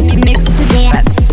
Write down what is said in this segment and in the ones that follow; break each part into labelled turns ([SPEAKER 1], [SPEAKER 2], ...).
[SPEAKER 1] mix to dance.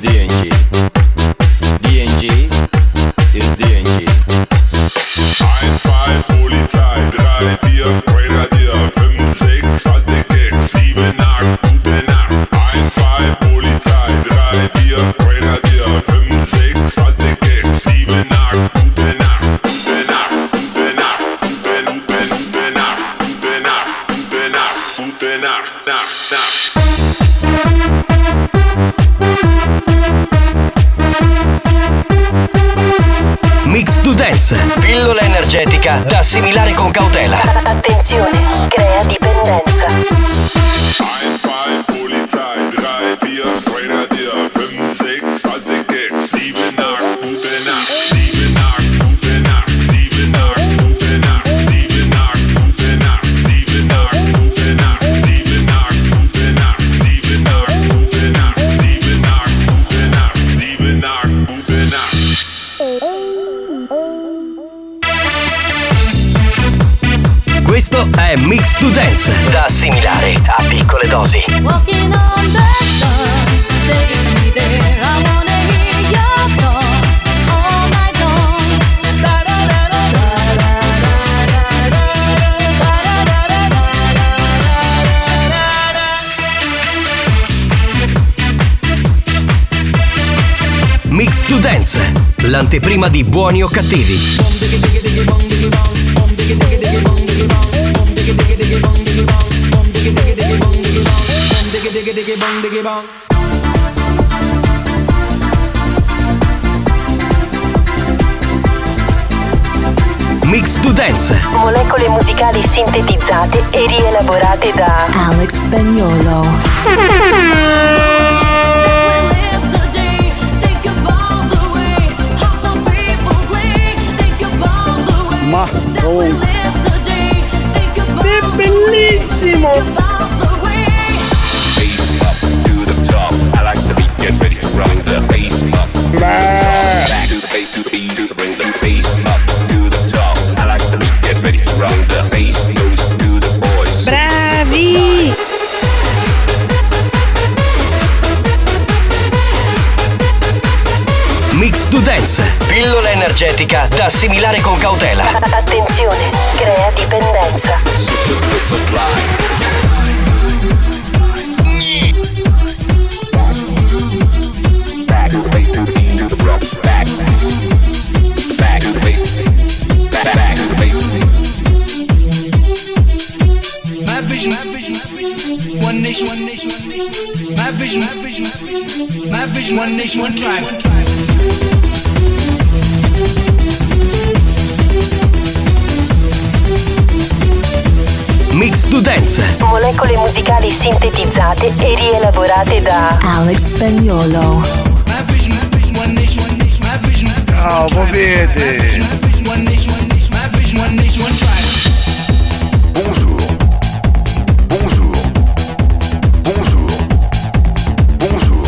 [SPEAKER 2] DNG. DNG is DNG.
[SPEAKER 3] 1, 2, Polizei, 3, 4, Grenadier, 5, 6, alte Gags, 7, 8, gute Nacht. 1, 2, Polizei, 3, 4, Grenadier, 5, 6, alte Gags, 7, 8, gute Nacht. Gute Nacht, gute Nacht, gute, gute, gute Nacht, gute Nacht, gute Nacht, gute Nacht, Nacht, Nacht.
[SPEAKER 4] Mix to Dance, pillola energetica da assimilare con cautela.
[SPEAKER 5] Attenzione, crea dipendenza
[SPEAKER 3] 1, 2, Polizei, 3, 4, Grenadier, 5, 6, alte Gags, 7, 8, gute Nacht. 7, 8, gute Nacht, 7, 8, gute Nacht, 7, 8, gute Nacht, 7, 8, gute Nacht, 7, 8, gute Nacht, 7, 8, gute Nacht, 7, 8, gute Nacht, 7, 8, gute Nacht.
[SPEAKER 4] Questo è Mix to Dance, da assimilare a piccole dosi.
[SPEAKER 6] Walking on the sun, take me there. I wanna hear your song all night long.
[SPEAKER 4] Mix to Dance, l'anteprima di buoni o cattivi. Mix to Dance,
[SPEAKER 5] Molecole musicali sintetizzate e rielaborate da
[SPEAKER 7] Alex Spagnolo.
[SPEAKER 8] Ma oh,
[SPEAKER 6] bellissimo!
[SPEAKER 9] Bravi!
[SPEAKER 4] Mix to Dance, pillola energetica da assimilare con cautela.
[SPEAKER 5] Attenzione, crea dipendenza
[SPEAKER 10] My vision, my vision, one nation, one nation, one nation. My vision, my vision, my vision, one nation, one tribe.
[SPEAKER 4] Mix to Dance,
[SPEAKER 5] Molecole musicali sintetizzate e rielaborate da
[SPEAKER 7] Alex Spagnolo.
[SPEAKER 10] My vision, my vision, one nation, one nation. My vision, my vision,
[SPEAKER 8] ciao,
[SPEAKER 10] my
[SPEAKER 8] vedete.
[SPEAKER 10] vision, one nation, one nation. My vision, one nation, one tribe.
[SPEAKER 3] Bonjour. Bonjour. Bonjour. Bonjour.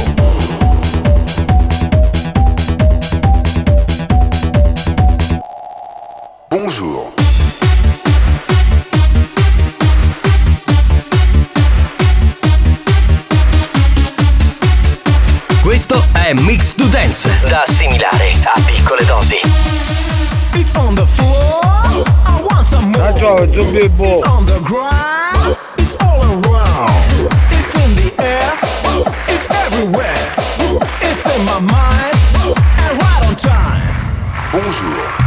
[SPEAKER 3] Bonjour.
[SPEAKER 4] questo è Mix to Dance, da assimilare a piccole dosi.
[SPEAKER 11] It's on the floor. I want some more.
[SPEAKER 8] Ciao,
[SPEAKER 11] It's
[SPEAKER 8] Zubibbo.
[SPEAKER 11] on the ground. It's all around. It's in the air. It's everywhere. It's in my mind. And right on time.
[SPEAKER 3] Bonjour.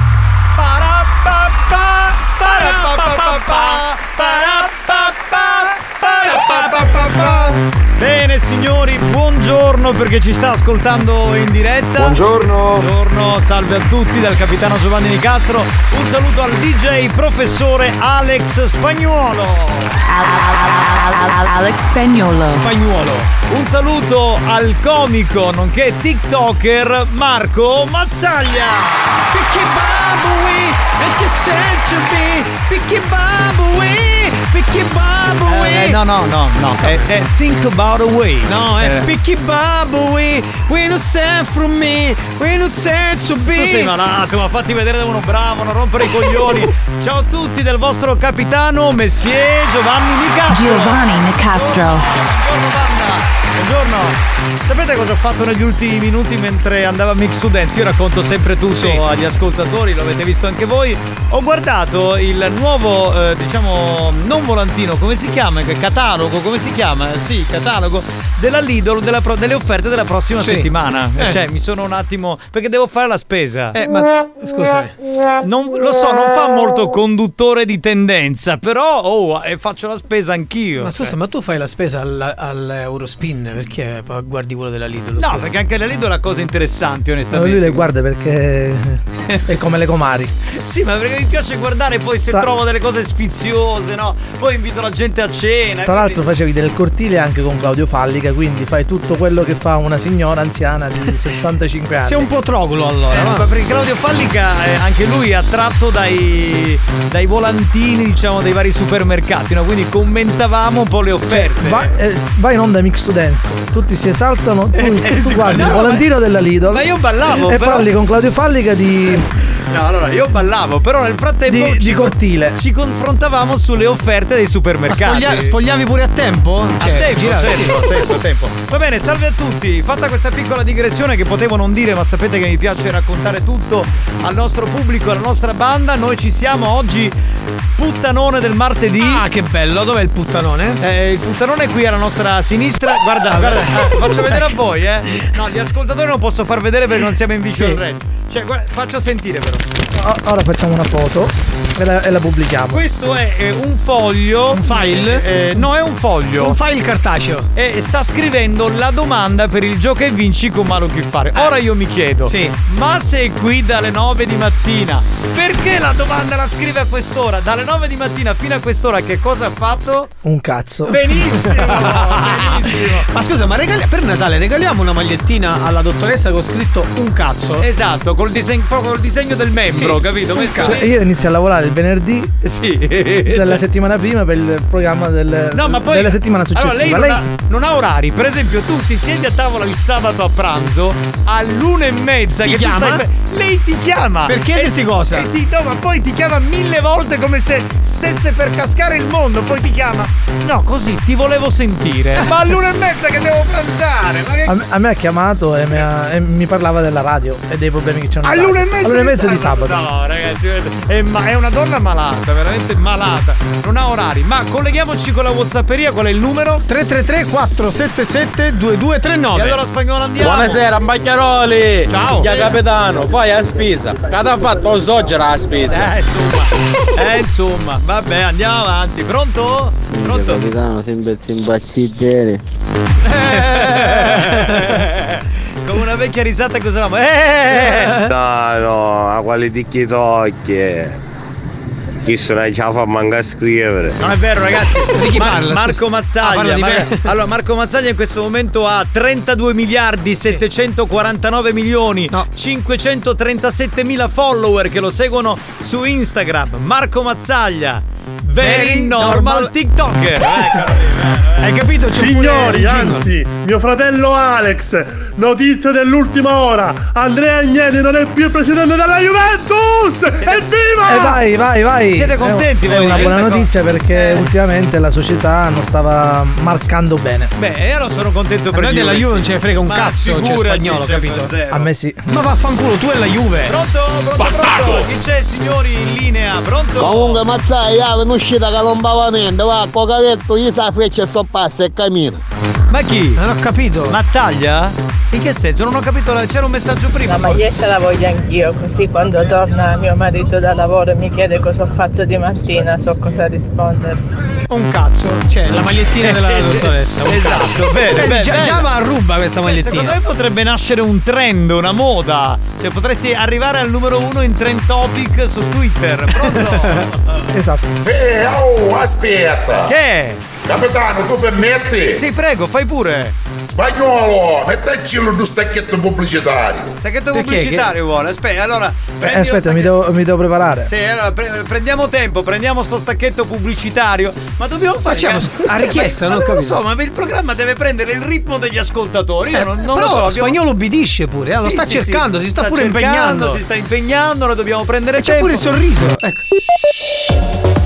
[SPEAKER 8] Bene, Bene signori, buongiorno perché ci sta ascoltando in diretta. Buongiorno. Buongiorno, salve a tutti dal capitano Giovanni Nicastro. Un saluto al DJ professore Alex Spagnuolo.
[SPEAKER 12] Alex Spagnuolo.
[SPEAKER 8] Spagnuolo. Un saluto al comico nonché TikToker Marco Mazzaglia.
[SPEAKER 13] Picchi babui, e che sento me? Picchi babui, picchi babui.
[SPEAKER 8] Eh, no, no, no, no. È, è Eh, Think About a Way.
[SPEAKER 13] No, è
[SPEAKER 8] Eh.
[SPEAKER 13] picchi babui, we don't send from me, we don't send to be.
[SPEAKER 8] Tu sei malato, ma fatti vedere da uno bravo, non rompere i coglioni. Ciao a tutti del vostro capitano Messier Giovanni Nicastro.
[SPEAKER 12] Giovanni Nicastro.
[SPEAKER 8] Buongiorno. Sapete cosa ho fatto negli ultimi minuti mentre andava Mix to Dance? Io racconto sempre tutto agli ascoltatori, lo avete visto anche voi. Ho guardato il nuovo, eh, diciamo, non volantino, come si chiama? Che Catalogo, come si chiama? Sì, catalogo della Lidl della pro- delle offerte della prossima
[SPEAKER 13] Sì.
[SPEAKER 8] settimana.
[SPEAKER 13] Eh.
[SPEAKER 8] Cioè, mi sono un attimo. perché devo fare la spesa.
[SPEAKER 13] Eh, ma scusa.
[SPEAKER 8] Non, lo so, non fa molto conduttore di tendenza, però oh, eh, faccio la spesa anch'io.
[SPEAKER 14] Ma scusa,
[SPEAKER 8] Cioè,
[SPEAKER 14] ma tu fai la spesa al- all'Eurospin perché poi guardi quello della Lidl?
[SPEAKER 8] No, perché anche la Lido è una cosa interessante, onestamente.
[SPEAKER 15] lui le guarda perché è come le comari.
[SPEAKER 8] Sì, ma perché mi piace guardare poi se
[SPEAKER 15] Tra-
[SPEAKER 8] trovo delle cose sfiziose, no? Poi invito la gente a cena.
[SPEAKER 15] Tra
[SPEAKER 8] quindi-
[SPEAKER 15] l'altro facevi del cortile anche con Claudio Fallica, quindi fai tutto quello che fa una signora anziana di 65 anni.
[SPEAKER 8] Sei un
[SPEAKER 15] po'
[SPEAKER 14] trogolo allora.
[SPEAKER 8] Eh, ma perché Claudio Fallica, eh, anche lui è attratto dai, dai volantini, diciamo, dei vari supermercati, no? Quindi commentavamo un po' le offerte.
[SPEAKER 15] Vai, eh, vai in onda mix to dance, tutti si esaltano, tu,
[SPEAKER 8] Eh,
[SPEAKER 15] tu
[SPEAKER 8] sì,
[SPEAKER 15] guardi il
[SPEAKER 8] no, ma-
[SPEAKER 15] volantino della Lidl.
[SPEAKER 8] ma io ballavo,
[SPEAKER 15] E
[SPEAKER 8] però-
[SPEAKER 15] parli con Claudio Fallica di.
[SPEAKER 8] No, allora io ballavo, però nel frattempo
[SPEAKER 15] Di-
[SPEAKER 8] ci-
[SPEAKER 15] di cortile.
[SPEAKER 8] Ci confrontavamo sulle offerte dei supermercati.
[SPEAKER 14] Spoglia- spogliavi pure a tempo?
[SPEAKER 8] a tempo,
[SPEAKER 14] girava-
[SPEAKER 8] certo, a tempo, a tempo. Va bene, salve a tutti. Fatta questa piccola digressione che potevo non dire, ma sapete che mi piace raccontare tutto al nostro pubblico, alla nostra banda. Noi ci siamo oggi puttanone del martedì. Ah,
[SPEAKER 14] che bello, dov'è il puttanone?
[SPEAKER 8] il puttanone è qui alla nostra sinistra. Guarda, guarda, eh, faccio vedere a voi, eh. No, gli ascoltatori non posso far vedere perché non siamo in visual
[SPEAKER 15] Sì.
[SPEAKER 8] red. Cioè, guarda, faccio sentire però.
[SPEAKER 15] O- Ora facciamo una foto e la, e la pubblichiamo.
[SPEAKER 8] Questo è eh, un foglio. Un file? no, è un foglio. Un
[SPEAKER 14] file cartaceo.
[SPEAKER 8] E sta scrivendo la domanda per il gioco e vinci con Malo Chiffare. Ora io mi chiedo:
[SPEAKER 14] Sì.
[SPEAKER 8] Ma se è qui dalle 9 di mattina, perché la domanda la scrive a quest'ora? Dalle 9 di mattina fino a quest'ora, che cosa ha fatto?
[SPEAKER 15] Un cazzo.
[SPEAKER 8] Benissimo! benissimo.
[SPEAKER 14] Ma scusa, ma regali- per Natale regaliamo una magliettina alla dottoressa che ho scritto un cazzo?
[SPEAKER 8] Esatto, col disegno, proprio col disegno del membro, capito? Messo
[SPEAKER 15] Cioè,
[SPEAKER 8] lì.
[SPEAKER 15] io inizio a lavorare il venerdì
[SPEAKER 8] Sì.
[SPEAKER 15] della
[SPEAKER 8] Cioè-
[SPEAKER 15] settimana prima per il programma del-
[SPEAKER 8] No, ma poi
[SPEAKER 15] della settimana successiva.
[SPEAKER 8] Allora, lei, non, ha, non ha orari. Per esempio, tu ti siedi a tavola il sabato a pranzo all'una e mezza
[SPEAKER 14] Ti
[SPEAKER 8] che
[SPEAKER 14] chiama?
[SPEAKER 8] tu stai. Lei ti chiama!
[SPEAKER 14] Per chiederti
[SPEAKER 8] E-
[SPEAKER 14] cosa?
[SPEAKER 8] e ti- no, ma poi ti chiama mille volte come se stesse per cascare il mondo, poi ti chiama. No, così ti volevo sentire. ma all'una e mezza che devo pranzare! Ma che
[SPEAKER 15] A me, a me ha chiamato e, mi ha- e mi parlava della radio e dei problemi che c'erano. in radio.
[SPEAKER 8] All'una e mezza,
[SPEAKER 15] All'una e mezza di
[SPEAKER 8] sabato.
[SPEAKER 15] sabato.
[SPEAKER 8] No, ragazzi, è, ma- è una donna malata, veramente malata. Non ha orari. Ma colleghiamoci con la Whatsapperia, qual è il numero?
[SPEAKER 14] 333 477 2239
[SPEAKER 8] E allora spagnolo andiamo.
[SPEAKER 16] Macchiaroli!
[SPEAKER 8] Ciao. Sì.
[SPEAKER 16] capitano, vai a spesa! Cosa ha fatto? Non so c'era la spesa!
[SPEAKER 8] Eh insomma, eh insomma, vabbè andiamo avanti, pronto? Pronto?
[SPEAKER 16] Capitano, sempre zimbattigieri!
[SPEAKER 8] Come una vecchia risata che usavamo. Eh!
[SPEAKER 9] Dai no, a quali ticchi tocchi. Chi se ne ce la fa manca a scrivere.
[SPEAKER 8] Non è vero ragazzi,
[SPEAKER 14] Di chi
[SPEAKER 8] Ma-
[SPEAKER 14] parla,
[SPEAKER 8] Marco
[SPEAKER 14] scusa? Ah,
[SPEAKER 8] Mazzaglia.
[SPEAKER 14] parla di
[SPEAKER 8] Mar-
[SPEAKER 14] me.
[SPEAKER 8] allora Marco Mazzaglia in questo momento ha 32 miliardi 749 milioni 537 mila follower che lo seguono su Instagram. Marco Mazzaglia, very,
[SPEAKER 14] Very
[SPEAKER 8] normal,
[SPEAKER 14] normal-
[SPEAKER 8] TikToker. Ecco. Eccolo.
[SPEAKER 14] Hai capito? C'è pure
[SPEAKER 17] Signori,
[SPEAKER 14] il jingle.
[SPEAKER 17] anzi, mio fratello Alex, notizia dell'ultima ora. Andrea Agnelli non è più il presidente della Juventus! Evviva!
[SPEAKER 15] E Eh, vai, vai, vai. Eh, ecco.
[SPEAKER 8] Siete contenti
[SPEAKER 15] È,
[SPEAKER 8] voi
[SPEAKER 15] è
[SPEAKER 8] di
[SPEAKER 15] una
[SPEAKER 8] questa
[SPEAKER 15] buona
[SPEAKER 8] cosa? Eh.
[SPEAKER 15] notizia perché ultimamente la società non stava marcando bene.
[SPEAKER 8] Beh, io non sono contento
[SPEAKER 14] A
[SPEAKER 8] per
[SPEAKER 14] noi
[SPEAKER 8] gli
[SPEAKER 14] della
[SPEAKER 8] Juve.
[SPEAKER 14] Juve non ce ne frega un
[SPEAKER 8] Ma
[SPEAKER 14] cazzo, c'è
[SPEAKER 8] figurati,
[SPEAKER 14] spagnolo,
[SPEAKER 8] cioè,
[SPEAKER 14] capito?
[SPEAKER 8] zero.
[SPEAKER 15] A me sì.
[SPEAKER 14] Ma vaffanculo, tu e la Juve.
[SPEAKER 8] Pronto? Pronto? Pronto? Chi c'è signori in linea? Pronto?
[SPEAKER 18] Comunque mazzai, ah, è uscita che non bava niente, va, cocadetto, gli sa freccia e soppassa e cammina.
[SPEAKER 8] Ma chi?
[SPEAKER 14] Non ho capito.
[SPEAKER 8] Mazzaglia? In che senso? Non ho capito, la- c'era un messaggio prima.
[SPEAKER 19] La maglietta la voglio anch'io, così quando torna mio marito da lavoro e mi chiede cosa ho fatto di mattina so cosa rispondere.
[SPEAKER 14] un cazzo. Cioè, la magliettina della
[SPEAKER 8] Eh,
[SPEAKER 14] dottoressa. un
[SPEAKER 8] esatto,
[SPEAKER 14] cazzo.
[SPEAKER 8] bene,
[SPEAKER 14] Cioè,
[SPEAKER 8] bene,
[SPEAKER 14] già,
[SPEAKER 8] bene.
[SPEAKER 14] già va a ruba questa
[SPEAKER 8] Cioè,
[SPEAKER 14] magliettina.
[SPEAKER 8] secondo me potrebbe nascere un trend, una moda. Cioè, potresti arrivare al numero uno in trend topic su Twitter. Pronto?
[SPEAKER 15] esatto.
[SPEAKER 8] Eh,
[SPEAKER 1] Ehi, oh, aspetta!
[SPEAKER 8] Che?
[SPEAKER 1] Capitano, tu permetti?
[SPEAKER 8] Sì, prego, fai pure!
[SPEAKER 1] Spagnolo, metteci lo stacchetto pubblicitario!
[SPEAKER 8] Sacchetto
[SPEAKER 1] Perché?
[SPEAKER 8] pubblicitario vuole. Aspetta, allora.
[SPEAKER 15] Eh,
[SPEAKER 8] prendi lo
[SPEAKER 15] aspetta, mi devo, mi devo preparare.
[SPEAKER 8] Sì, allora pre- prendiamo tempo, prendiamo sto stacchetto pubblicitario, ma dobbiamo fare
[SPEAKER 14] Facciamo
[SPEAKER 8] Cioè,
[SPEAKER 14] a
[SPEAKER 8] ma-
[SPEAKER 14] richiesta,
[SPEAKER 8] ma
[SPEAKER 14] non ho
[SPEAKER 8] lo
[SPEAKER 14] capito.
[SPEAKER 8] so, ma il programma deve prendere il ritmo degli ascoltatori. Io
[SPEAKER 14] Eh,
[SPEAKER 8] non, non
[SPEAKER 14] però
[SPEAKER 8] lo so. abbiamo-
[SPEAKER 14] spagnolo obbedisce pure, eh, lo
[SPEAKER 8] Sì,
[SPEAKER 14] sta
[SPEAKER 8] sì,
[SPEAKER 14] cercando,
[SPEAKER 8] sì.
[SPEAKER 14] si sta, pure
[SPEAKER 8] cercando,
[SPEAKER 14] impegnando.
[SPEAKER 8] Si sta impegnando, noi dobbiamo prendere
[SPEAKER 14] C'è
[SPEAKER 8] tempo.
[SPEAKER 14] pure il sorriso. Ecco.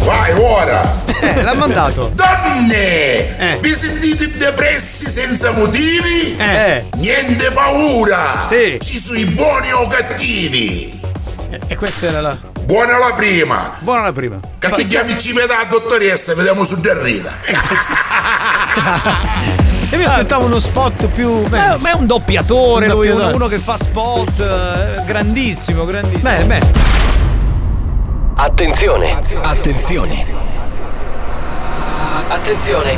[SPEAKER 1] Vai, ora!
[SPEAKER 8] Eh, l'ha mandato.
[SPEAKER 1] Donne! Vi sentite depressi senza motivi?
[SPEAKER 8] Eh.
[SPEAKER 1] Niente paura!
[SPEAKER 8] Sì. Eh,
[SPEAKER 1] Ci sui buoni o cattivi!
[SPEAKER 14] E questa era la.
[SPEAKER 1] Buona la prima!
[SPEAKER 8] Buona la prima.
[SPEAKER 1] Cattichiamo cipeta la dottoressa, vediamo su Derrida.
[SPEAKER 14] Io mi aspettavo uno spot più.
[SPEAKER 8] Ma è, ma è un doppiatore,
[SPEAKER 14] Un
[SPEAKER 8] lui,
[SPEAKER 14] doppiatore.
[SPEAKER 8] uno che fa spot. eh, grandissimo, grandissimo.
[SPEAKER 14] Bene, bene.
[SPEAKER 4] Attenzione! Attenzione! Attenzione!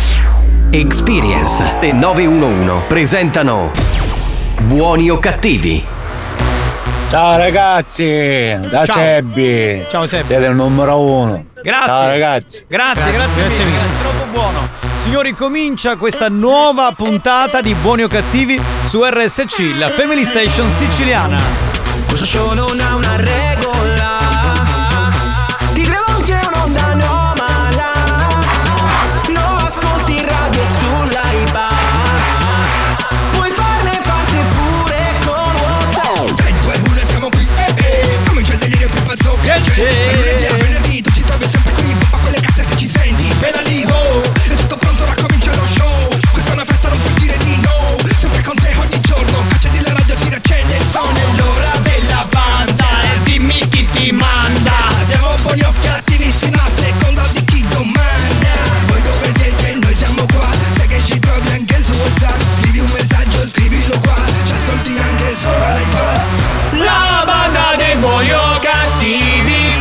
[SPEAKER 4] Experience e 911 presentano Buoni o cattivi?
[SPEAKER 20] Ciao ragazzi, da
[SPEAKER 4] Ciao.
[SPEAKER 20] Sebbi.
[SPEAKER 14] Ciao Sebbi.
[SPEAKER 20] Siete il numero uno.
[SPEAKER 8] Grazie.
[SPEAKER 20] Ciao ragazzi.
[SPEAKER 8] Grazie, grazie,
[SPEAKER 20] Grazie, grazie
[SPEAKER 8] mille, è troppo buono. Signori, comincia questa nuova puntata di Buoni o Cattivi su RSC, la Family Station siciliana.
[SPEAKER 11] Questo show non ha una regola Ti rivolge un'onda anomala Non ascolti radio sull'AIBA Puoi farne parte pure con WhatsApp 3, 2, 1, siamo qui, eh, eh Comincia il delirio più pazzo che c'è Da lunedì a venerdì, tu ci trovi sempre qui Bomba quelle casse se ci senti, bella lì, oh È tutto pronto, ora comincia lo show Questa è una festa, non puoi dire di no Sempre con te ogni giorno, accendi la radio, si riaccende il sogno L'ora della banda, e dimmi chi ti manda Siamo buoni o cattivissimi a seconda di chi domanda Voi dove siete, noi siamo qua Sai che ci trovi anche su WhatsApp Scrivi un messaggio, scrivilo qua Ci ascolti anche sopra l'iPad La banda dei buoni o cattivi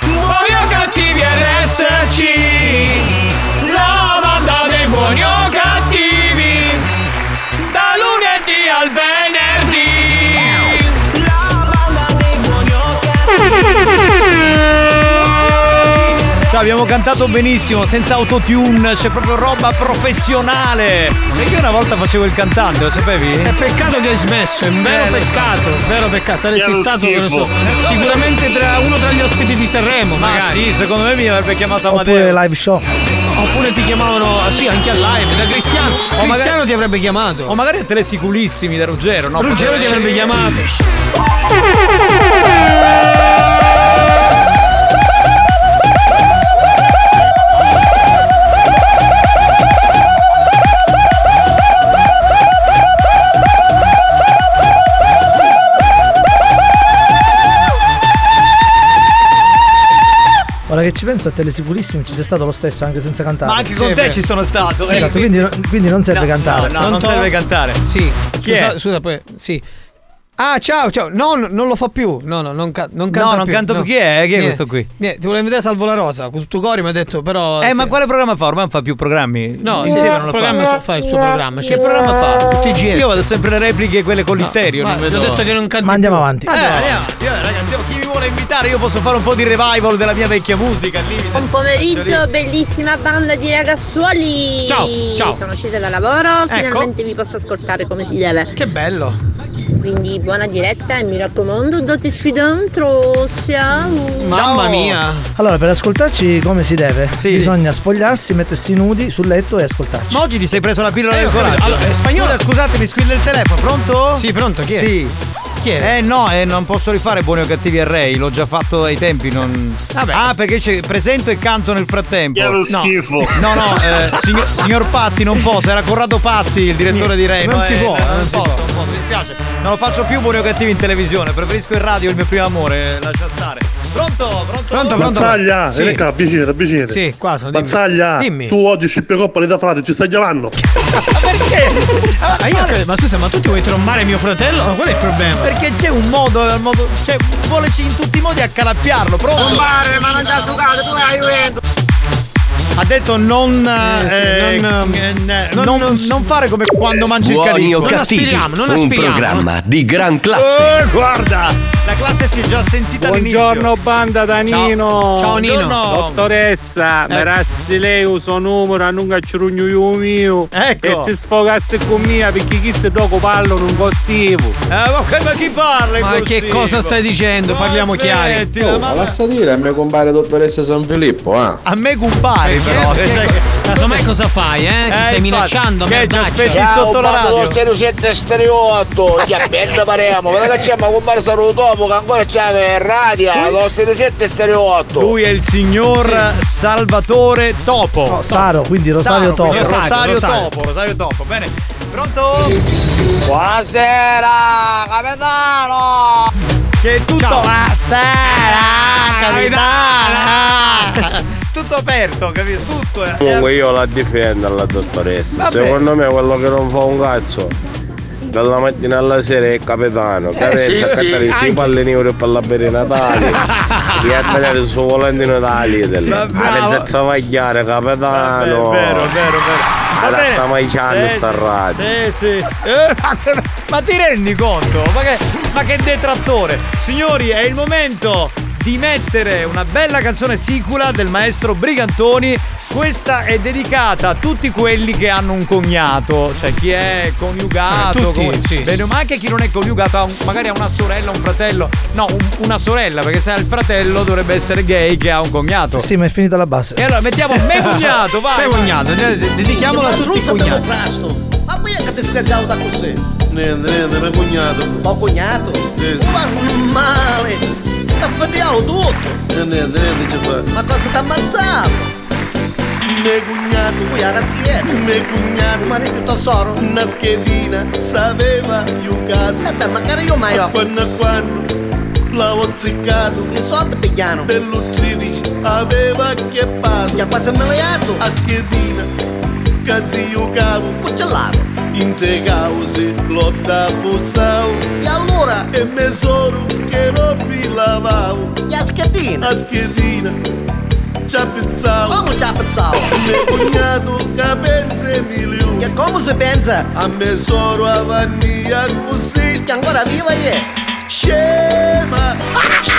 [SPEAKER 11] Buoni o cattivi RSC La banda dei buoni o cattivi Da lunedì al venerdì La banda dei buoni o
[SPEAKER 8] Cioè, abbiamo cantato benissimo, senza autotune, c'è proprio roba professionale. E io una volta facevo il cantante, lo sapevi? Eh, È
[SPEAKER 14] peccato che hai smesso, è un vero peccato, vero peccato, saresti
[SPEAKER 8] Che lo
[SPEAKER 14] stato, non
[SPEAKER 8] schifo.
[SPEAKER 14] so, sicuramente tra uno tra gli ospiti di Sanremo,
[SPEAKER 8] Ma
[SPEAKER 14] magari.
[SPEAKER 8] sì, secondo me mi avrebbe chiamato Amadeo.
[SPEAKER 15] Oppure live show.
[SPEAKER 14] Oppure ti chiamavano, ah, sì, anche al live, da Cristiano. Cristiano
[SPEAKER 8] magari-
[SPEAKER 14] ti avrebbe chiamato.
[SPEAKER 8] O magari a Telesicurissimi da Ruggero, no?
[SPEAKER 14] Ruggero ti avrebbe chiamato.
[SPEAKER 15] Ora che ci penso a Telesicurissimi ci sei stato lo stesso anche senza cantare.
[SPEAKER 8] Ma anche con te ci sono stato.
[SPEAKER 15] Sì,
[SPEAKER 8] eh.
[SPEAKER 15] esatto, quindi, quindi non serve cantare.
[SPEAKER 8] No, non
[SPEAKER 14] Pronto?
[SPEAKER 8] serve cantare.
[SPEAKER 14] Sì.
[SPEAKER 8] Chi
[SPEAKER 14] scusa,
[SPEAKER 8] è?
[SPEAKER 14] scusa, poi. Sì. Ah, ciao, ciao. No, no, non lo fa più. No, no, non, ca- non
[SPEAKER 8] No,
[SPEAKER 14] canta
[SPEAKER 8] non
[SPEAKER 14] più.
[SPEAKER 8] canto più. Chi è? Chi è
[SPEAKER 14] Niente,
[SPEAKER 8] questo qui?
[SPEAKER 14] niente, ti volevo invitare a Salvo la Rosa. Con tutto cori mi ha detto, però.
[SPEAKER 8] Eh,
[SPEAKER 14] sì.
[SPEAKER 8] ma quale programma fa? Ormai non fa più programmi.
[SPEAKER 14] No,
[SPEAKER 8] Insieme
[SPEAKER 14] sì,
[SPEAKER 8] non
[SPEAKER 14] il
[SPEAKER 8] lo
[SPEAKER 14] programma
[SPEAKER 8] fa.
[SPEAKER 14] so- fa il suo programma.
[SPEAKER 8] Che programma fa? Io vado sempre le repliche quelle con l'Iterio.
[SPEAKER 14] ma
[SPEAKER 8] non vedo-
[SPEAKER 14] ti ho detto Ah, che non canti
[SPEAKER 15] Ma andiamo avanti.
[SPEAKER 8] Eh, andiamo. Io, ragazzi, chi mi vuole invitare, io posso fare un po' di revival della mia vecchia musica. al limite.
[SPEAKER 7] Buon pomeriggio, bellissima banda di ragazzuoli!
[SPEAKER 8] Ciao, ciao.
[SPEAKER 7] Sono uscita da lavoro,
[SPEAKER 8] Ecco.
[SPEAKER 7] finalmente vi posso ascoltare come si deve.
[SPEAKER 14] Che bello!
[SPEAKER 7] Quindi buona diretta e mi raccomando, dateci dentro, ciao!
[SPEAKER 15] Allora, per ascoltarci come si deve, bisogna spogliarsi, mettersi nudi sul letto e ascoltarci.
[SPEAKER 8] Ma oggi ti sei preso la pillola
[SPEAKER 15] Eh,
[SPEAKER 8] del
[SPEAKER 15] ho capito.
[SPEAKER 8] coraggio.
[SPEAKER 15] Allora,
[SPEAKER 8] spagnola, scusatemi, squilla il telefono. Pronto?
[SPEAKER 14] Sì, pronto, chi è?
[SPEAKER 8] Sì.
[SPEAKER 14] bicchiere.
[SPEAKER 8] Eh no, eh, non posso rifare buoni o cattivi a Ray, l'ho già fatto ai tempi. non- Ah, perché c'è- presento e canto nel frattempo.
[SPEAKER 21] Che è lo
[SPEAKER 8] no.
[SPEAKER 21] schifo.
[SPEAKER 8] No, no, eh, signor, signor Patti non posso, era Corrado Patti il direttore di Ray.
[SPEAKER 14] Non
[SPEAKER 8] no,
[SPEAKER 14] si
[SPEAKER 8] eh,
[SPEAKER 14] può,
[SPEAKER 8] no,
[SPEAKER 14] non
[SPEAKER 8] non
[SPEAKER 14] si
[SPEAKER 8] posso, non posso, mi dispiace. Non lo faccio più buoni o cattivi in televisione, preferisco il radio, il mio primo amore, eh, lascia stare. Pronto, pronto,
[SPEAKER 14] Pronto, pronto.
[SPEAKER 22] Mazzaglia,
[SPEAKER 14] Sì.
[SPEAKER 22] vieni qua, avvicinati, avvicinati.
[SPEAKER 14] Sì, qua sono, dimmi.
[SPEAKER 22] Mazzaglia,
[SPEAKER 14] Dimmi.
[SPEAKER 22] tu oggi scippia coppole da frate, ci stai chiamando.
[SPEAKER 14] Ma, Ah, io credo- ma scusa, ma tu ti vuoi trombare mio fratello? Ma qual è il problema?
[SPEAKER 8] Perché c'è un modo, un modo cioè, vuoleci in tutti i modi accalappiarlo, pronto?
[SPEAKER 21] Compare, ma non ti ha sugato, tu hai Juventus.
[SPEAKER 8] Ha detto non. eh,
[SPEAKER 14] non,
[SPEAKER 8] eh, non- non fare come quando mangi il
[SPEAKER 4] Buoni
[SPEAKER 8] carico.
[SPEAKER 4] o cattivi, un programma di gran classe.
[SPEAKER 8] Eh, guarda, la classe si è già sentita
[SPEAKER 15] Buongiorno banda da
[SPEAKER 8] Ciao.
[SPEAKER 15] Nino.
[SPEAKER 8] Ciao, Nino. Buongiorno.
[SPEAKER 15] Dottoressa,
[SPEAKER 8] Eh.
[SPEAKER 15] grazie lei il suo numero, non cacciarugno io mio.
[SPEAKER 8] Ecco.
[SPEAKER 15] E se sfogasse con mia perché chi se dopo parlo non costivo.
[SPEAKER 8] Eh, ma, ma chi parla?
[SPEAKER 14] Ma che cosa stai dicendo? Parliamo chiari.
[SPEAKER 8] Oh, ma
[SPEAKER 23] basta dire, a me compare dottoressa San Filippo, ah.
[SPEAKER 8] A me
[SPEAKER 14] Eh,
[SPEAKER 8] compare però. cioè Eh,
[SPEAKER 14] Casomai cosa fai, eh? Ti eh, stai minacciando, merdaccia.
[SPEAKER 11] stereo 7 stereo 8 che bella paremo ma la cacciamo a compare saluto dopo che ancora c'è radio lo stereo 7 stereo 8
[SPEAKER 8] Lui è il signor Salvatore Topo.
[SPEAKER 24] No, Saro, quindi Rosario
[SPEAKER 8] Saro, quindi
[SPEAKER 24] Topo.
[SPEAKER 8] Rosario,
[SPEAKER 24] Rosario.
[SPEAKER 8] Topo, Rosario Topo. Bene. Pronto?
[SPEAKER 15] Buonasera, capitano!
[SPEAKER 8] Che è tutto Ah, la sera, capitana. Tutto aperto, capito?
[SPEAKER 9] eh.
[SPEAKER 8] Tutto è.
[SPEAKER 9] Comunque io la difendo la dottoressa.
[SPEAKER 8] Vabbè.
[SPEAKER 9] Secondo me quello che non fa un cazzo. Dalla mattina alla sera è il capitano,
[SPEAKER 23] sì,
[SPEAKER 9] carezza,
[SPEAKER 23] sì,
[SPEAKER 9] cattare
[SPEAKER 23] anche.
[SPEAKER 9] si pallini ore per la per Natale, gli attenere il suo volante Natale,
[SPEAKER 8] Ma
[SPEAKER 9] la
[SPEAKER 8] bravo.
[SPEAKER 9] mezza travagliare capitano,
[SPEAKER 8] È vero, è vero, è vero. Va
[SPEAKER 9] la
[SPEAKER 8] bene.
[SPEAKER 9] sta
[SPEAKER 8] Sì,
[SPEAKER 9] mangiando Ah, sta
[SPEAKER 8] sì,
[SPEAKER 9] radio.
[SPEAKER 8] Sì, sì. Eh, ma, ma ti rendi conto? Ma che, ma che detrattore! Signori, è il momento di mettere una bella canzone sicula del maestro Brigantoni. Questa è dedicata a tutti quelli che hanno un cognato, cioè chi è coniugato,
[SPEAKER 14] Eh, tutti,
[SPEAKER 8] con-
[SPEAKER 14] sì,
[SPEAKER 8] bene, ma anche chi non è coniugato, ha un- magari ha una sorella, un fratello. No, un- una sorella, perché se ha il fratello dovrebbe essere gay che ha un cognato.
[SPEAKER 24] Sì, ma è finita la base.
[SPEAKER 8] E allora mettiamo me cognato,
[SPEAKER 14] Te
[SPEAKER 8] vai!
[SPEAKER 14] cognato, de- de- dedichiamola a tutti i cognati.
[SPEAKER 16] Ma poi è che ti spiaggiavo da così? Niente, niente, mio cognato. Ho cognato? Guarda male! Ti affanniamo tutto! Niente, niente, ci fa. Ma cosa ti ha ammazzato? Mio cognato, qui ragazziere, mio cognato, ma che tesoro, una schedina, sapeva aiutato. E beh, magari io mai ho. Quando quando l'avevo ziccato, il soldi pigliano, dell'11 aveva chieppato. Già quasi me leato, a schedina, Casinho cavo, congelado. Integrauze, lotavo sal. E a loura? E mesouro, quero pilavau. E as quedina? As quedina, chapitzal. Como chapitzal? Meu cunhado, cabenze milho. E como se pensa? A mesouro, a vania, cozi. Que agora viva Ah! aí. Chema,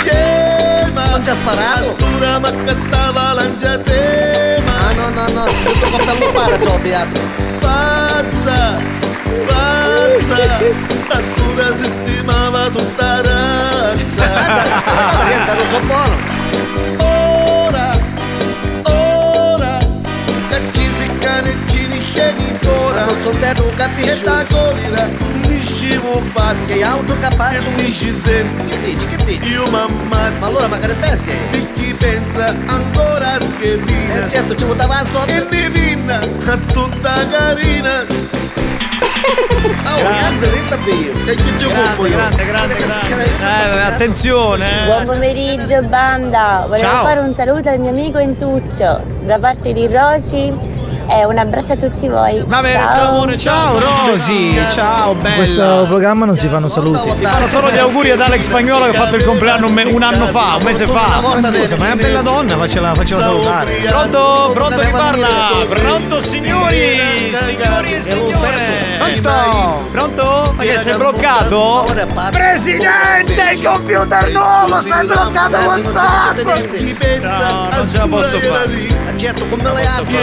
[SPEAKER 16] chema. Não tinhas parado? Asturama cantava lanjatema. Ah, não, não, não. Eu tô contando para, tio Beato. Pazza, pazza. Tá Astura se estimava do taranza. Era o soporo. Ora, ora. Caccizi canettini scegli ora. Non sono detto, capisci. Che da corrida, nisci pazzo. Che auto capace. Che nisci sempre. Che dici, che dici? Io m'ammazzo. Ma allora magari pesche. Di chi pensa ancora che vina. Eh certo, ci votava sotto. E divina, a tutta carina. Oh, grazie, retta Dio. Che ci gioco Grande, grande, grande.
[SPEAKER 8] attenzione.
[SPEAKER 7] Buon pomeriggio banda, volevo
[SPEAKER 8] Ciao.
[SPEAKER 7] fare un saluto al mio amico Enzuccio da parte di Rosy e un abbraccio a tutti voi.
[SPEAKER 8] Va bene, ciao, amore, ciao. Rosy, ciao,
[SPEAKER 24] In questo programma non si fanno saluti.
[SPEAKER 8] Si fanno solo gli auguri ad Alex Spagnolo che ha fatto il compleanno un, me- un anno fa, un mese fa.
[SPEAKER 14] Ma scusa, ma è una bella donna, faccela, faccela salutare.
[SPEAKER 8] Pronto, pronto chi parla? Pronto signori, signori e signore. Pronto? Pronto? Ma che sei bloccato?
[SPEAKER 16] Presidente, il
[SPEAKER 8] é
[SPEAKER 16] computer nuovo, sei bloccato con
[SPEAKER 8] tá
[SPEAKER 16] sacco!
[SPEAKER 8] No, non ce la posso é fare.
[SPEAKER 16] Accetto come le
[SPEAKER 8] é
[SPEAKER 16] api.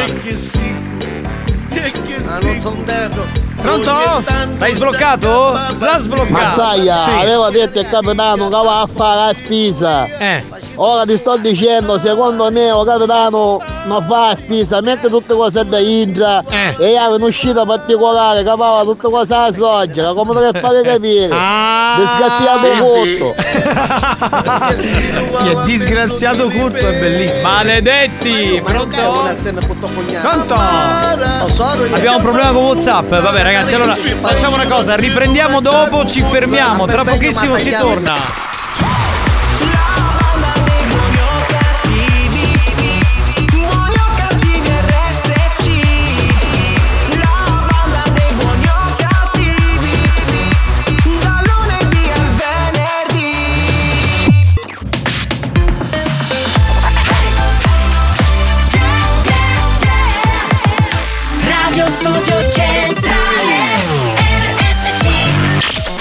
[SPEAKER 16] Ah, non sono dentro.
[SPEAKER 8] Pronto? Tá L'hai sbloccato? L'ha sbloccato.
[SPEAKER 11] Mazzaia
[SPEAKER 8] Sì.
[SPEAKER 11] aveva detto il capitano che va a fare la spesa.
[SPEAKER 14] Eh.
[SPEAKER 18] Ora ti sto dicendo, secondo me, oh, capitano, non fa spesa, mette tutte cose da Indra
[SPEAKER 8] Eh.
[SPEAKER 18] e aveva un'uscita particolare, capava tutte cose alla soggia, come deve fare capire. Disgraziato
[SPEAKER 8] Ah, sì,
[SPEAKER 18] tutto.
[SPEAKER 8] Chi è disgraziato curto è bellissimo. Maledetti! Pronto? Pronto? Abbiamo un problema con Whatsapp. Vabbè ragazzi, allora facciamo una cosa, riprendiamo dopo, ci fermiamo, tra pochissimo si torna.
[SPEAKER 3] Radio Studio Centrale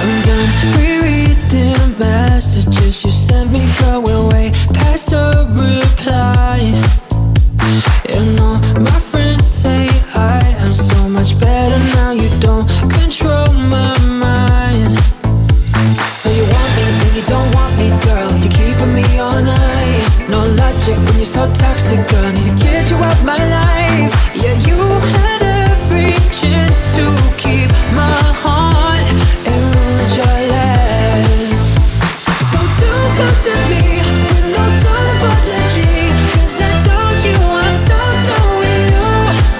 [SPEAKER 3] I'm done rereading messages you sent me going way past a reply You know my friends say I am so much better now you don't control my mind So you want me then you don't want me girl You're keeping me all night No logic when you're so toxic girl Need to get you out my life Yeah you had every chance to keep my heart and ruined your last So don't come to me with no dumb apology 'Cause I told you I'm so done with you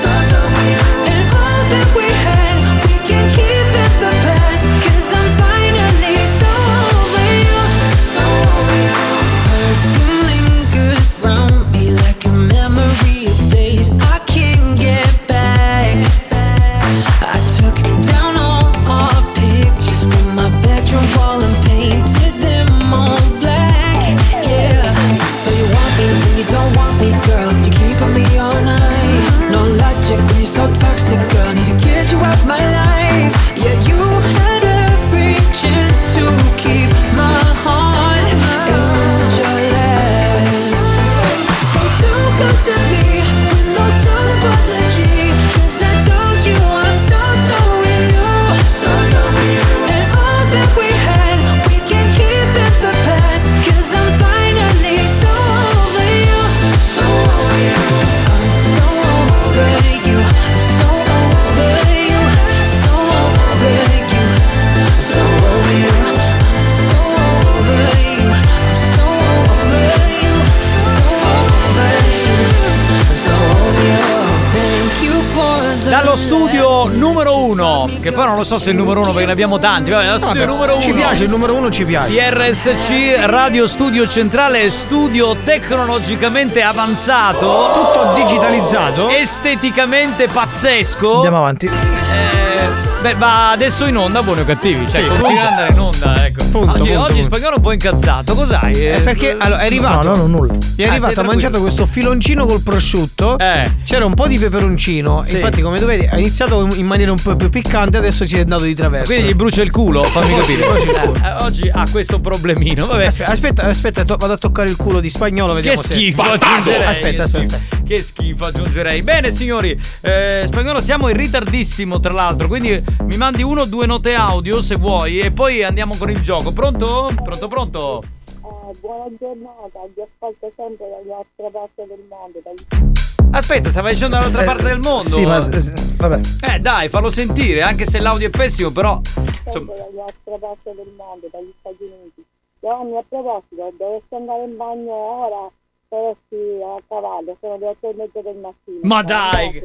[SPEAKER 3] So done with you And all that we had we can keep in the past Cause I'm finally so over you So over you Perfume lingers round me like a memory of days I can't get back I took down all our pictures from my bedroom wall and painted them all black. Yeah. So you want me, then you don't want me, girl. You keep on me all night. No logic when you're so toxic, girl. Need to get you out my life. Yeah, you had every chance to keep my heart and ruined your last. So don't come to me with no dumb apology. 'Cause I told you I'm so done with you. So done with you. And all that we had, we can keep in the past. 'Cause I'm finally so over you. So over you. I'm so over you. I'm so over you. So over you. So over you. So over you. So over you. So over you. Thank you for the
[SPEAKER 8] Dallo studio numero uno, che poi non lo so se è il numero uno perché ne abbiamo tanti, vabbè, dallo studio
[SPEAKER 14] Vabbè,
[SPEAKER 8] numero uno.
[SPEAKER 14] Ci piace, il numero uno ci piace.
[SPEAKER 8] IRSC Radio Studio Centrale, studio tecnologicamente avanzato. Tutto digitalizzato. Esteticamente pazzesco. Andiamo
[SPEAKER 15] avanti.
[SPEAKER 8] beh, va adesso in onda, buoni o cattivi. Cioè, continua ad andare in onda, ecco. oggi
[SPEAKER 14] punto,
[SPEAKER 8] oggi
[SPEAKER 14] punto.
[SPEAKER 8] spagnolo un po' incazzato, cos'hai?
[SPEAKER 14] Eh, perché allora, è arrivato.
[SPEAKER 15] No, no, no, nulla.
[SPEAKER 14] È
[SPEAKER 8] Ah,
[SPEAKER 14] arrivato,
[SPEAKER 8] sei Eh.
[SPEAKER 14] ha mangiato questo filoncino col prosciutto. C'era un po' di peperoncino.
[SPEAKER 8] Sì.
[SPEAKER 14] Infatti, come dovete, ha iniziato in maniera un po' più piccante, adesso ci è andato di traverso.
[SPEAKER 8] Quindi gli brucia il culo, fammi
[SPEAKER 14] Oggi-
[SPEAKER 8] capire.
[SPEAKER 14] oggi il culo.
[SPEAKER 8] Eh, Oggi ha questo problemino. Vabbè.
[SPEAKER 14] Aspetta, aspetta, aspetta, to- vado a toccare il culo di spagnolo.
[SPEAKER 8] Che
[SPEAKER 14] Vediamo se-
[SPEAKER 8] schifo aggiungerei.
[SPEAKER 14] Aspetta, aspetta, aspetta.
[SPEAKER 8] Che schifo aggiungerei. Bene signori, eh, spagnolo siamo in ritardissimo tra l'altro, quindi mi mandi uno o due note audio se vuoi e poi andiamo con il gioco. Pronto? Pronto, pronto?
[SPEAKER 11] Eh, buona giornata, vi ascolto sempre dall'altra parte del mondo.
[SPEAKER 8] Aspetta, stava dicendo dall'altra parte del mondo.
[SPEAKER 15] Sì, ma s- s- vabbè.
[SPEAKER 8] Eh dai, fallo sentire, anche se l'audio è pessimo, però... Insomma...
[SPEAKER 11] dall'altra parte del mondo, dagli Stati Uniti. Giovanni, a proposito, dovresti andare in bagno ora, saresti a cavallo, sono le otto e mezza del mattino.
[SPEAKER 8] Ma dai!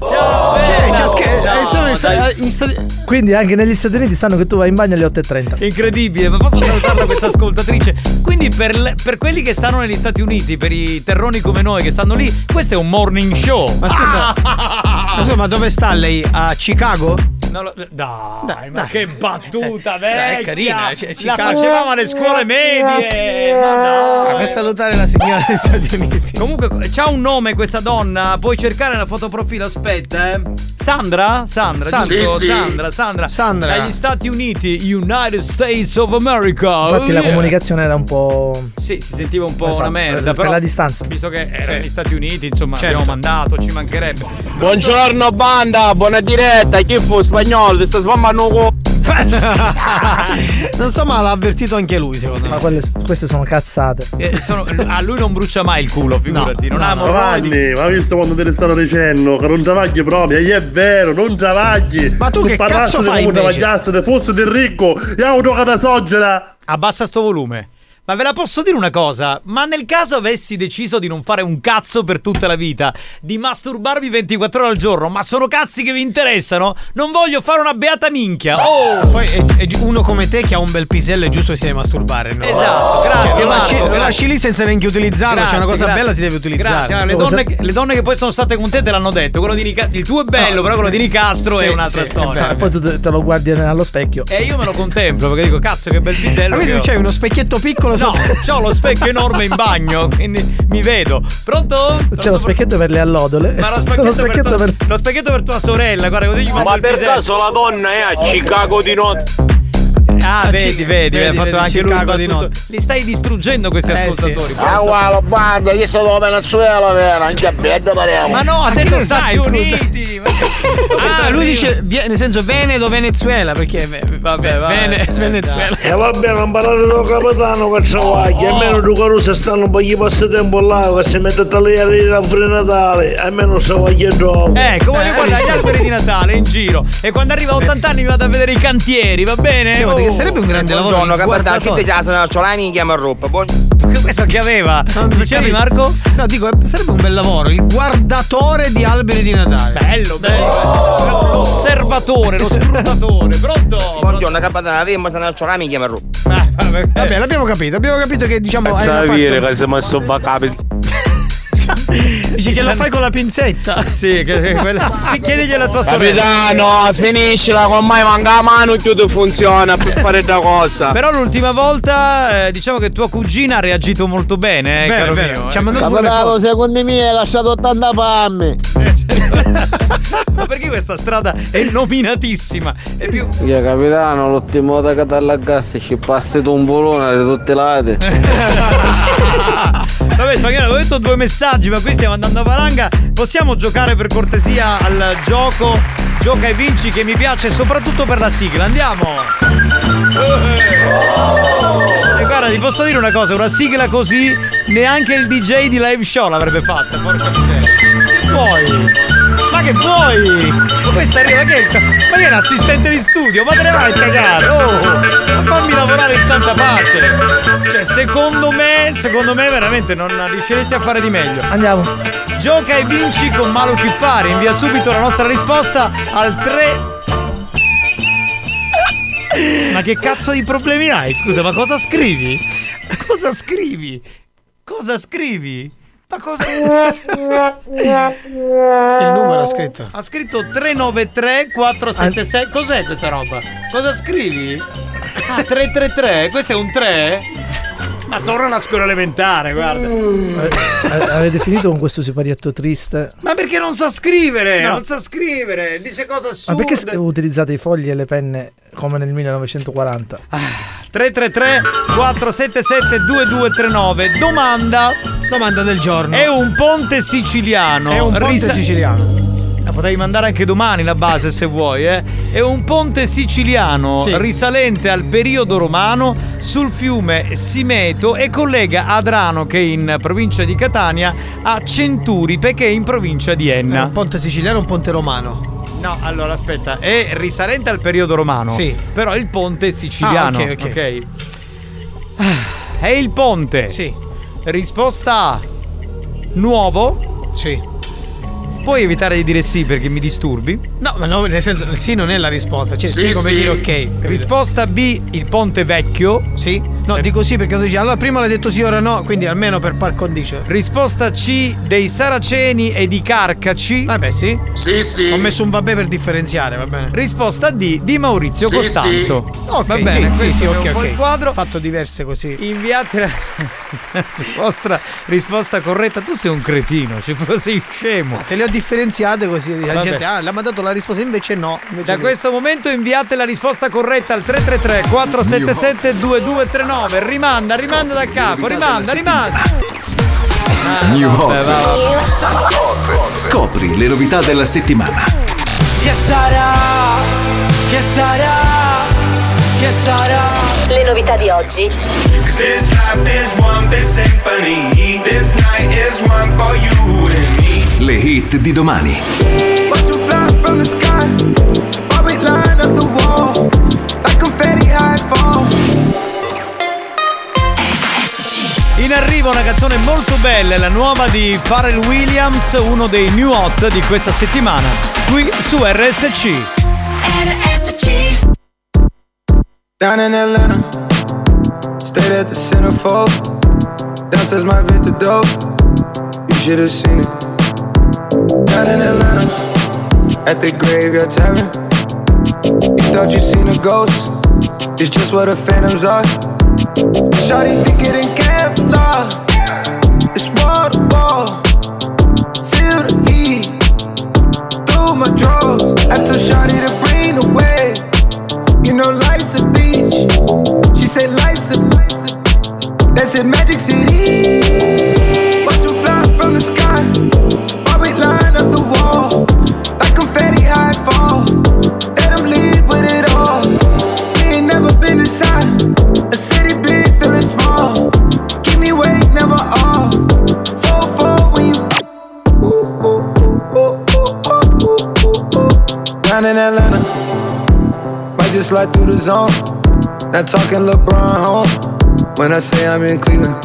[SPEAKER 14] Cioè, c'è sch- eh, sono in sta- in sta-
[SPEAKER 15] Quindi anche negli Stati Uniti sanno che tu vai in bagno alle 8.30.
[SPEAKER 8] Incredibile, ma posso salutarla questa ascoltatrice? Quindi per, le- per quelli che stanno negli Stati Uniti, per i terroni come noi che stanno lì, questo è un morning show.
[SPEAKER 14] Ma scusa,
[SPEAKER 8] Insomma,
[SPEAKER 14] Insomma, dove sta lei? A Chicago?
[SPEAKER 8] non lo- Eh, dai, ma che battuta,
[SPEAKER 14] Dai,
[SPEAKER 8] vecchia!
[SPEAKER 14] è carina, c-
[SPEAKER 8] La
[SPEAKER 14] Chicago.
[SPEAKER 8] facevamo alle scuole medie! Ma dai!
[SPEAKER 14] Per salutare la signora degli Stati Uniti.
[SPEAKER 8] Comunque c'ha un nome questa donna, puoi cercare la fotoprofilo, aspetta, eh. Sandra? Sandra,
[SPEAKER 14] Sandra.
[SPEAKER 8] giusto?
[SPEAKER 14] Sì, sì.
[SPEAKER 8] Sandra, Sandra.
[SPEAKER 14] Sandra.
[SPEAKER 8] Dagli Stati Uniti, United States of America. Oh,
[SPEAKER 15] Infatti la
[SPEAKER 8] Yeah.
[SPEAKER 15] comunicazione era un po'.
[SPEAKER 8] Sì, si sentiva un po'
[SPEAKER 15] Esatto,
[SPEAKER 8] una merda.
[SPEAKER 15] per- per
[SPEAKER 8] però,
[SPEAKER 15] la distanza.
[SPEAKER 8] Visto che era
[SPEAKER 15] Sì.
[SPEAKER 8] negli Stati Uniti, insomma,
[SPEAKER 15] Certo.
[SPEAKER 8] abbiamo mandato, ci mancherebbe.
[SPEAKER 16] Buongiorno banda, buona diretta, chi fu spagnolo, ti sta sbammando un
[SPEAKER 14] non so, ma l'ha avvertito anche lui, secondo
[SPEAKER 15] Ma
[SPEAKER 14] me.
[SPEAKER 15] quelle- queste sono cazzate.
[SPEAKER 8] Eh, sono- a lui non brucia mai il culo, figurati. non ha morale di-
[SPEAKER 17] Giovanni, ma visto quando te ne stanno dicendo che non travagli proprio, e è vero, non travagli. Ma
[SPEAKER 8] tu che cazzo fai
[SPEAKER 17] Come
[SPEAKER 8] invece?
[SPEAKER 17] travagliaste, fosse del ricco, e auto da soggera.
[SPEAKER 8] Abbassa sto volume. Ma ve la posso dire una cosa? Ma nel caso avessi deciso di non fare un cazzo per tutta la vita, di masturbarmi 24 ore al giorno, ma sono cazzi che vi interessano, non voglio fare una beata minchia. Oh!
[SPEAKER 14] Poi è- è gi- uno come te che ha un bel pisello è giusto che si deve masturbare. No?
[SPEAKER 8] Esatto, grazie,
[SPEAKER 14] Cioè, lo
[SPEAKER 8] Marco,
[SPEAKER 14] lasci, lo
[SPEAKER 8] grazie.
[SPEAKER 14] lasci lì senza neanche utilizzarlo. C'è
[SPEAKER 8] Grazie,
[SPEAKER 14] una cosa
[SPEAKER 8] grazie.
[SPEAKER 14] bella si deve utilizzare.
[SPEAKER 8] Grazie, guarda, le, donne, che- le donne che poi sono state con te te l'hanno detto. Quello di Nica- il tuo è bello, però quello di Nicastro è
[SPEAKER 14] Sì,
[SPEAKER 8] un'altra
[SPEAKER 14] sì, è
[SPEAKER 8] storia. Eh,
[SPEAKER 15] E poi tu te te lo guardi allo specchio.
[SPEAKER 8] E io me lo contemplo perché dico, cazzo, che bel pisello.
[SPEAKER 14] Ma
[SPEAKER 8] che
[SPEAKER 14] quindi
[SPEAKER 8] ho.
[SPEAKER 14] c'hai uno specchietto piccolo
[SPEAKER 8] No,
[SPEAKER 14] sotto.
[SPEAKER 8] c'ho lo specchio enorme in bagno, quindi mi vedo. Pronto?
[SPEAKER 15] C'è lo specchietto per le allodole.
[SPEAKER 8] Ma lo specchietto, per, tua- lo specchietto per tua sorella, guarda così gli mando
[SPEAKER 16] Ma
[SPEAKER 8] il
[SPEAKER 16] per
[SPEAKER 8] pisello.
[SPEAKER 16] caso la donna è a Chicago di notte?
[SPEAKER 8] Ah, vedi, vedi, ha
[SPEAKER 16] vedi,
[SPEAKER 8] fatto
[SPEAKER 16] vedi,
[SPEAKER 8] anche lui
[SPEAKER 16] Chicago di
[SPEAKER 8] il battuto. Li stai distruggendo
[SPEAKER 14] Eh,
[SPEAKER 8] questi ascoltatori.
[SPEAKER 18] Ah, guarda, banda, io sono da Venezuela, vero? Anche a Bello parliamo.
[SPEAKER 8] Ma no, ha
[SPEAKER 14] che
[SPEAKER 8] detto
[SPEAKER 14] ne sai,
[SPEAKER 8] Stati
[SPEAKER 14] scusa?
[SPEAKER 8] Uniti.
[SPEAKER 14] Ah, lui dice vie- nel senso Veneto, Venezuela. Perché ve- vabbè, Vene- Venezuela.
[SPEAKER 9] Eh,
[SPEAKER 12] E va bene, non parlate del capitano che travaglia, almeno due caruse stanno per gli passa tempo là, che si mette a tagliare la Natale, almeno travaglia dopo.
[SPEAKER 8] Ecco, voglio guardare gli alberi di Natale in giro. E quando arrivo a 80 anni mi vado a vedere i cantieri, va bene? Oh.
[SPEAKER 14] guarda che sarebbe un
[SPEAKER 7] Eh,
[SPEAKER 14] grande lavoro
[SPEAKER 8] Buongiorno,
[SPEAKER 14] di
[SPEAKER 8] guardatore.
[SPEAKER 14] guardatore.
[SPEAKER 8] Questo che
[SPEAKER 14] Ah,
[SPEAKER 8] aveva? Dicevi Marco?
[SPEAKER 14] No, dico, eh, sarebbe un bel lavoro. Il guardatore di alberi di Natale.
[SPEAKER 8] Bello, bello. L'osservatore, lo scrutatore. Pronto? Eh,
[SPEAKER 7] Buongiorno, capitano, avevo sono al mi chiama Ruppo.
[SPEAKER 14] Vabbè, l'abbiamo capito. Abbiamo capito che diciamo. hai una
[SPEAKER 9] Savire
[SPEAKER 14] parte-
[SPEAKER 9] che si è messo baccapi.
[SPEAKER 14] Dici che lo fai con la pinzetta. Ah,
[SPEAKER 8] Sì, che, che quella. Ti chiedi alla tua
[SPEAKER 16] Capitano, finiscila, con mai manca la mano più ti funziona per fare da cosa.
[SPEAKER 8] Però l'ultima volta eh, diciamo che tua cugina ha reagito molto bene, eh,
[SPEAKER 14] Vero,
[SPEAKER 8] caro
[SPEAKER 14] vero.
[SPEAKER 8] mio,
[SPEAKER 14] Ci ha
[SPEAKER 8] eh.
[SPEAKER 14] mandato
[SPEAKER 11] Capitano, secondo me hai lasciato 80 pammi.
[SPEAKER 8] Eh, Ma perché questa strada è nominatissima? È più
[SPEAKER 12] Io capitano, l'ultima volta che ti allagasti ci passi tu un volone da tutti i lati.
[SPEAKER 8] Vabbè, spagnolo, avevo detto due messaggi, ma qui stiamo andando a valanga. Possiamo giocare per cortesia al gioco Gioca e vinci che mi piace soprattutto per la sigla. Andiamo! E Eh, guarda, ti posso dire una cosa, una sigla così neanche il DJ di Live Show l'avrebbe fatta, porca miseria. Che vuoi? Ma che vuoi? Ma questa arriva che è il ca- Ma che è l'assistente di studio? Ma te ne vai a cagare! Oh! Fammi lavorare in santa pace! Cioè, secondo me, secondo me veramente non riusciresti a fare di meglio.
[SPEAKER 15] Andiamo.
[SPEAKER 8] Gioca e vinci con Malu Chiffari. Invia subito la nostra risposta al 3. Ma che cazzo di problemi hai? Scusa, ma cosa scrivi? Cosa scrivi? Cosa scrivi? Ma cosa. Il
[SPEAKER 14] numero ha scritto.
[SPEAKER 8] Ha scritto 393 476. Cos'è questa roba? Cosa scrivi? Ah, 333? Questo è un 3? Ma torna alla scuola elementare, guarda. Eh.
[SPEAKER 15] A- Avete finito con questo siparietto triste?
[SPEAKER 8] Mm. Ma perché non sa scrivere? Eh,
[SPEAKER 15] No.
[SPEAKER 8] Non sa scrivere, dice cose assurde.
[SPEAKER 15] Ma perché s- utilizzate i fogli e le penne come nel 1940?
[SPEAKER 8] 333 477 2239. Domanda.
[SPEAKER 14] Domanda del giorno.
[SPEAKER 8] È un ponte siciliano.
[SPEAKER 14] È un ponte
[SPEAKER 8] Risa-
[SPEAKER 14] siciliano.
[SPEAKER 8] La potevi mandare anche domani la base se vuoi, eh. È un ponte siciliano
[SPEAKER 14] Sì.
[SPEAKER 8] risalente al periodo romano sul fiume Simeto e collega Adrano che è in provincia di Catania a Centuripe che è in provincia di Enna.
[SPEAKER 14] Un ponte siciliano, un ponte romano.
[SPEAKER 8] No, allora aspetta, è risalente al periodo romano.
[SPEAKER 14] Sì.
[SPEAKER 8] Però il ponte è siciliano.
[SPEAKER 14] Ah, ok, ok.
[SPEAKER 8] ok. È il ponte. Sì. Risposta A. Nuovo.
[SPEAKER 14] Sì.
[SPEAKER 8] puoi evitare di dire sì perché mi disturbi?
[SPEAKER 14] No, ma no, nel senso, sì non è la risposta, cioè sì,
[SPEAKER 8] Sì,
[SPEAKER 14] come
[SPEAKER 8] sì.
[SPEAKER 14] dire ok.
[SPEAKER 8] Risposta B, il ponte vecchio. Eh.
[SPEAKER 14] Sì. No, dico sì perché tu dici allora prima l'hai detto sì, ora no, quindi almeno per par condicio.
[SPEAKER 8] Risposta C dei Saraceni e di Carcaci.
[SPEAKER 14] Vabbè, sì.
[SPEAKER 8] Sì, sì.
[SPEAKER 14] Ho messo un vabbè per differenziare, va bene.
[SPEAKER 8] Risposta D di Maurizio Costanzo.
[SPEAKER 14] Ok,
[SPEAKER 8] va bene,
[SPEAKER 14] sì, sì,
[SPEAKER 8] questo
[SPEAKER 14] sì,
[SPEAKER 8] è
[SPEAKER 14] ok,
[SPEAKER 8] un po' il
[SPEAKER 14] ok.
[SPEAKER 8] quadro.
[SPEAKER 14] Fatto diverse così.
[SPEAKER 8] Inviate la vostra risposta corretta. Tu sei un cretino, ci sei scemo.
[SPEAKER 14] Te le ho differenziate così la
[SPEAKER 8] Vabbè.
[SPEAKER 14] gente ah, l'ha mandato la risposta invece no. invece
[SPEAKER 8] Da
[SPEAKER 14] no.
[SPEAKER 8] questo momento inviate la risposta corretta al 333 477 2239. Rimanda, rimanda da capo, rimanda, rimanda. Ah,
[SPEAKER 4] New Hot.
[SPEAKER 3] Hot.
[SPEAKER 4] Scopri le novità della settimana.
[SPEAKER 3] Che sarà? Che sarà? Che sarà? Le novità di oggi. This night is one big symphony. This night is one for you and me.
[SPEAKER 4] Le hit di domani.
[SPEAKER 3] Watch 'em fly from the sky. While we line up the wall. Like confetti high fall.
[SPEAKER 8] In arrivo una canzone molto bella, la nuova di Pharrell Williams, uno dei new hot di questa settimana, qui su RSC.
[SPEAKER 3] Down in Atlanta, stayed at the centerfold. Downstairs my Victor dope, you should have seen it. Down in Atlanta, at the graveyard tavern. You thought you seen a ghost, it's just where the phantoms are. Shawty think it in camp law. It's wall to wall, feel the heat through my drawers. I told Shawty to bring the wave. You know life's a beach. She said life's a That's it, Magic City. Watch 'em fly from the sky. While we line up the wall. Like confetti high falls. Let 'em leave with it all. We ain't never been inside. A city big, feeling small. Give me weight, never all. Four, four when you. Down in Atlanta. Might just slide through the zone. Not talking LeBron home when I say I'm in Cleveland.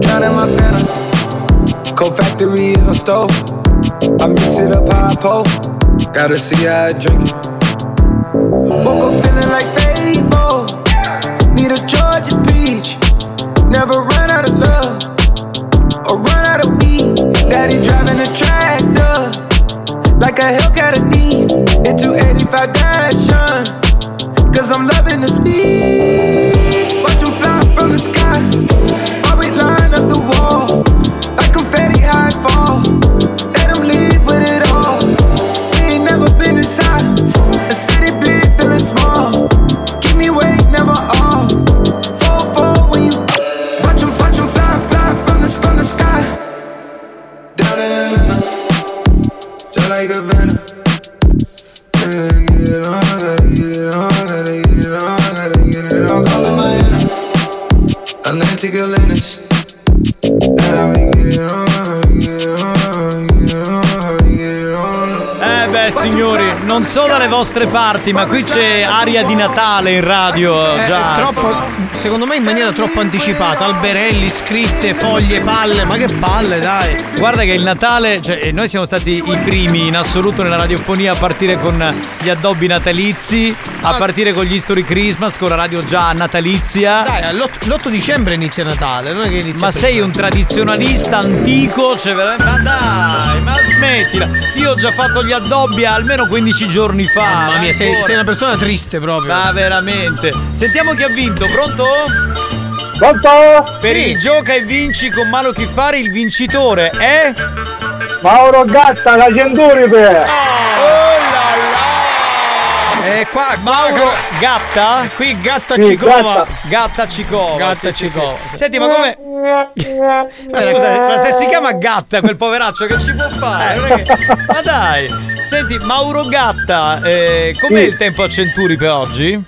[SPEAKER 3] Drowning my phantom. Cold factory is my stove. I mix it up how I poke. Gotta see how I drink it. Woke up feeling like Fable. Need a Georgia peach. Never run out of love or run out of weed. Daddy driving a tractor like a Hellcat a D into 85 Dashun. Cause I'm loving the speed. Watch 'em fly from the sky. While we line up the wall. Like confetti high fall. Let 'em leave with it all. We ain't never been inside. A city big, feeling small. Give me weight, never all. Fall, fall when you watch 'em, watch 'em fly, fly from the, from the sky. Down in Atlanta, just like Havana. Gotta get it on, gotta get it on, gotta get it on, gotta get it on. Call it Miami, Atlantic Atlantis. Now we get it on, get it on, get it on, get it on.
[SPEAKER 8] Eh beh signori, non so dalle vostre parti, ma qui c'è aria di Natale in radio.
[SPEAKER 14] Eh,
[SPEAKER 8] già,
[SPEAKER 14] troppo- secondo me in maniera troppo anticipata. Alberelli, scritte, foglie, palle. Ma che palle, dai.
[SPEAKER 8] Guarda che il Natale, cioè eh, noi siamo stati i primi in assoluto nella radiofonia a partire con gli addobbi natalizi, a partire con gli story Christmas, con la radio già natalizia.
[SPEAKER 14] Dai, l'8, dicembre inizia Natale, non è che inizia.
[SPEAKER 8] Ma sei un tradizionalista antico, cioè veramente. Ma dai, ma smettila! Io ho già fatto gli addobbi almeno 15 giorni fa.
[SPEAKER 14] Mamma
[SPEAKER 8] ma
[SPEAKER 14] mia, sei-
[SPEAKER 8] ancora.
[SPEAKER 14] sei una persona triste proprio.
[SPEAKER 8] Ma veramente. Sentiamo chi ha vinto, pronto?
[SPEAKER 25] Pronto?
[SPEAKER 8] Per
[SPEAKER 25] Sì.
[SPEAKER 8] il gioca e vinci con Malo Chi fare il vincitore eh? è.
[SPEAKER 25] Mauro Gatta da
[SPEAKER 8] Oh
[SPEAKER 25] Centuripe!
[SPEAKER 14] Eh, qua,
[SPEAKER 8] Mauro Gatta?
[SPEAKER 14] Qui Gatta
[SPEAKER 8] Sì,
[SPEAKER 14] Cicova.
[SPEAKER 8] Gatta. Gatta Cicova.
[SPEAKER 14] Gatta Cicova.
[SPEAKER 8] Senti, ma come. Ma
[SPEAKER 25] Eh.
[SPEAKER 8] scusa, ma se si chiama Gatta quel poveraccio che ci può
[SPEAKER 14] Eh.
[SPEAKER 8] fare? Non è che- Ma dai! Senti, Mauro Gatta, eh, com'è
[SPEAKER 25] Sì.
[SPEAKER 8] il tempo a Centuri per oggi?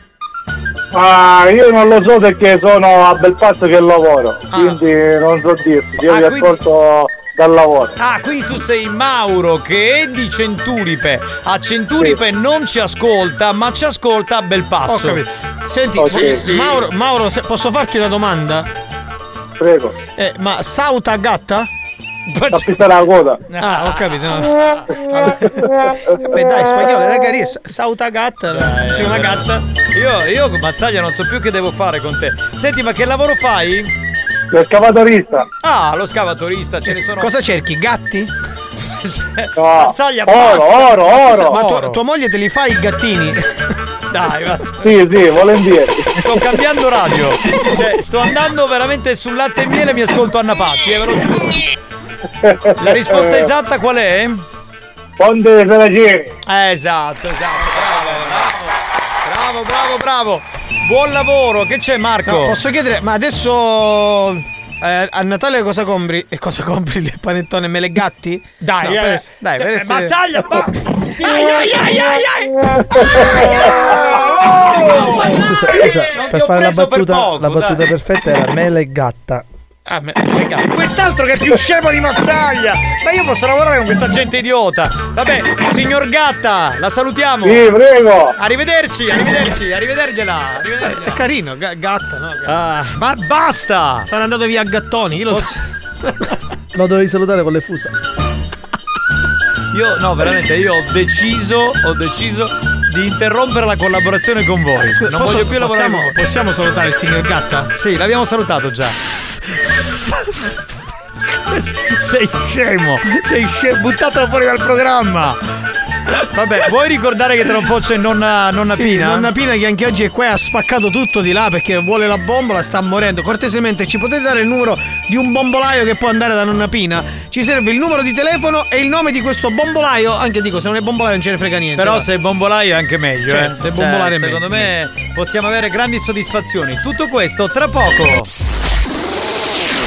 [SPEAKER 25] Ah, io non lo so perché sono a Belfast che lavoro, quindi non so dirti, io
[SPEAKER 8] Ah,
[SPEAKER 25] vi
[SPEAKER 8] quindi-
[SPEAKER 25] ascolto dal lavoro.
[SPEAKER 8] Ah, quindi tu sei Mauro che è di Centuripe. A Centuripe non ci ascolta, ma ci ascolta a Belpasso.
[SPEAKER 14] Ho capito. Senti,
[SPEAKER 8] Ok.
[SPEAKER 14] se-
[SPEAKER 8] Sì.
[SPEAKER 14] Mauro, Mauro, se- posso farti una domanda?
[SPEAKER 25] Prego.
[SPEAKER 14] ma Sauta Eh, Gatta?
[SPEAKER 17] a pistare la coda.
[SPEAKER 14] Ah, ho capito. No. Beh, dai, spagnolo, era carino. sa- Sauta gatta.
[SPEAKER 8] Sei una gatta. Io, io Mazzaglia non so più che devo fare con te. Senti, ma che lavoro fai?
[SPEAKER 17] Lo scavatorista.
[SPEAKER 8] Ah, lo scavatorista, ce ne sono.
[SPEAKER 14] Cosa cerchi? Gatti?
[SPEAKER 8] Mazzaglia, basta.
[SPEAKER 14] Ma tua, tua moglie te li fa i gattini?
[SPEAKER 8] Dai, va.
[SPEAKER 17] Sì, sì, volentieri.
[SPEAKER 8] Sto cambiando radio. Cioè, sto andando veramente sul latte e miele e mi ascolto Anna Patti, eh, ve lo giuro. La risposta esatta qual è?
[SPEAKER 17] Ponte dei Seragiri.
[SPEAKER 8] Eh, esatto, esatto. Bravo, bravo, bravo, bravo, bravo. Buon lavoro, che c'è Marco?
[SPEAKER 14] No, posso chiedere, ma adesso eh, a Natale cosa compri? E cosa compri il panettone? Mele gatti? Dai,
[SPEAKER 8] eh.
[SPEAKER 14] per- dai, per
[SPEAKER 8] Se-
[SPEAKER 14] essere...
[SPEAKER 8] Mazzaglia,
[SPEAKER 14] ma...
[SPEAKER 15] Scusa, scusa,
[SPEAKER 8] Eh,
[SPEAKER 15] scusa, per fare la battuta, la battuta perfetta era mele e gatta.
[SPEAKER 14] Ah, me- me- gatta.
[SPEAKER 8] Quest'altro che è più scemo di Mazzaglia! Ma io posso lavorare con questa gente idiota! Vabbè, signor Gatta, la salutiamo!
[SPEAKER 17] Sì, prego.
[SPEAKER 8] Arrivederci, arrivederci, arrivedergliela! arrivedergliela. Ah.
[SPEAKER 14] È carino, ga- gatta, no?
[SPEAKER 8] Ma basta!
[SPEAKER 14] Sono andato via a gattoni, io lo so.
[SPEAKER 15] Lo dovevi salutare con le fusa.
[SPEAKER 8] Io, no, veramente, io ho deciso, ho deciso di interrompere la collaborazione con voi. non
[SPEAKER 14] Eh, posso-
[SPEAKER 8] voglio più lavorare
[SPEAKER 14] possiamo-
[SPEAKER 8] con voi. Possiamo salutare il signor Gatta? Sì, l'abbiamo salutato già. Sei scemo, sei scemo, buttatela fuori dal programma. Vabbè, vuoi ricordare che tra un po' c'è nonna, nonna
[SPEAKER 14] Sì,
[SPEAKER 8] Pina?
[SPEAKER 14] Nonna Pina che anche oggi è qua e ha spaccato tutto di là perché vuole la bombola, sta morendo. Cortesemente ci potete dare il numero di un bombolaio che può andare da Nonna Pina? Ci serve il numero di telefono e il nome di questo bombolaio. Anche dico, se non è bombolaio non ce ne frega niente.
[SPEAKER 8] Però
[SPEAKER 14] va.
[SPEAKER 8] se è bombolaio è anche meglio,
[SPEAKER 14] Cioè,
[SPEAKER 8] eh.
[SPEAKER 14] se è bombolare è
[SPEAKER 8] Secondo
[SPEAKER 14] meglio.
[SPEAKER 8] me possiamo avere grandi soddisfazioni. Tutto questo tra poco.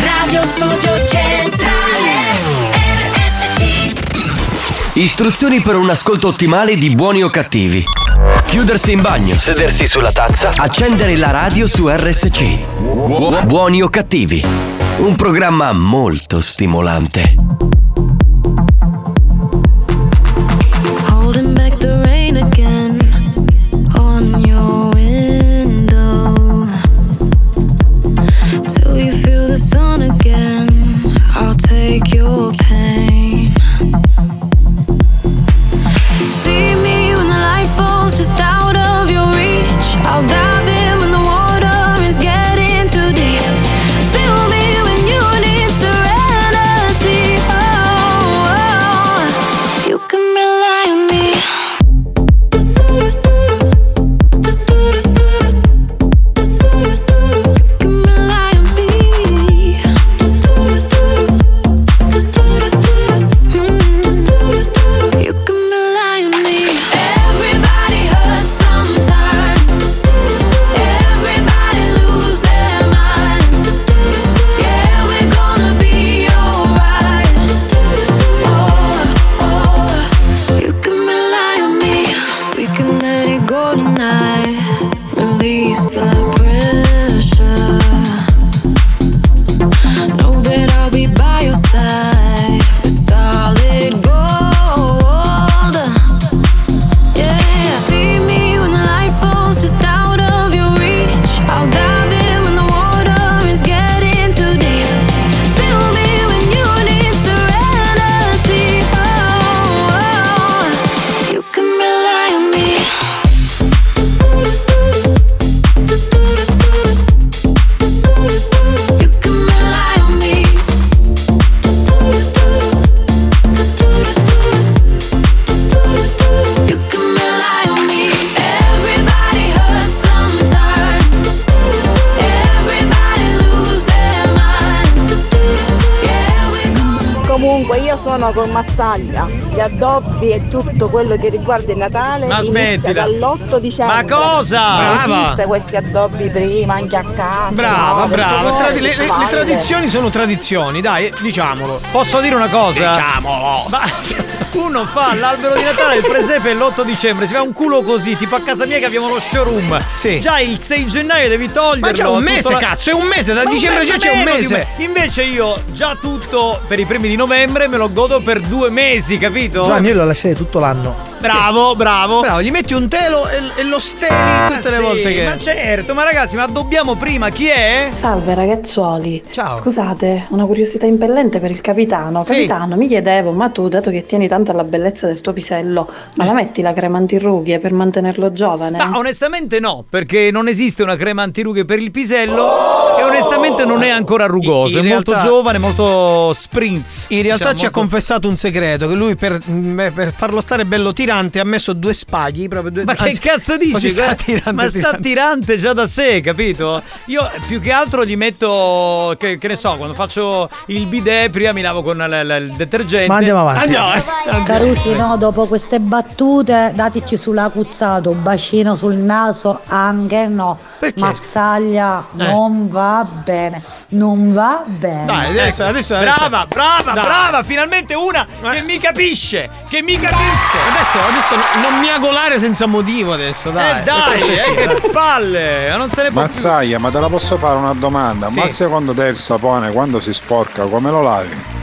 [SPEAKER 3] Radio Studio Centrale RSC
[SPEAKER 4] Istruzioni per un ascolto ottimale di buoni o cattivi. Chiudersi in bagno, sedersi sulla tazza, accendere la radio su RSC. Buoni o cattivi. Un programma molto stimolante.
[SPEAKER 3] Holding back the rain again on your window Till you feel the sun again I'll take your pain See me when the light falls just out of your reach I'll dive in when the water is getting too deep Feel me when you need serenity oh, oh. You can rely on me Rely on me. Oh, Oh,
[SPEAKER 13] Comunque io sono con Massaglia, gli addobbi e tutto quello che riguarda il Natale
[SPEAKER 8] Ma
[SPEAKER 13] inizia
[SPEAKER 8] smettila.
[SPEAKER 13] dall'8 dicembre.
[SPEAKER 8] Ma cosa?
[SPEAKER 13] Non
[SPEAKER 8] Brava.
[SPEAKER 13] esiste questi addobbi prima anche a casa.
[SPEAKER 8] Brava,
[SPEAKER 13] no? Perché
[SPEAKER 8] brava.
[SPEAKER 13] voi
[SPEAKER 8] Tra- le, le- le
[SPEAKER 13] palle.
[SPEAKER 8] tradizioni sono tradizioni, dai, diciamolo. Posso dire una cosa?
[SPEAKER 14] Diciamo,
[SPEAKER 8] Diciamolo. Ma uno fa l'albero di Natale, il presepe l'8 dicembre, si fa un culo così, tipo a casa mia che abbiamo lo showroom. Sì. Già il 6 gennaio devi toglierlo.
[SPEAKER 14] Ma c'è un
[SPEAKER 8] tutto
[SPEAKER 14] mese, cazzo, è un mese, da
[SPEAKER 8] Ma
[SPEAKER 14] dicembre
[SPEAKER 8] me-
[SPEAKER 14] già c'è un
[SPEAKER 8] meno di
[SPEAKER 14] mese.
[SPEAKER 8] Invece io già tutto per i primi di novembre me lo godo per due mesi, capito?
[SPEAKER 15] Giovanni, io lo lascerei tutto l'anno.
[SPEAKER 8] Bravo, bravo. Ah,
[SPEAKER 14] Bravo, gli metti un telo e, e lo steli tutte le
[SPEAKER 8] Sì,
[SPEAKER 14] volte che.
[SPEAKER 8] Ma certo, ma ragazzi, ma dobbiamo prima chi è?
[SPEAKER 19] Salve ragazzuoli,
[SPEAKER 8] Ciao.
[SPEAKER 19] scusate, una curiosità impellente per il capitano.
[SPEAKER 8] Sì.
[SPEAKER 19] Capitano, mi chiedevo, ma tu, dato che tieni tanto alla bellezza del tuo pisello, ma la metti la crema antirughe per mantenerlo giovane?
[SPEAKER 8] Eh. Ma Ah, onestamente no, perché non esiste una crema antirughe per il pisello e onestamente non è ancora rugoso,
[SPEAKER 14] In
[SPEAKER 8] è molto
[SPEAKER 14] realtà-
[SPEAKER 8] giovane, molto sprintz.
[SPEAKER 14] In realtà ci ha
[SPEAKER 8] molto-
[SPEAKER 14] confessato un segreto: che lui per, mm, eh, per farlo stare bello tirante ha messo due spaghi. Proprio due,
[SPEAKER 8] Ma che
[SPEAKER 14] anzi,
[SPEAKER 8] cazzo dici?
[SPEAKER 14] così sta
[SPEAKER 8] Guarda,
[SPEAKER 14] tirante,
[SPEAKER 8] ma sta
[SPEAKER 14] tirante.
[SPEAKER 8] tirante già da sé, capito? Io più che altro gli metto, che, che ne so, quando faccio il bidet prima mi lavo con la- la- il detergente.
[SPEAKER 15] Ma andiamo avanti.
[SPEAKER 8] Andiamo, eh.
[SPEAKER 6] Carusi, no, dopo queste battute dateci sull'acuzzato, un bacino sul naso, anche no. Mazzaglia
[SPEAKER 14] Eh.
[SPEAKER 6] non va bene, non va bene. Ecco.
[SPEAKER 14] Dai, adesso, adesso, adesso.
[SPEAKER 8] ecco. Brava, brava,
[SPEAKER 14] Dai.
[SPEAKER 8] brava, finalmente una che mi capisce, che mi capisce.
[SPEAKER 14] Adesso, adesso non miagolare senza motivo adesso, dai.
[SPEAKER 8] Eh, dai,
[SPEAKER 14] Sì,
[SPEAKER 8] eh, che palle, ma non se ne può più.
[SPEAKER 26] Mazzaia, ma te la posso fare una domanda?
[SPEAKER 8] Sì.
[SPEAKER 26] Ma secondo te il sapone quando si sporca come lo lavi?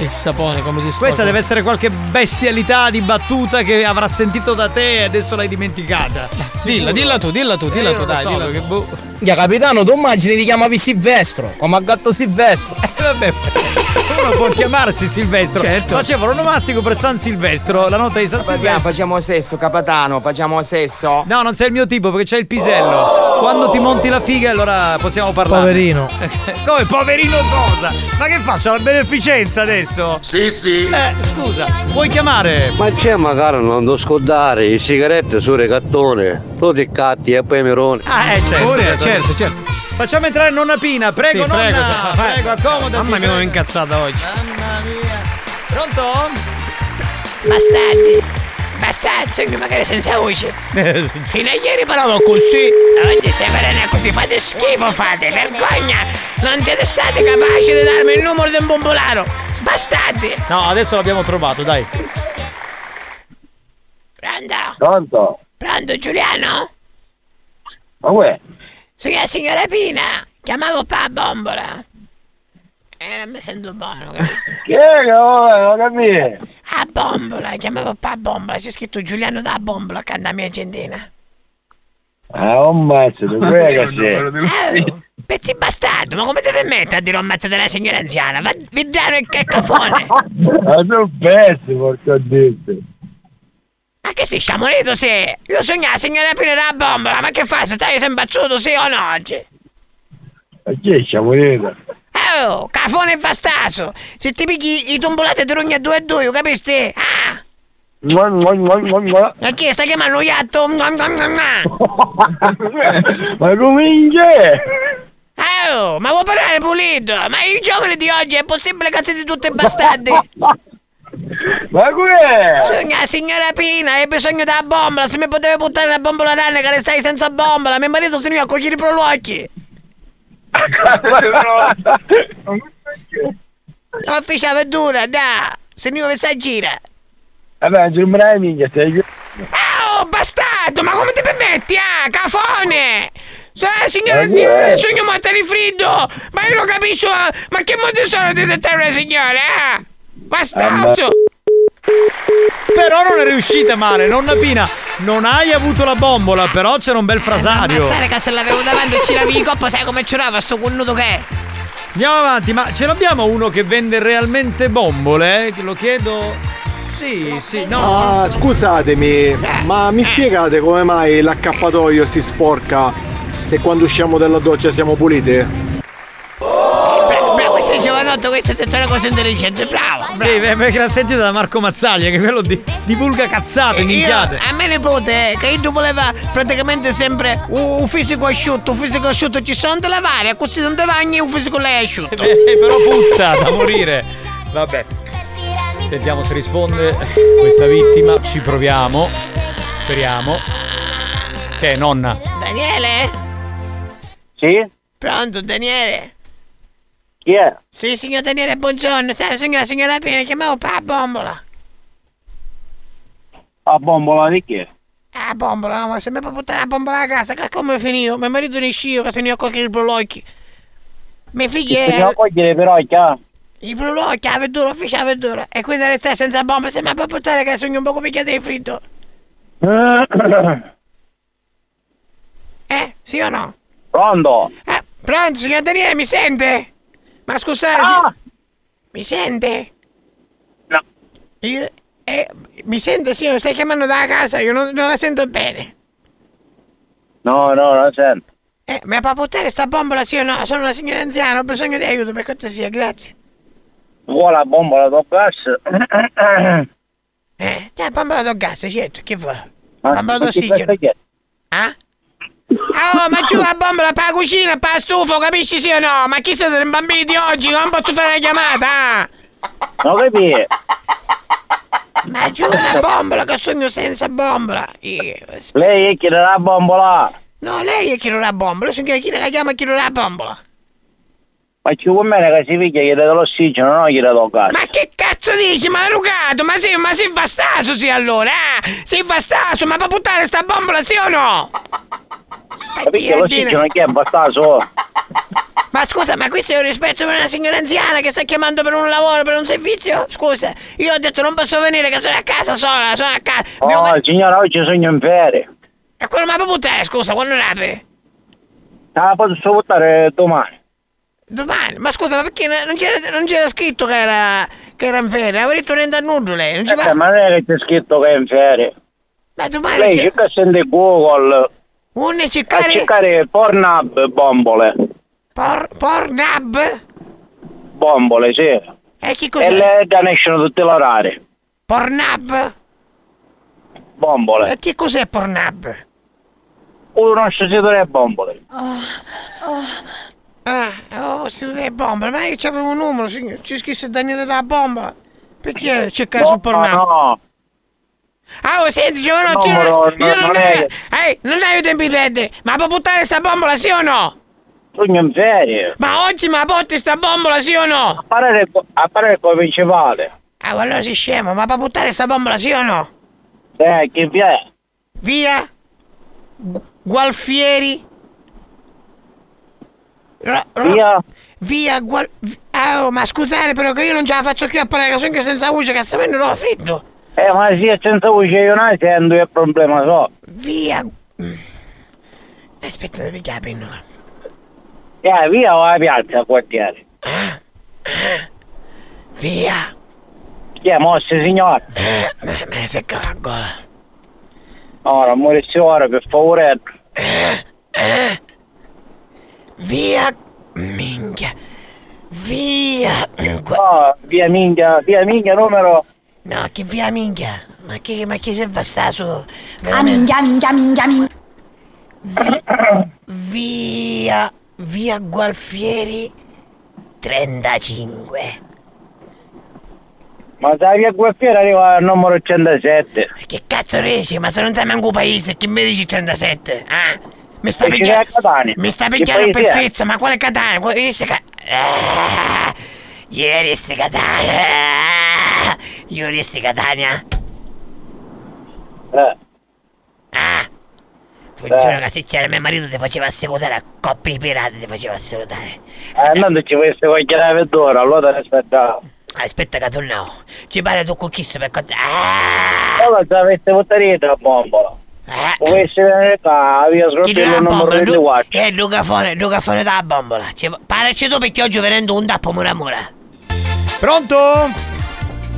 [SPEAKER 14] Il sapone come si sporca.
[SPEAKER 8] Questa deve essere qualche bestialità di battuta che avrà sentito da te e adesso l'hai dimenticata.
[SPEAKER 14] Dilla, dilla tu, dilla tu, dilla
[SPEAKER 8] Io
[SPEAKER 14] tu,
[SPEAKER 8] non lo
[SPEAKER 14] Eh, dai,
[SPEAKER 8] so,
[SPEAKER 14] dilla tu.
[SPEAKER 8] che boh.
[SPEAKER 16] Ya capitano, tu immagini ti chiamavi Silvestro, come a gatto Silvestro.
[SPEAKER 8] Eh, vabbè, uno può chiamarsi Silvestro.
[SPEAKER 16] Certo.
[SPEAKER 8] Faceva l'onomastico per San Silvestro, la notte di San Silvestro.
[SPEAKER 7] Facciamo sesso, capitano, facciamo sesso.
[SPEAKER 8] No, non sei il mio tipo perché c'è il pisello. Quando ti monti la figa, allora possiamo parlare.
[SPEAKER 15] Poverino.
[SPEAKER 8] Come poverino cosa? Ma che faccio? La beneficenza adesso? Sì, sì. Eh, scusa, vuoi chiamare?
[SPEAKER 22] Ma c'è magari non do scordare le sigarette sul regattone, tu ti catti e poi merone.
[SPEAKER 8] Ah, eh, certo.
[SPEAKER 22] Pure,
[SPEAKER 14] certo,
[SPEAKER 8] Facciamo entrare nonna Pina, prego,
[SPEAKER 14] Sì,
[SPEAKER 8] nonna.
[SPEAKER 14] prego,
[SPEAKER 8] Prego,
[SPEAKER 14] vai.
[SPEAKER 8] accomodati.
[SPEAKER 14] Mamma mia, mi ho incazzata oggi.
[SPEAKER 8] Mamma mia. Pronto?
[SPEAKER 27] Bastardi, bastaccio che magari senza voce. Fino a ieri parlavo così, oggi se ne così, fate schifo, fate, vergogna! Non siete stati capaci di darmi il numero del bombolaro! Bastardi!
[SPEAKER 8] No, adesso l'abbiamo trovato, dai.
[SPEAKER 27] Pronto?
[SPEAKER 8] Pronto?
[SPEAKER 27] Pronto Giuliano?
[SPEAKER 8] Ma uè?
[SPEAKER 27] Sono la signora Pina, chiamavo pa bombola. Eh, non mi sento buono, capisci?
[SPEAKER 28] Che cavolo, non capire.
[SPEAKER 27] A bombola, chiamavo pa bombola, c'è scritto Giuliano da bombola accanto alla mia agendina.
[SPEAKER 10] Eh,
[SPEAKER 28] Ah,
[SPEAKER 10] oh,
[SPEAKER 28] un mazzo, tu frega
[SPEAKER 27] Oh, pezzi bastardo, ma come ti permette a dire ho ammazzato la signora anziana? Va, vi danno il caccofone!
[SPEAKER 28] Ma tu pezzi, porco dito.
[SPEAKER 27] Ma che sei sciamolito, sì? Io sogno la signora Pina da bombola, ma che fai? Se stai sembacciuto, sì o no oggi?
[SPEAKER 28] Ma chi è sciamoneta?
[SPEAKER 27] Oh, cafone e bastaso! Se ti picchi i tombolate ti rugna due e due, capisti? Ah!
[SPEAKER 28] Ma, ma, ma, ma, ma.
[SPEAKER 27] Ma chi sta chiamando lo iatto? Mua, mua, mua, mua.
[SPEAKER 28] Ma come c'è?
[SPEAKER 27] Oh, ma vuoi parlare pulito? Ma i giovani di oggi è possibile che siete tutti bastardi?
[SPEAKER 28] Ma com'è?
[SPEAKER 27] Sogna la signora Pina, hai bisogno della bombola, se mi potevi buttare la bombola d'anno che restai senza bombola, mio marito se ne va a cucire i prolocchi. Non faccia verdura, da! Se mi vuoi gira!
[SPEAKER 28] Vabbè, non me la minchia, stai giù.
[SPEAKER 27] Oh, bastardo, ma come ti permetti, ah, cafone? Sì,
[SPEAKER 28] Eh,
[SPEAKER 27] signora
[SPEAKER 28] eh.
[SPEAKER 27] signore, sogno morta di freddo! Ma io non capisco, ah, ma che modo sono di dettare signore,
[SPEAKER 28] Eh,
[SPEAKER 27] ah? Bastardo!
[SPEAKER 8] Però non è riuscita male, nonna Pina. Non hai avuto la bombola, però c'era un
[SPEAKER 27] Eh,
[SPEAKER 8] bel frasario.
[SPEAKER 27] Pensare che se l'avevo davanti e ci lavi il coppo, sai come c'erava sto connuto che è?
[SPEAKER 8] Andiamo avanti, ma ce l'abbiamo uno che vende realmente bombole? Eh? Lo chiedo. Sì, sì, no.
[SPEAKER 29] Ah, scusatemi, ma mi spiegate come mai l'accappatoio si sporca se quando usciamo dalla doccia siamo puliti?
[SPEAKER 27] Bravo, bravo, questo è giovanotto, questo ha detto una cosa intelligente, bravo!
[SPEAKER 8] Sì, beh, perché l'ha sentita da Marco Mazzaglia, che quello di, divulga cazzate,
[SPEAKER 27] Io,
[SPEAKER 8] minchiate.
[SPEAKER 27] a me nipote, eh, che io voleva praticamente sempre un, un fisico asciutto, un fisico asciutto ci sono da lavare, così non ti bagni un fisico lei asciutto.
[SPEAKER 8] Eh, però puzza da morire. Vabbè. Sentiamo se risponde questa vittima. Ci proviamo. Speriamo. Che è nonna.
[SPEAKER 27] Daniele?
[SPEAKER 10] Sì?
[SPEAKER 27] Pronto, Daniele?
[SPEAKER 10] Chi è?
[SPEAKER 27] Sì, signor Daniele, buongiorno. Sai, signora, signora Pina, chiamavo per la bombola.
[SPEAKER 10] A bombola di che?
[SPEAKER 27] Ah, bombola, no, ma se mi può portare la bombola a casa, che come finito? Mio marito ne scio, che se ne ho cogliere il brulocchi. Mi figli
[SPEAKER 10] Ti
[SPEAKER 27] è...
[SPEAKER 10] facciamo cogliere però, chia.
[SPEAKER 27] I brulocchi, la verdura, ufficio la verdura. E quindi restare senza bomba, se mi può portare che sogno un po' come chiede di fritto. Eh, sì o no?
[SPEAKER 10] Pronto?
[SPEAKER 27] Pronto, signor Daniele, mi sente? Ma scusate, si- mi sente?
[SPEAKER 10] No.
[SPEAKER 27] Io- eh, mi sente, sì, lo stai chiamando dalla casa, io non, non la sento bene.
[SPEAKER 10] No, no, non sento.
[SPEAKER 27] Eh, mi può portare sta bombola, sì o no? Sono una signora anziana, ho bisogno di aiuto, per cortesia, grazie.
[SPEAKER 10] Vuoi la bombola do gas?
[SPEAKER 27] Eh, te la bombola do gas, certo, che vuole?
[SPEAKER 10] Ma-
[SPEAKER 27] Bombola
[SPEAKER 10] ma chi
[SPEAKER 27] d'ossigeno.
[SPEAKER 10] pensa che è?
[SPEAKER 27] Ah? Ah, Oh, ma giù la bombola per la cucina, per la stufa, capisci sì o no? Ma chi siete i bambini di oggi? Non posso fare la chiamata, ah?
[SPEAKER 10] Non capire.
[SPEAKER 27] Ma giù la bombola, che sogno senza bombola. Io-
[SPEAKER 10] Lei è chi dà la bombola?
[SPEAKER 27] No, lei è chi non ha bombola, io sono chi la chiama chi non ha bombola.
[SPEAKER 10] Ma ci vuol bene che si figlia gli dà l'ossigeno, non gli dà lo gas.
[SPEAKER 27] Ma che cazzo dici? Ma Lucato, ma sei, ma sei vastaso sì allora, eh? Sei vastaso, ma può buttare sta bombola sì o no?
[SPEAKER 10] Capite? L'ossigeno chi è bastaso?
[SPEAKER 27] Ma scusa, ma questo è un rispetto per una signora anziana che sta chiamando per un lavoro, per un servizio? Scusa, io ho detto non posso venire che sono a casa sola, sono a casa.
[SPEAKER 10] Oh, signora, oggi sogno in ferie.
[SPEAKER 27] E quello ma può buttare, scusa, quando rape?
[SPEAKER 10] Ah, posso votare domani.
[SPEAKER 27] Domani, ma scusa, ma perché non c'era, non c'era scritto che era, che era in ferie? Avevo detto niente a nulla lei, non ci
[SPEAKER 10] Eh,
[SPEAKER 27] va?
[SPEAKER 10] ma non è che c'è scritto che è in ferie.
[SPEAKER 27] Ma domani
[SPEAKER 10] Lei
[SPEAKER 27] chi-
[SPEAKER 10] cerca sente Google.
[SPEAKER 27] Uno è
[SPEAKER 10] A
[SPEAKER 27] cercare
[SPEAKER 10] cercare Pornhub bombole.
[SPEAKER 27] por, Pornhub?
[SPEAKER 10] Bombole, sì.
[SPEAKER 27] E che
[SPEAKER 10] E
[SPEAKER 27] cos'è?
[SPEAKER 10] le escono tutti l'orario.
[SPEAKER 27] Pornhub? Eh.
[SPEAKER 10] Bombole.
[SPEAKER 27] E che cos'è Pornhub?
[SPEAKER 10] Uno scegliere bombole.
[SPEAKER 27] Ah, oh, si delle bombole, ma io c'avevo un numero, signor. Ci scrisse Daniele da bombola. Perché cercare
[SPEAKER 10] No,
[SPEAKER 27] su Pornhub?
[SPEAKER 10] no.
[SPEAKER 27] Ah, oh, senti, giovanotto,
[SPEAKER 10] No,
[SPEAKER 27] io, non-
[SPEAKER 10] no,
[SPEAKER 27] io
[SPEAKER 10] no,
[SPEAKER 27] non,
[SPEAKER 10] non
[SPEAKER 27] hai,
[SPEAKER 10] è-
[SPEAKER 27] ehi, non hai tempi di perdere, ma può buttare sta bombola, sì o no?
[SPEAKER 10] Sogno in ferie.
[SPEAKER 27] Ma oggi ma botti sta bombola, sì o no?
[SPEAKER 10] A parere, a parere come principale.
[SPEAKER 27] Ah, ma allora si scemo, ma può buttare sta bombola, sì o no?
[SPEAKER 10] Eh, che vi è?
[SPEAKER 27] Via Gu- Gualfieri. Ro- ro-
[SPEAKER 10] Via?
[SPEAKER 27] Via Gual... vi- Ah, oh, ma scusate però che io non ce la faccio più a parlare, che sono anche senza voce, che sta venendo l'ho fritto.
[SPEAKER 10] Eh, ma sì, è senza voce io non sento, è problema so.
[SPEAKER 27] Via... Mm. Aspetta, devi la pennola.
[SPEAKER 10] Eh, via o la piazza, quartiere?
[SPEAKER 27] Via!
[SPEAKER 10] Chi è mosse, signor?
[SPEAKER 27] Eh, me me ne secca la gola.
[SPEAKER 10] Ora, morissi ora, per favore.
[SPEAKER 27] Eh. Via... Minchia. Via...
[SPEAKER 10] No, Ah, via minchia, via minchia numero...
[SPEAKER 27] No, che via minchia? Ma chi, ma chi se va sta su?
[SPEAKER 5] Ah, minchia, minchia, minchia, minchia.
[SPEAKER 27] Via... Via Gualfieri 35.
[SPEAKER 10] Ma da via quartiere arriva al numero 107.
[SPEAKER 27] Che cazzo dici? Ma se non te manco paese, che mi dici 37? Ah? Mi sta
[SPEAKER 10] E ci vai a
[SPEAKER 27] picchiando...
[SPEAKER 10] Catania.
[SPEAKER 27] Mi sta
[SPEAKER 10] Che
[SPEAKER 27] picchiando
[SPEAKER 10] paese
[SPEAKER 27] per
[SPEAKER 10] è?
[SPEAKER 27] pizza, ma quale Catania? Quale... Io sti ca- Ah, Ieri sti Catania... Ah, Ieri sti Catania...
[SPEAKER 10] Eh,
[SPEAKER 27] Ah. Ti giuro che se c'era mio marito ti faceva assecutare a coppie di pirati ti faceva assecutare.
[SPEAKER 10] eh, non ci vuoi cogliere per ora, allora aspetta.
[SPEAKER 27] Aspetta che tornavo. Ci pare tu con chissà per cosa. Ah,
[SPEAKER 10] Allora se aveste buttato la bombola. Dovesse venire qua, via
[SPEAKER 27] ti do
[SPEAKER 10] scorpello
[SPEAKER 27] la
[SPEAKER 10] il numero
[SPEAKER 27] bombola.
[SPEAKER 10] di
[SPEAKER 27] Lu-
[SPEAKER 10] guaccio.
[SPEAKER 27] eh, Luca Fone, Luca Fone dalla bombola. Ci- Paraci tu perché oggi venendo un tappo muramura.
[SPEAKER 8] Pronto?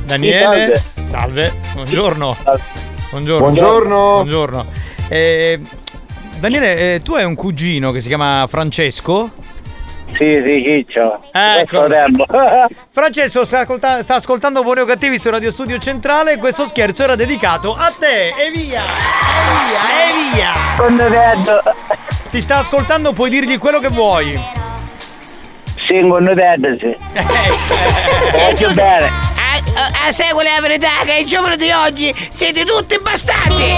[SPEAKER 8] Daniele?
[SPEAKER 27] Sì,
[SPEAKER 8] salve. Buongiorno. Buongiorno.
[SPEAKER 15] Buongiorno.
[SPEAKER 8] Buongiorno. Eh, Daniele, eh, tu hai un cugino che si chiama Francesco?
[SPEAKER 10] Sì, sì, ciccio.
[SPEAKER 8] Ecco.
[SPEAKER 10] tempo.
[SPEAKER 8] Francesco sta, ascolta- sta ascoltando Buoni o Cattivi su Radio Studio Centrale e questo scherzo era dedicato a te. E via! E via! E via! Ti sta ascoltando, puoi dirgli quello che vuoi.
[SPEAKER 28] cinque tette.
[SPEAKER 27] È
[SPEAKER 28] Faccio bene.
[SPEAKER 27] A, a segue eh, la verità che i giovani di oggi siete tutti bastardi.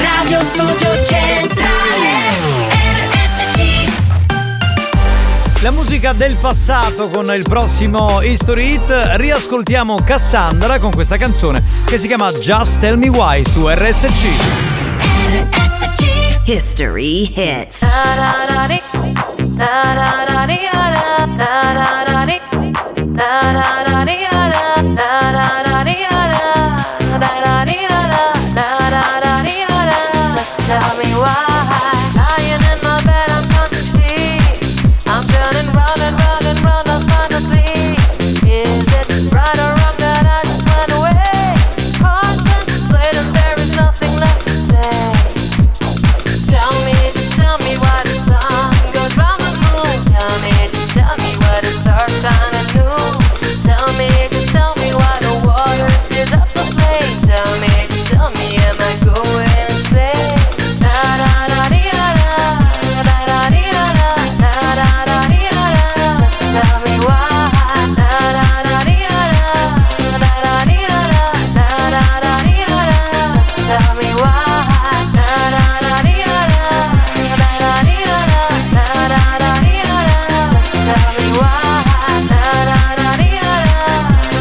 [SPEAKER 3] Radio Studio Centrale RSC
[SPEAKER 8] La musica del passato con il prossimo History Hit. Riascoltiamo Cassandra con questa canzone che si chiama Just Tell Me Why su RSC.
[SPEAKER 23] History hit.
[SPEAKER 3] Just tell me why. Lying in my bed, I'm come to see. I'm turning round and round and round, I'm fond of sleep. Is it right or wrong that I just went away? Contemplating, there is nothing left to say. Tell me, just tell me why the sun goes round the moon. Tell me, just tell me why the stars shine at noon. Tell me, just tell me why the water stirs up the flame. Tell me, just tell me, am I going insane? Da da da dee da da, da da dee da da, da da da dee da da. Just tell me why. Da da da dee da da, da da dee da da, da da da dee da da. Just tell me why. Da da da dee da da, da da dee da da, da da da dee da da. Just tell me why. Da da da dee da da,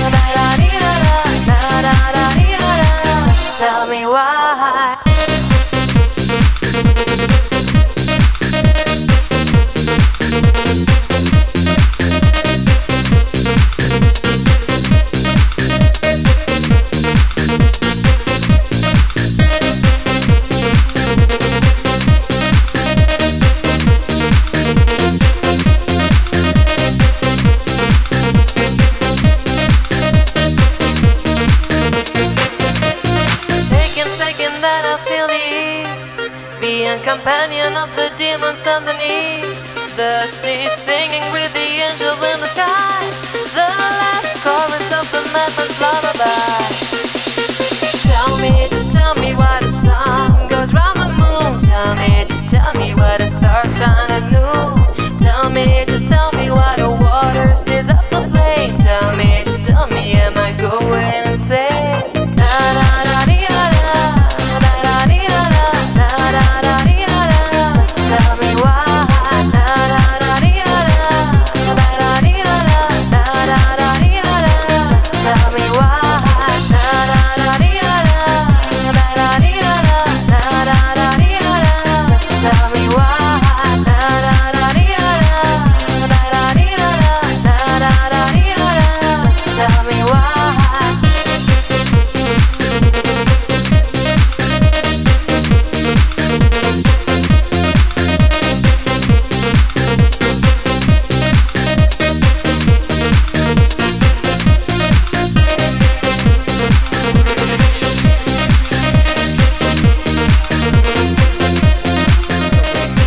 [SPEAKER 3] da da dee da da, da da da dee da da. Just tell me why. Shaking, shaking that I feel these Being companion of the demons underneath The sea singing with the angels in the sky The last chorus of the madman's lullaby Tell me, just tell me why the sun goes round the moon Tell me, just tell me why the stars shine at noon Tell me, just tell me why the water stirs up the flame Tell me, just tell me, am I going insane? Da da da dee da da, da da dee da da, da da da dee da da. Just tell me why. Da da da dee da da, da da dee da da, da da da dee da da. Just tell me why. Da da da dee da da, da da dee da da, da da da dee da da. Just tell me why. Da da da dee da da, da da dee da da, da da da dee da da. Just tell me why.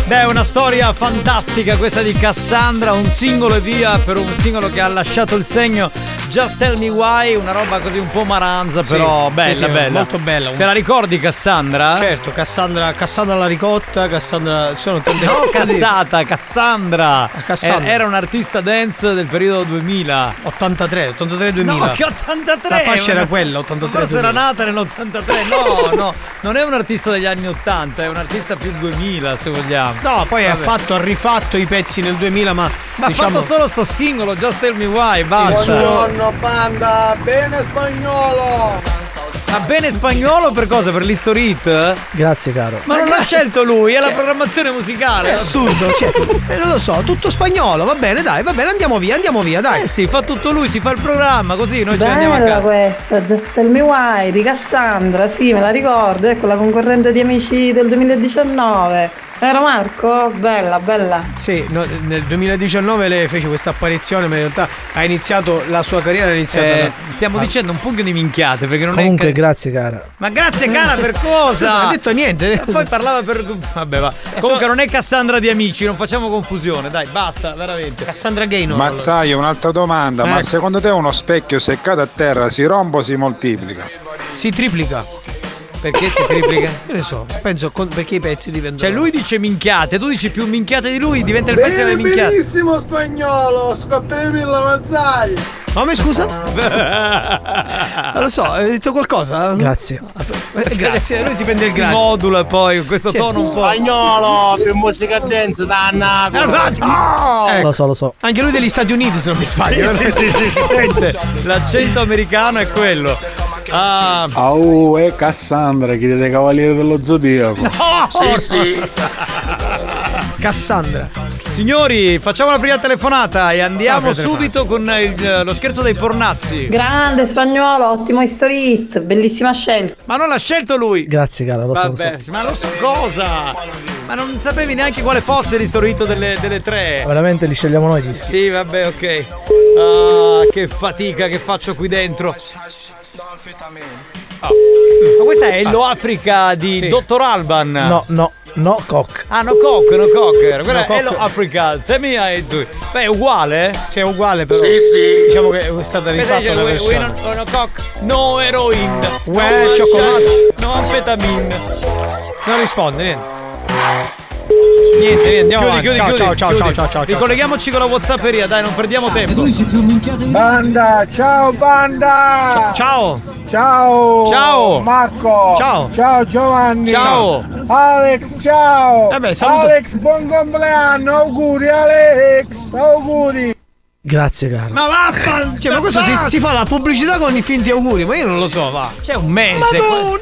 [SPEAKER 8] Beh, è una storia fantastica questa di Cassandra, un singolo e via per un singolo che ha lasciato il segno. Just Tell Me Why, una roba così un po' maranza,
[SPEAKER 14] Sì,
[SPEAKER 8] però
[SPEAKER 14] sì,
[SPEAKER 8] bella,
[SPEAKER 14] sì,
[SPEAKER 8] bella. Eh,
[SPEAKER 14] molto bella.
[SPEAKER 8] Te la ricordi Cassandra?
[SPEAKER 14] Certo, Cassandra, Cassandra la ricotta, Cassandra. ci Sono tante
[SPEAKER 8] No, Cassata, Cassandra.
[SPEAKER 14] Cassandra.
[SPEAKER 8] Eh, Era un artista dance del periodo 2000.
[SPEAKER 14] 83, 83 2000.
[SPEAKER 8] No, che 83?
[SPEAKER 14] La fascia era
[SPEAKER 8] Ma-
[SPEAKER 14] quella, 83
[SPEAKER 8] Forse era
[SPEAKER 14] 2000.
[SPEAKER 8] nata nell'83. No, no, non è un artista degli anni 80, è un artista più 2000, se vogliamo.
[SPEAKER 14] No, poi ha
[SPEAKER 8] Vabbè.
[SPEAKER 14] fatto, ha rifatto i pezzi nel 2000, ma.
[SPEAKER 8] Ma ha
[SPEAKER 14] diciamo,
[SPEAKER 8] fatto solo sto singolo, Just Tell Me Why, basta.
[SPEAKER 14] Buongiorno,
[SPEAKER 16] banda, bene spagnolo!
[SPEAKER 8] Ma bene spagnolo per cosa? Per l'historit? Ma
[SPEAKER 15] Grazie, caro.
[SPEAKER 8] non l'ha scelto lui, è la
[SPEAKER 14] Cioè,
[SPEAKER 8] programmazione musicale.
[SPEAKER 14] È assurdo, cioè, eh, non lo so, tutto spagnolo, va bene, dai, va bene, andiamo via, andiamo via, dai.
[SPEAKER 8] Eh sì, fa tutto lui, si fa il programma, così noi ce ne andiamo a
[SPEAKER 19] Bella
[SPEAKER 8] casa.
[SPEAKER 19] questa, Just Tell Me Why di Cassandra, sì me la ricordo, ecco la concorrente di Amici del 2019. Era Marco? Bella, bella.
[SPEAKER 14] Sì, no, nel 2019 lei fece questa apparizione, ma in realtà ha iniziato la sua carriera, ha iniziato.
[SPEAKER 8] Eh,
[SPEAKER 14] da-
[SPEAKER 8] stiamo
[SPEAKER 14] Ah.
[SPEAKER 8] dicendo un pugno di minchiate perché non
[SPEAKER 15] Comunque,
[SPEAKER 8] è. inca-
[SPEAKER 15] grazie, cara.
[SPEAKER 8] Ma grazie cara per cosa?
[SPEAKER 14] Non ha detto niente. Eh,
[SPEAKER 8] Poi parlava per. Vabbè, va. Comunque non è Cassandra di amici, non facciamo confusione, dai, basta, veramente.
[SPEAKER 14] Cassandra Gay no.
[SPEAKER 26] Mazzai, un'altra domanda, ma
[SPEAKER 8] Eh.
[SPEAKER 26] secondo te uno specchio seccato a terra si rompe o si moltiplica?
[SPEAKER 14] Si triplica.
[SPEAKER 8] Perché si triplica?
[SPEAKER 14] Che ne so, penso con- perché i pezzi diventano.
[SPEAKER 8] Cioè lui dice minchiate, tu dici più minchiate di lui, diventa il pezzo delle minchiate.
[SPEAKER 23] benissimo spagnolo, scoprivilla Mazzai.
[SPEAKER 14] Come scusa? Non lo so, hai detto qualcosa? Ah, eh,
[SPEAKER 15] Grazie.
[SPEAKER 14] grazie, lui si prende il
[SPEAKER 8] Si
[SPEAKER 14] grazie.
[SPEAKER 8] modula poi questo
[SPEAKER 14] Sì.
[SPEAKER 8] tono un po'.
[SPEAKER 23] Spagnolo, più musica dance da
[SPEAKER 8] Eh,
[SPEAKER 14] Ecco.
[SPEAKER 15] Eh, Lo so, lo so.
[SPEAKER 14] Anche lui degli Stati Uniti, se non mi sbaglio.
[SPEAKER 8] Sì, sì, sì, si sente. L'accento americano è quello. Ah,
[SPEAKER 26] Au, è Cassandra, chi dei Cavalieri dello Zodiaco.
[SPEAKER 8] Oh,
[SPEAKER 14] Sì,
[SPEAKER 8] sì.
[SPEAKER 14] Cassandra.
[SPEAKER 8] Signori, facciamo la prima telefonata e
[SPEAKER 14] Ciao,
[SPEAKER 8] andiamo
[SPEAKER 14] prima
[SPEAKER 8] subito con eh, il- lo scherzo dei pornazzi.
[SPEAKER 19] Grande spagnolo, ottimo history hit, bellissima scelta.
[SPEAKER 8] Ma non l'ha scelto lui.
[SPEAKER 15] Grazie, cara, lo so, lo so.
[SPEAKER 8] Vabbè, ma lo so cosa? Ma non sapevi neanche quale fosse l'istorito delle, delle tre.
[SPEAKER 15] Veramente li scegliamo noi i dischi.
[SPEAKER 8] Sì, vabbè, ok. Ah, che fatica che faccio qui dentro. Ah. Ma questa è Hello Africa di Dottor Alban.
[SPEAKER 15] No, no, no, cock.
[SPEAKER 8] Ah, no cock, no cock. Quella
[SPEAKER 15] No
[SPEAKER 8] è
[SPEAKER 15] cock.
[SPEAKER 8] Hello Africa. Se mi hai tu. Beh, è uguale, eh?
[SPEAKER 14] Sì, è uguale però.
[SPEAKER 8] Sì, sì.
[SPEAKER 14] Diciamo che è stata rifatta
[SPEAKER 8] Vedete,
[SPEAKER 14] una
[SPEAKER 8] we, we
[SPEAKER 14] versione.
[SPEAKER 8] non- oh, no, no cock, no heroin.
[SPEAKER 14] Uè,
[SPEAKER 8] no
[SPEAKER 14] cioccolato.
[SPEAKER 8] No amphetamine.
[SPEAKER 14] Non risponde, niente. Niente, niente, andiamo
[SPEAKER 8] Chiudi, chiudi,
[SPEAKER 14] avanti.
[SPEAKER 8] chiudi,
[SPEAKER 14] ciao, ciao,
[SPEAKER 8] chiudi.
[SPEAKER 14] ciao, ciao, ciao, ciao.
[SPEAKER 8] Ricolleghiamoci con la Whatsapperia, dai, non perdiamo tempo.
[SPEAKER 23] Banda, ciao banda!
[SPEAKER 14] Ciao!
[SPEAKER 23] Ciao!
[SPEAKER 8] Ciao.
[SPEAKER 23] Marco!
[SPEAKER 8] Ciao.
[SPEAKER 23] Ciao Giovanni!
[SPEAKER 8] Ciao.
[SPEAKER 23] Alex, ciao!
[SPEAKER 14] Vabbè, Eh saluto-
[SPEAKER 23] Alex, buon compleanno! Auguri Alex! Auguri!
[SPEAKER 15] Grazie, cara.
[SPEAKER 14] Ma vaffanculo! Cioè, ma questo si, si fa la pubblicità con i finti auguri, ma io non lo so, va. C'è
[SPEAKER 8] Cioè,
[SPEAKER 14] un mese.
[SPEAKER 23] madonna,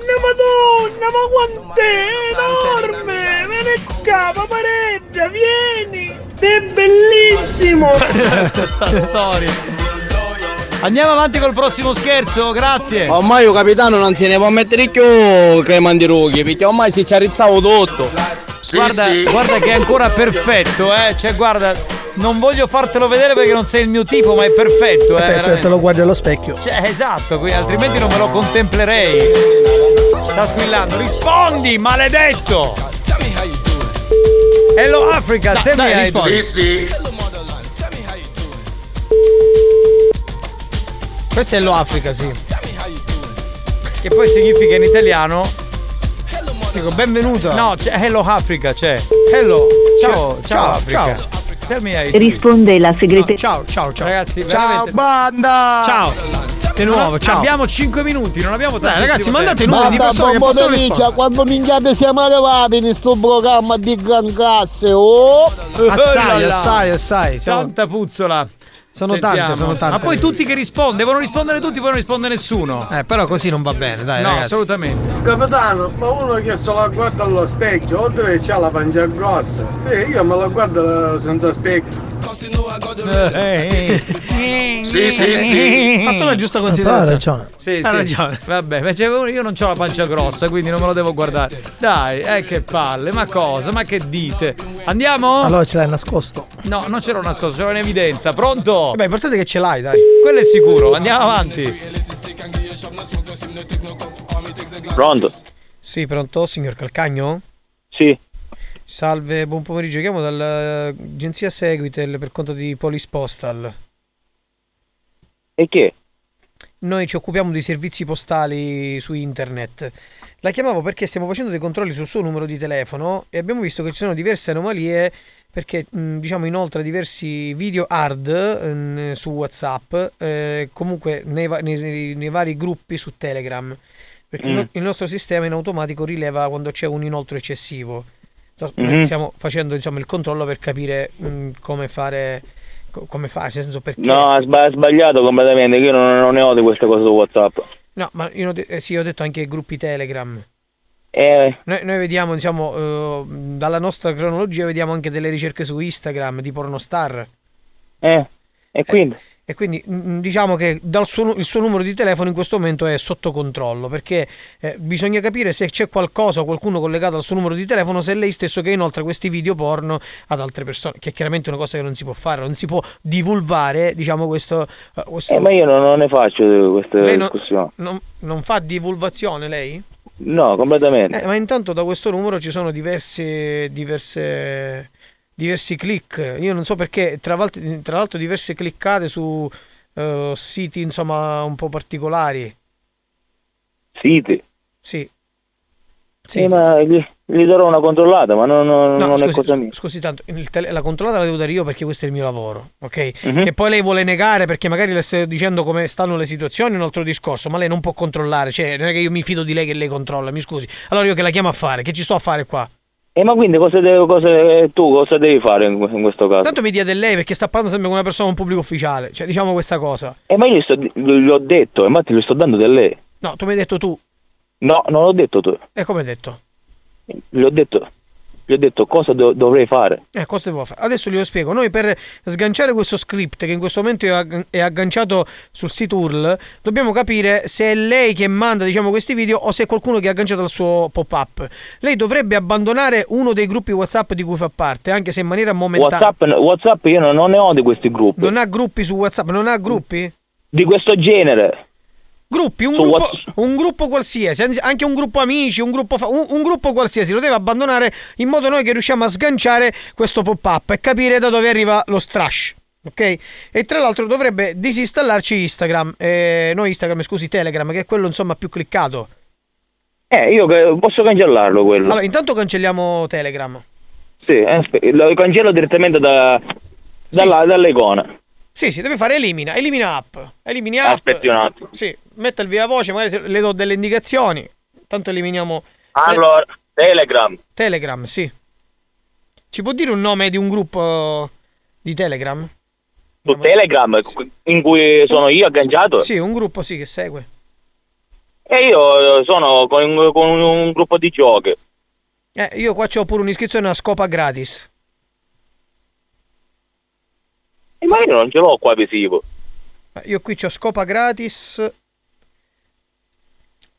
[SPEAKER 23] ma
[SPEAKER 3] eh,
[SPEAKER 23] quant'è enorme! Me ne capa pareggia, vieni! È bellissimo!
[SPEAKER 8] Questa storia. Andiamo avanti col prossimo scherzo, grazie.
[SPEAKER 16] Ormai il capitano non se ne può mettere più crema di rughi, perché ormai si ci arrizzavo tutto.
[SPEAKER 8] guarda, guarda che è ancora perfetto, eh. Cioè, guarda, non voglio fartelo vedere perché non sei il mio tipo, ma è perfetto, eh.
[SPEAKER 15] Aspetta, te
[SPEAKER 8] veramente.
[SPEAKER 15] lo guardi allo specchio.
[SPEAKER 8] Cioè, esatto, qui- altrimenti non me lo contemplerei. Sta squillando, rispondi, maledetto! Hello Africa,
[SPEAKER 14] Dai,
[SPEAKER 8] se mi
[SPEAKER 14] dai,
[SPEAKER 8] hai
[SPEAKER 14] rispondi.
[SPEAKER 8] sì. Questo è Hello Africa, sì. Che poi significa in italiano. Dico, benvenuta. No, c'è Hello Africa, c'è. Hello. Ciao, ciao,
[SPEAKER 14] Ciao,
[SPEAKER 8] Africa.
[SPEAKER 14] ciao.
[SPEAKER 8] Tell me how you do.
[SPEAKER 30] Risponde la
[SPEAKER 8] Eh, No,
[SPEAKER 30] segretaria.
[SPEAKER 8] ciao, ciao, ciao. Ragazzi,
[SPEAKER 30] Ciao,
[SPEAKER 8] banda! Ciao. Di nuovo,
[SPEAKER 30] No,
[SPEAKER 8] ciao.
[SPEAKER 30] abbiamo
[SPEAKER 8] 5 minuti, non abbiamo
[SPEAKER 14] Dai,
[SPEAKER 8] tantissimo
[SPEAKER 14] ragazzi, mandate
[SPEAKER 8] tempo.
[SPEAKER 14] numeri di persone che possono rispondere.
[SPEAKER 11] quando minchiate siamo arrivati in sto programma di gran classe, oh!
[SPEAKER 8] Oh
[SPEAKER 14] Assai,
[SPEAKER 8] là là.
[SPEAKER 14] assai, assai. siamo-
[SPEAKER 8] Santa puzzola.
[SPEAKER 14] Sono
[SPEAKER 8] Sentiamo.
[SPEAKER 14] tante, sono tante.
[SPEAKER 8] Ma poi tutti che rispondono, devono rispondere tutti, poi non risponde nessuno.
[SPEAKER 14] Eh, però così non va bene, dai,
[SPEAKER 8] no,
[SPEAKER 14] ragazzi.
[SPEAKER 8] assolutamente.
[SPEAKER 23] Capitano, ma uno che se la guarda allo specchio, oltre che c'ha la pancia grossa, eh, io me la guardo eh, senza specchio.
[SPEAKER 8] Eh, Sì, sì, sì.
[SPEAKER 14] Fatto la giusta
[SPEAKER 8] Eh, Però ha
[SPEAKER 14] considerazione.
[SPEAKER 8] ragione. Sì,
[SPEAKER 14] Ha
[SPEAKER 8] sì.
[SPEAKER 14] ragione.
[SPEAKER 8] Vabbè, ma cioè, io non ho la pancia grossa, quindi non me lo devo guardare. Dai, eh che palle, ma cosa? Ma che dite? Andiamo?
[SPEAKER 15] Allora ce l'hai nascosto.
[SPEAKER 8] No, non c'era una scossa, c'era un'evidenza. Pronto?
[SPEAKER 14] Beh, importante che ce l'hai, dai. Ah,
[SPEAKER 8] Quello è sicuro, andiamo avanti.
[SPEAKER 10] Pronto?
[SPEAKER 14] Sì, pronto, signor Calcagno?
[SPEAKER 10] Sì.
[SPEAKER 14] Salve, buon pomeriggio. Chiamo dall'agenzia Seguitel per conto di Polis Postal.
[SPEAKER 10] E che?
[SPEAKER 14] Noi ci occupiamo di servizi postali su internet. La chiamavo perché stiamo facendo dei controlli sul suo numero di telefono e abbiamo visto che ci sono diverse anomalie perché mh, diciamo inoltre diversi video hard eh, su WhatsApp, eh, comunque nei, va- nei- nei vari gruppi su Telegram. Perché il no-
[SPEAKER 10] Mm.
[SPEAKER 14] il nostro sistema in automatico rileva quando c'è un inoltro eccessivo. Sto-
[SPEAKER 10] Mhm.
[SPEAKER 14] Stiamo facendo insomma il controllo per capire mh, come fare, co- come fare, nel senso perché.
[SPEAKER 10] No, ha sba- ha sbagliato completamente, che io non, non ne ho di queste cose su WhatsApp.
[SPEAKER 14] No, ma io ho de- eh, sì, ho detto anche i gruppi Telegram.
[SPEAKER 10] Eh,
[SPEAKER 14] Noi, noi vediamo, diciamo, eh, dalla nostra cronologia vediamo anche delle ricerche su Instagram di pornostar.
[SPEAKER 10] eh, e quindi?
[SPEAKER 14] E quindi mm, diciamo che dal suo nu- il suo numero di telefono in questo momento è sotto controllo perché eh, bisogna capire se c'è qualcosa o qualcuno collegato al suo numero di telefono, se è lei stesso che inoltra questi video porno ad altre persone, che è chiaramente una cosa che non si può fare, non si può divulgare, diciamo questo... eh, questo-
[SPEAKER 10] Eh, ma io non, non ne faccio eh, queste
[SPEAKER 14] Lei non-
[SPEAKER 10] discussioni.
[SPEAKER 14] non- non fa divulgazione lei?
[SPEAKER 10] No, completamente.
[SPEAKER 14] Eh, ma intanto da questo numero ci sono diverse, diverse, diversi click. Io non so perché, tra, l'alt- tra l'altro, diverse cliccate su eh, siti insomma un po' particolari.
[SPEAKER 10] Siti.
[SPEAKER 14] Sì.
[SPEAKER 10] Eh, ma gli, gli darò una controllata, ma non, non-
[SPEAKER 14] No,
[SPEAKER 10] non è
[SPEAKER 14] scusi,
[SPEAKER 10] cosa mia.
[SPEAKER 14] scusi tanto, il tele- la controllata la devo dare io perché questo è il mio lavoro, ok?
[SPEAKER 10] Mhm.
[SPEAKER 14] Che poi lei vuole negare perché magari le sto dicendo come stanno le situazioni, è un altro discorso, ma lei non può controllare, cioè non è che io mi fido di lei che lei controlla, mi scusi. Allora io che la chiamo a fare? Che ci sto a fare qua?
[SPEAKER 10] Eh, ma quindi cosa devo- cosa- eh, tu cosa devi fare in, in questo caso?
[SPEAKER 14] Tanto mi dia del lei perché sta parlando sempre con una persona, un pubblico ufficiale. Cioè, diciamo questa cosa.
[SPEAKER 10] Eh, ma io gli, sto- gli ho detto, eh, infatti gli sto dando del lei.
[SPEAKER 14] No, tu mi hai detto tu.
[SPEAKER 10] No, non l'ho detto tu.
[SPEAKER 14] E come hai detto?
[SPEAKER 10] Gli ho detto, gli ho detto cosa do- dovrei fare.
[SPEAKER 14] Eh, cosa devo fare? Adesso glielo spiego. Noi per sganciare questo script che in questo momento è agg- è agganciato sul sito URL, dobbiamo capire se è lei che manda, diciamo, questi video o se è qualcuno che è agganciato al suo pop-up. Lei dovrebbe abbandonare uno dei gruppi WhatsApp di cui fa parte, anche se in maniera momentanea.
[SPEAKER 10] WhatsApp, WhatsApp io non, non ne ho di questi gruppi.
[SPEAKER 14] Non ha gruppi su WhatsApp, non ha gruppi?
[SPEAKER 10] Di questo genere.
[SPEAKER 14] Gruppi, un
[SPEAKER 10] Su
[SPEAKER 14] gruppo,
[SPEAKER 10] Whats-
[SPEAKER 14] un gruppo qualsiasi, anzi, anche un gruppo amici, un gruppo, fa- un, un gruppo qualsiasi, lo deve abbandonare in modo noi che riusciamo a sganciare questo pop-up e capire da dove arriva lo strash. Ok? E tra l'altro dovrebbe disinstallarci Instagram, eh, no Instagram, scusi, Telegram, che è quello insomma più cliccato.
[SPEAKER 10] Eh, io che- posso cancellarlo quello.
[SPEAKER 14] Allora, intanto cancelliamo Telegram.
[SPEAKER 10] Sì, eh, aspe- lo cancello direttamente da, dalla, dall'icona.
[SPEAKER 14] Sì, sì, deve fare elimina, elimina app, elimini app.
[SPEAKER 10] Aspetti un attimo.
[SPEAKER 14] Sì, metta il via voce, magari se le do delle indicazioni. Tanto eliminiamo
[SPEAKER 10] Allora, Telegram.
[SPEAKER 14] Telegram, sì. Ci può dire un nome di un gruppo di Telegram?
[SPEAKER 10] Su Telegram in cui sono io agganciato.
[SPEAKER 14] Sì, un gruppo sì che segue.
[SPEAKER 10] E io sono con, con un gruppo di giochi.
[SPEAKER 14] Eh, io qua c'ho pure un'iscrizione a scopa gratis.
[SPEAKER 10] E ma io non ce l'ho qua visivo.
[SPEAKER 14] Eh, Io qui c'ho scopa gratis.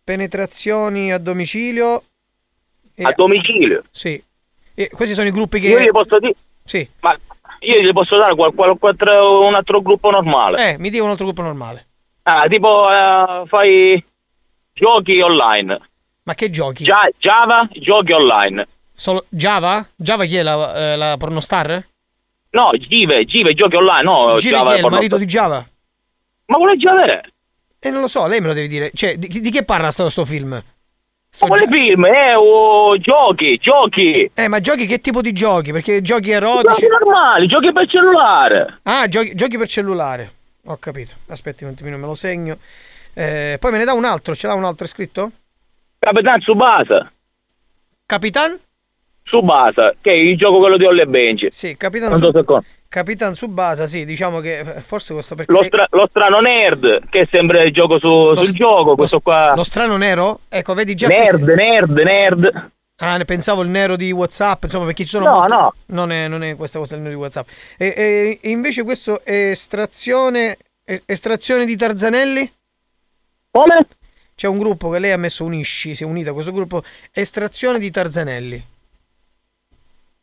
[SPEAKER 14] Penetrazioni a domicilio. e-
[SPEAKER 10] A domicilio.
[SPEAKER 14] Sì. E questi sono i gruppi che
[SPEAKER 10] Io gli posso dire.
[SPEAKER 14] Sì.
[SPEAKER 10] Ma io gli posso dare qual- qual- quattro- un altro gruppo normale.
[SPEAKER 14] Eh, mi dica un altro gruppo normale.
[SPEAKER 10] Ah, tipo eh, fai giochi online.
[SPEAKER 14] Ma che giochi?
[SPEAKER 10] Gia- Java, giochi online.
[SPEAKER 14] Solo Java? Java chi è la, eh, la pornostar?
[SPEAKER 10] No, Give, Give, giochi online, no,
[SPEAKER 14] Gire
[SPEAKER 10] Java
[SPEAKER 14] chi è il
[SPEAKER 10] porno-
[SPEAKER 14] marito di Java?
[SPEAKER 10] Ma vuole Java eh? è?
[SPEAKER 14] E non lo so, lei me lo deve dire. Cioè, di, di che parla sto, sto film?
[SPEAKER 10] Ma quale film? Eh, oh, giochi, giochi.
[SPEAKER 14] Eh, ma giochi che tipo di giochi? Perché giochi erotici?
[SPEAKER 10] Giochi normali, giochi per cellulare.
[SPEAKER 14] Ah, giochi, giochi per cellulare. Ho capito. Aspetti un attimino, me lo segno. Eh, poi me ne dà un altro, ce l'ha un altro scritto?
[SPEAKER 10] Capitan Subasa.
[SPEAKER 14] Capitan?
[SPEAKER 10] Subasa, che è il gioco quello di Olle Benji.
[SPEAKER 14] Sì, Capitan
[SPEAKER 10] Non so
[SPEAKER 14] Sub-
[SPEAKER 10] se con-
[SPEAKER 14] Capitan Subasa, sì, diciamo che eh, forse questo perché...
[SPEAKER 10] Lo, stra- lo strano nerd, che sembra il gioco su- sul gioco, questo qua.
[SPEAKER 14] Lo strano nero? Ecco, vedi già...
[SPEAKER 10] Nerd,
[SPEAKER 14] questo-
[SPEAKER 10] nerd, nerd.
[SPEAKER 14] Ah, ne pensavo il nero di WhatsApp, insomma, perché ci sono.
[SPEAKER 10] No,
[SPEAKER 14] molti-
[SPEAKER 10] no.
[SPEAKER 14] Non è, non è questa cosa il nero di WhatsApp. E, e invece questo è estrazione. e- Estrazione di Tarzanelli?
[SPEAKER 10] Come?
[SPEAKER 14] C'è un gruppo che lei ha messo Unisci, si è unita a questo gruppo. Estrazione di Tarzanelli.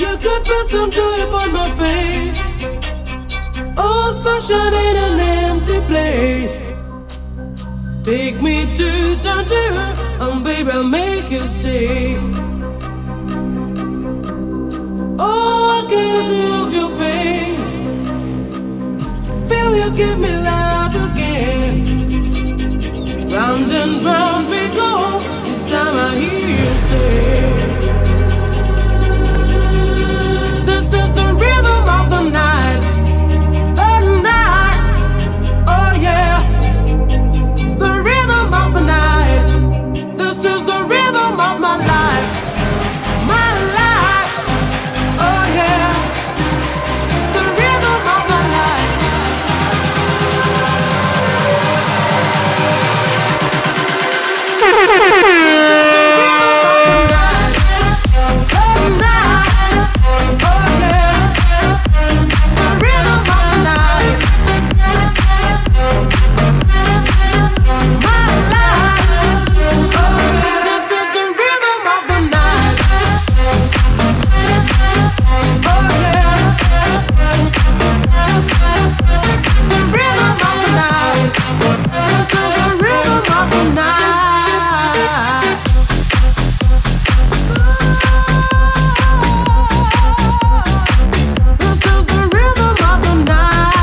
[SPEAKER 3] You could put some joy upon my face. Oh, sunshine in an empty place. Take me to down to her, and baby, I'll make you stay. Oh, I can see of your pain. Feel you give me love again. Round and round we go. This time I hear you say. This is the rhythm of the night. The night. Oh yeah. The rhythm of the night. This is the rhythm of my life. My life. Oh yeah. The rhythm of my life. This is the rhythm of the night. Oh yeah. The rhythm of the night. This is the rhythm of the night. This is the rhythm of the night.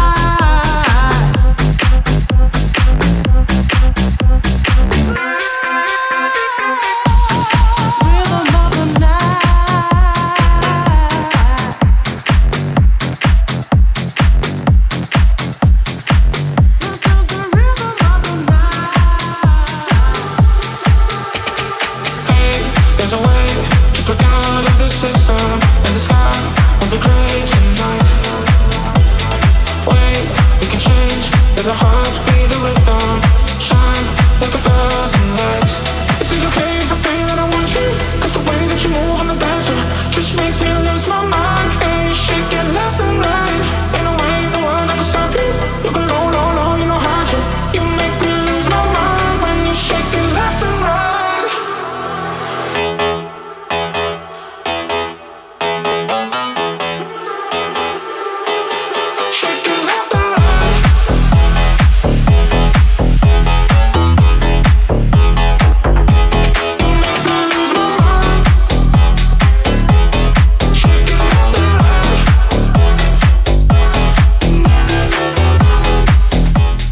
[SPEAKER 31] There's a way to break out of the system and the sky will be gray tonight. Wait, we can change. Let our hearts be the rhythm. Shine like a thousand lights. Is it okay if I say that I want you? 'Cause the way that you move on the dance floor just makes me lose my mind. Hey, you shake it left and right. Ain't no way in the world I can stop you. You go low, low, low, you know how to. You make me lose my mind when you shake it left and right.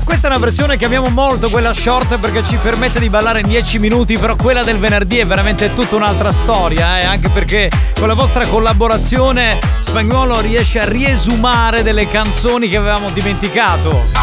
[SPEAKER 8] Questa è una versione che abbiamo molto, quella short, perché ci permette di ballare in 10 minuti, però quella del venerdì è veramente tutta un'altra storia, eh, anche perché con la vostra collaborazione Spagnolo riesce a riesumare delle canzoni che avevamo dimenticato.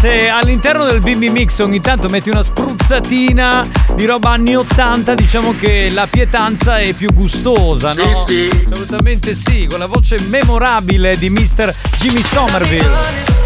[SPEAKER 8] se all'interno del Bimbi Mix ogni tanto metti una spruzzatina di roba anni 80, diciamo che la pietanza è più gustosa,
[SPEAKER 22] Sì,
[SPEAKER 8] no? Sì. Assolutamente sì, con la voce memorabile di Mr. Jimmy Somerville.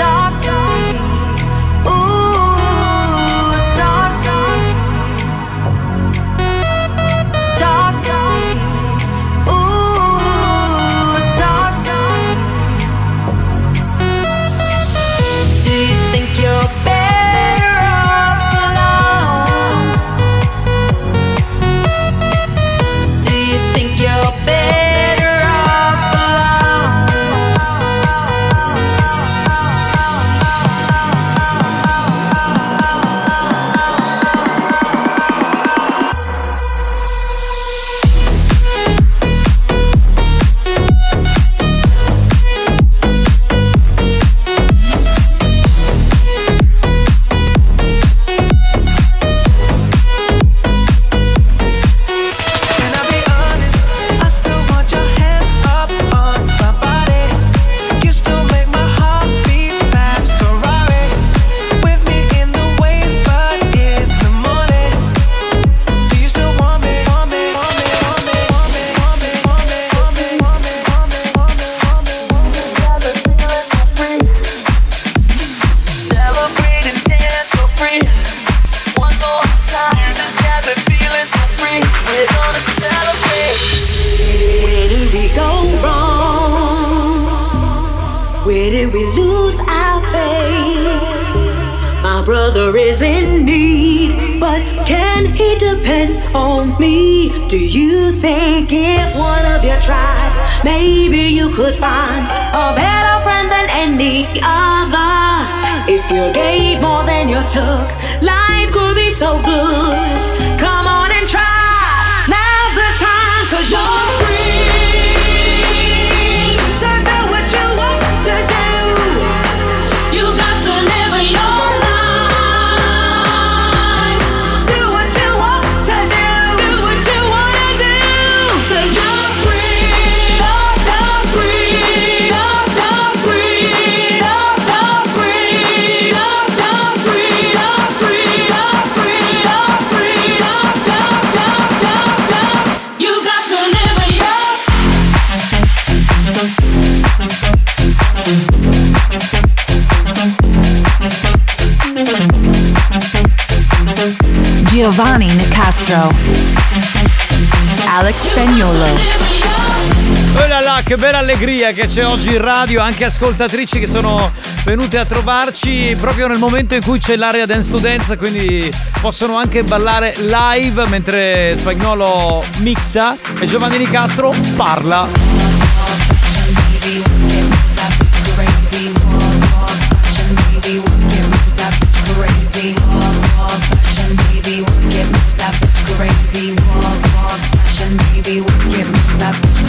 [SPEAKER 6] Talk to me. Ooh, talk to me. Talk to me. Ooh, talk to me. Do you think you're better off alone? Do you think you're better off alone?
[SPEAKER 3] Where did we go wrong? Where did we lose our faith? My brother is in need, but can he depend on me? Do you think if one of you tried, maybe you could find a better friend than any other? If you gave more than you took, life could be so good. Come on and try. Now's the time, cause you're free to do what you want to do. You got to live your life. Do what you want to do. Do what you wanna do. Cause you're free. You're, you're free. You're, you're free. You're, you're free. You're, you're free. You're free. You're free. You're free. You're, you're, you're, you're, you're. You got to live your
[SPEAKER 5] Giovanni Nicastro. Alex Spagnolo.
[SPEAKER 8] Oh là là, che bella allegria che c'è oggi in radio, anche ascoltatrici che sono venute a trovarci proprio nel momento in cui c'è l'area dance to dance, quindi possono anche ballare live mentre Spagnolo mixa e Giovanni Nicastro parla.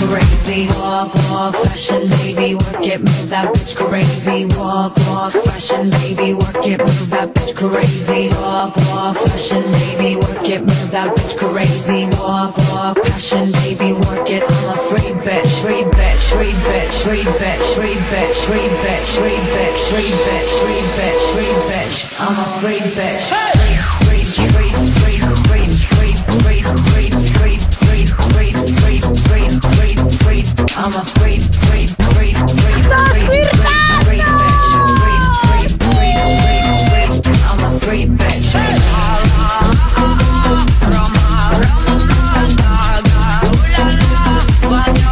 [SPEAKER 6] Crazy walk, walk, fashion, baby, work it, move that bitch crazy. Walk, walk, fashion, baby, work it, move that bitch crazy. Walk, walk, fashion, baby, work it, move that bitch crazy. Walk, walk, passion, baby, work it. I'm a free bitch, free bitch, free bitch, free bitch, free bitch, free bitch, free bitch, free bitch, free bitch, free bitch. I'm a free bitch. Free, free, free, free, free, free, free, free, free, free, free, free, free, free. I'm a free, free, free, free, free, free, free bitch. Free, free, free, free, free. I'm a free bitch.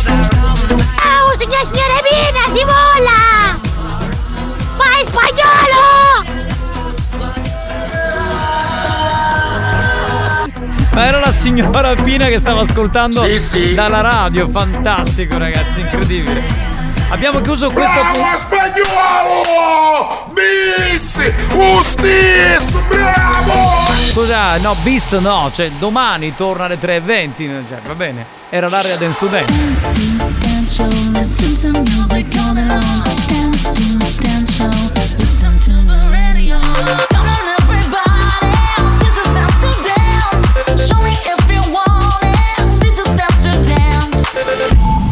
[SPEAKER 32] ¡Au, señor, señores, bien, así bola! ¡Pa españolo!
[SPEAKER 8] Ma era la signora Pina che stava ascoltando dalla radio, fantastico ragazzi, incredibile. Abbiamo chiuso questo
[SPEAKER 1] Bravo spagnolo! Bis! Ustis! Bravo!
[SPEAKER 8] Scusa, no, bis no, cioè domani torna alle 3.20, cioè va bene. Era l'area del studente.
[SPEAKER 7] Dance show, listen to music all day long. Dance to the dance show, listen to the radio. Come on, everybody, this is time to dance. Show me if you want it. This is time to dance.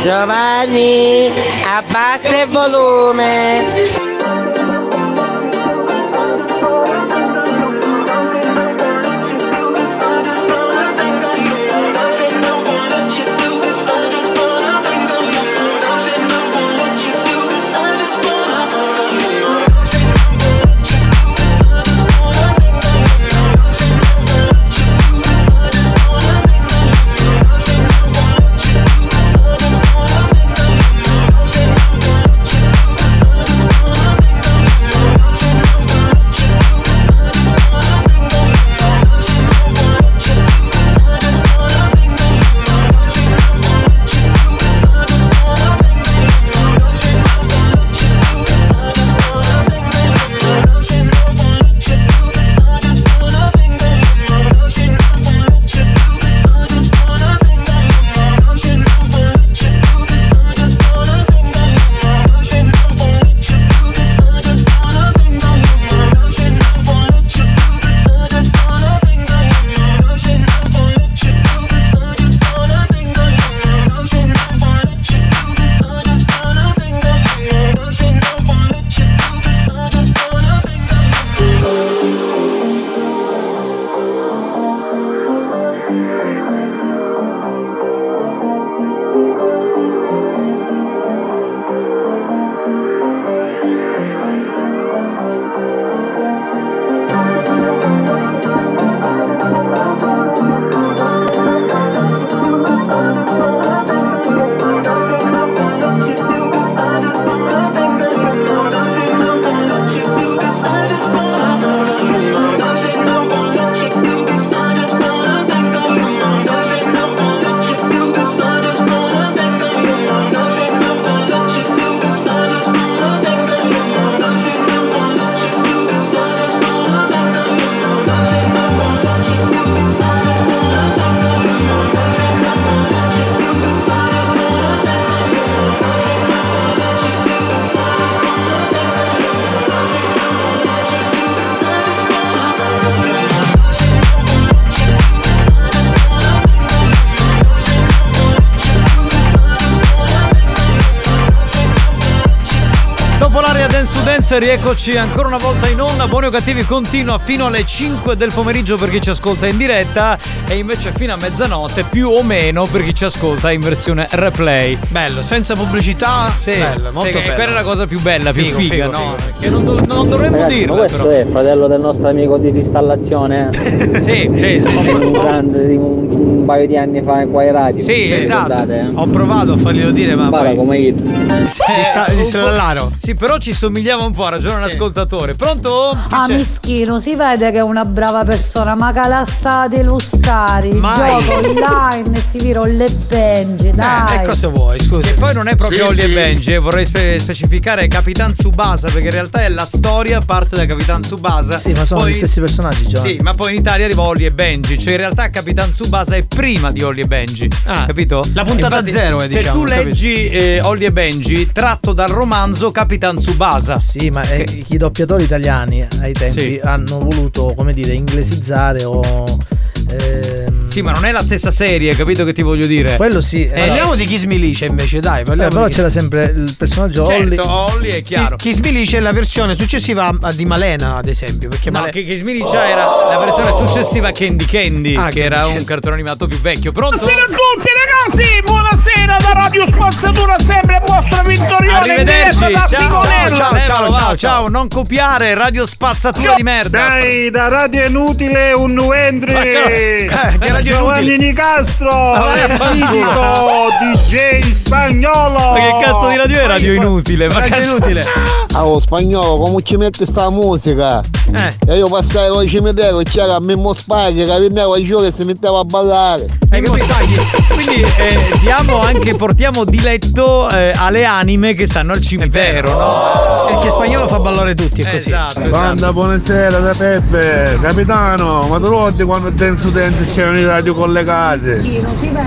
[SPEAKER 6] Giovanni, abbassa il volume.
[SPEAKER 8] Dopo l'area Dance to Dance, rieccoci ancora una volta in onda. Buoni o cattivi continua fino alle 5 del pomeriggio per chi ci ascolta in diretta e invece fino a mezzanotte più o meno per chi ci ascolta in versione replay. Bello, senza pubblicità. Sì,
[SPEAKER 30] bello, molto
[SPEAKER 8] sì,
[SPEAKER 30] bello.
[SPEAKER 8] Quella è la cosa più bella, più
[SPEAKER 30] Figo,
[SPEAKER 8] figa,
[SPEAKER 30] figo,
[SPEAKER 8] no? Che non, do- non dovremmo
[SPEAKER 28] Ragazzi,
[SPEAKER 8] dirla
[SPEAKER 28] ma questo
[SPEAKER 8] però.
[SPEAKER 28] è fratello del nostro amico disinstallazione. eh?
[SPEAKER 8] Sì, sì, sì, sì.
[SPEAKER 28] Un grande di un, un paio di anni fa qua ai radio.
[SPEAKER 8] Sì,
[SPEAKER 28] se
[SPEAKER 8] esatto.
[SPEAKER 28] ricordate, eh?
[SPEAKER 8] Ho provato a farglielo dire, ma
[SPEAKER 28] Bara
[SPEAKER 8] poi-
[SPEAKER 28] come io.
[SPEAKER 8] Eh,
[SPEAKER 28] sta- di
[SPEAKER 8] un po'-
[SPEAKER 28] Stellaro.
[SPEAKER 8] Sì, però ci somigliava un po', ha ragione l'ascoltatore. Pronto? Chi
[SPEAKER 5] Ah,
[SPEAKER 8] c'è?
[SPEAKER 5] mischino, si vede che è una brava persona, ma calassate lustari,
[SPEAKER 8] Mai.
[SPEAKER 5] gioco online, si viro le benji,
[SPEAKER 8] Eh,
[SPEAKER 5] dai.
[SPEAKER 8] e cosa vuoi, scusa. E poi non è proprio
[SPEAKER 5] Sì,
[SPEAKER 8] Holly
[SPEAKER 5] sì.
[SPEAKER 8] e Benji, eh, vorrei spe- specificare Capitan Tsubasa, perché in realtà è la storia parte da Capitan Tsubasa.
[SPEAKER 15] Sì, ma sono
[SPEAKER 8] Poi-
[SPEAKER 15] gli stessi personaggi, cioè. Giovanni.
[SPEAKER 8] Sì, ma poi in Italia arriva Holly e Benji, cioè in realtà Capitan Tsubasa è prima di Holly e Benji, capito?
[SPEAKER 30] La puntata zero, eh,
[SPEAKER 8] Se
[SPEAKER 30] diciamo,
[SPEAKER 8] tu
[SPEAKER 30] capito?
[SPEAKER 8] leggi eh, Holly e Benji, tratto dal romanzo Capitan Tsubasa.
[SPEAKER 15] Sì, ma eh,
[SPEAKER 8] Che-
[SPEAKER 15] i doppiatori italiani ai tempi
[SPEAKER 8] Sì.
[SPEAKER 15] hanno voluto, come dire, inglesizzare o ehm,
[SPEAKER 8] Sì, ma non è la stessa serie, capito che ti voglio dire?
[SPEAKER 15] Quello sì.
[SPEAKER 8] Eh, Parliamo di chi smilisce invece, dai.
[SPEAKER 15] Eh,
[SPEAKER 8] Parliamo
[SPEAKER 15] però
[SPEAKER 8] di chi-
[SPEAKER 15] c'era sempre il personaggio Holly.
[SPEAKER 8] Certo, Holly è chiaro.
[SPEAKER 14] Chi smilisce è la versione successiva a- di Malena, ad esempio. Perché
[SPEAKER 8] No,
[SPEAKER 14] Male-
[SPEAKER 8] che, che smiliccia era la versione successiva a Candy Candy,
[SPEAKER 14] Ah, Candy
[SPEAKER 8] che era
[SPEAKER 14] Candy.
[SPEAKER 8] un cartone animato più vecchio. Pronto?
[SPEAKER 11] Buonasera a tutti ragazzi, buonasera da Radio Spazzatura, sempre il vostro vittorione
[SPEAKER 8] Arrivederci.
[SPEAKER 11] in diretta da
[SPEAKER 8] Ciao,
[SPEAKER 11] Sigonella.
[SPEAKER 8] ciao, ciao, ciao, ciao, non copiare Radio Spazzatura di merda.
[SPEAKER 11] Dai, da Radio Inutile un nuentri
[SPEAKER 8] Ma che- che Radio
[SPEAKER 11] Giovanni
[SPEAKER 8] Inutile? Ah,
[SPEAKER 11] Nicastro
[SPEAKER 8] Ma vai a
[SPEAKER 11] e
[SPEAKER 8] fanculo.
[SPEAKER 11] Filico, DJ spagnolo
[SPEAKER 8] Ma che cazzo di radio è radio inutile? Ma
[SPEAKER 11] Radio
[SPEAKER 8] cazzo-
[SPEAKER 11] Inutile.
[SPEAKER 23] Ah, oh, spagnolo, come ci mette sta musica?
[SPEAKER 14] Eh.
[SPEAKER 23] E io passavo al cimitero e c'era Mimmo Spaghi che veniva giù e si metteva a ballare.
[SPEAKER 8] E come sbagli? Quindi eh, diamo anche, portiamo diletto eh, alle anime che stanno al cimitero, no?
[SPEAKER 14] Perché spagnolo fa ballare tutti, è così.
[SPEAKER 8] Esatto, esatto.
[SPEAKER 1] Banda, buonasera da Peppe, capitano, ma tu ricordi quando Denso Denso c'erano i radio collegate?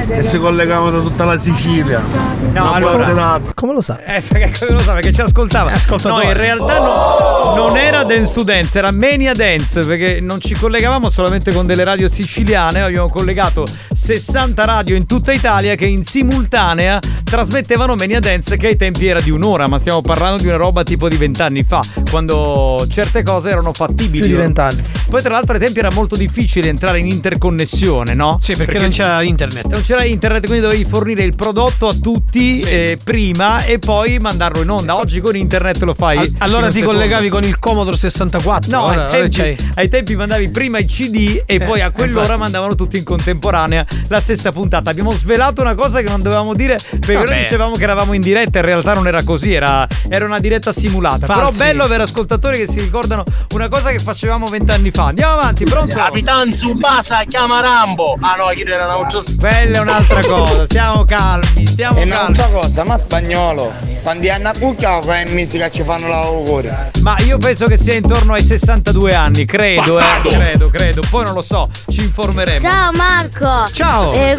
[SPEAKER 1] E si collegavano da tutta la Sicilia.
[SPEAKER 8] No,
[SPEAKER 1] Una
[SPEAKER 8] allora-
[SPEAKER 1] buona serata.
[SPEAKER 15] Come lo sa?
[SPEAKER 8] Eh, perché lo sa, perché ci ascoltava. No, in realtà no, non era Dance to Dance, era Mania Dance, perché non ci collegavamo solamente con delle radio siciliane, abbiamo collegato 60 radio in tutta Italia che in simultanea trasmettevano Mania Dance che ai tempi era di un'ora, ma stiamo parlando di una roba tipo di vent'anni fa, quando certe cose erano fattibili.
[SPEAKER 15] Più di vent'anni.
[SPEAKER 8] Poi tra l'altro ai tempi era molto difficile entrare in interconnessione, no? Sì,
[SPEAKER 14] Perché non c'era internet.
[SPEAKER 8] non c'era internet, quindi dovevi fornire il prodotto a tutti eh, prima e poi mandarlo in
[SPEAKER 14] Esatto.
[SPEAKER 8] onda. Oggi con internet lo fai.
[SPEAKER 14] Al- allora
[SPEAKER 8] in un
[SPEAKER 14] ti
[SPEAKER 8] secondo.
[SPEAKER 14] collegavi con il Commodore 64.
[SPEAKER 8] No,
[SPEAKER 14] ora-
[SPEAKER 8] ai,
[SPEAKER 14] ora
[SPEAKER 8] tempi,
[SPEAKER 14] c'hai-
[SPEAKER 8] ai tempi mandavi prima i CD e
[SPEAKER 14] Eh,
[SPEAKER 8] poi a quell'ora
[SPEAKER 14] infatti.
[SPEAKER 8] mandavano tutti in contemporanea la stessa puntata. Abbiamo svelato una cosa che non dovevamo dire perché
[SPEAKER 14] Vabbè.
[SPEAKER 8] noi dicevamo che eravamo in diretta, in realtà non era così, era, era una diretta simulata.
[SPEAKER 14] Falsi.
[SPEAKER 8] Però bello avere ascoltatori che si ricordano una cosa che facevamo vent'anni fa. Andiamo avanti, pronto?
[SPEAKER 25] Capitan Tsubasa chiama Rambo. Ah no, chi era una
[SPEAKER 8] Quella è un'altra cosa, stiamo calmi, stiamo
[SPEAKER 25] E
[SPEAKER 8] calmi.
[SPEAKER 25] un'altra cosa, ma spagnolo, quando hanno bucca o qua è mesi che ci fanno l'auguri?
[SPEAKER 8] Ma io penso che sia intorno ai 62 anni, credo, eh.
[SPEAKER 25] Bastardo.
[SPEAKER 8] Credo, credo. Poi non lo so, ci informeremo.
[SPEAKER 18] Ciao Marco!
[SPEAKER 8] Ciao.
[SPEAKER 18] Eh,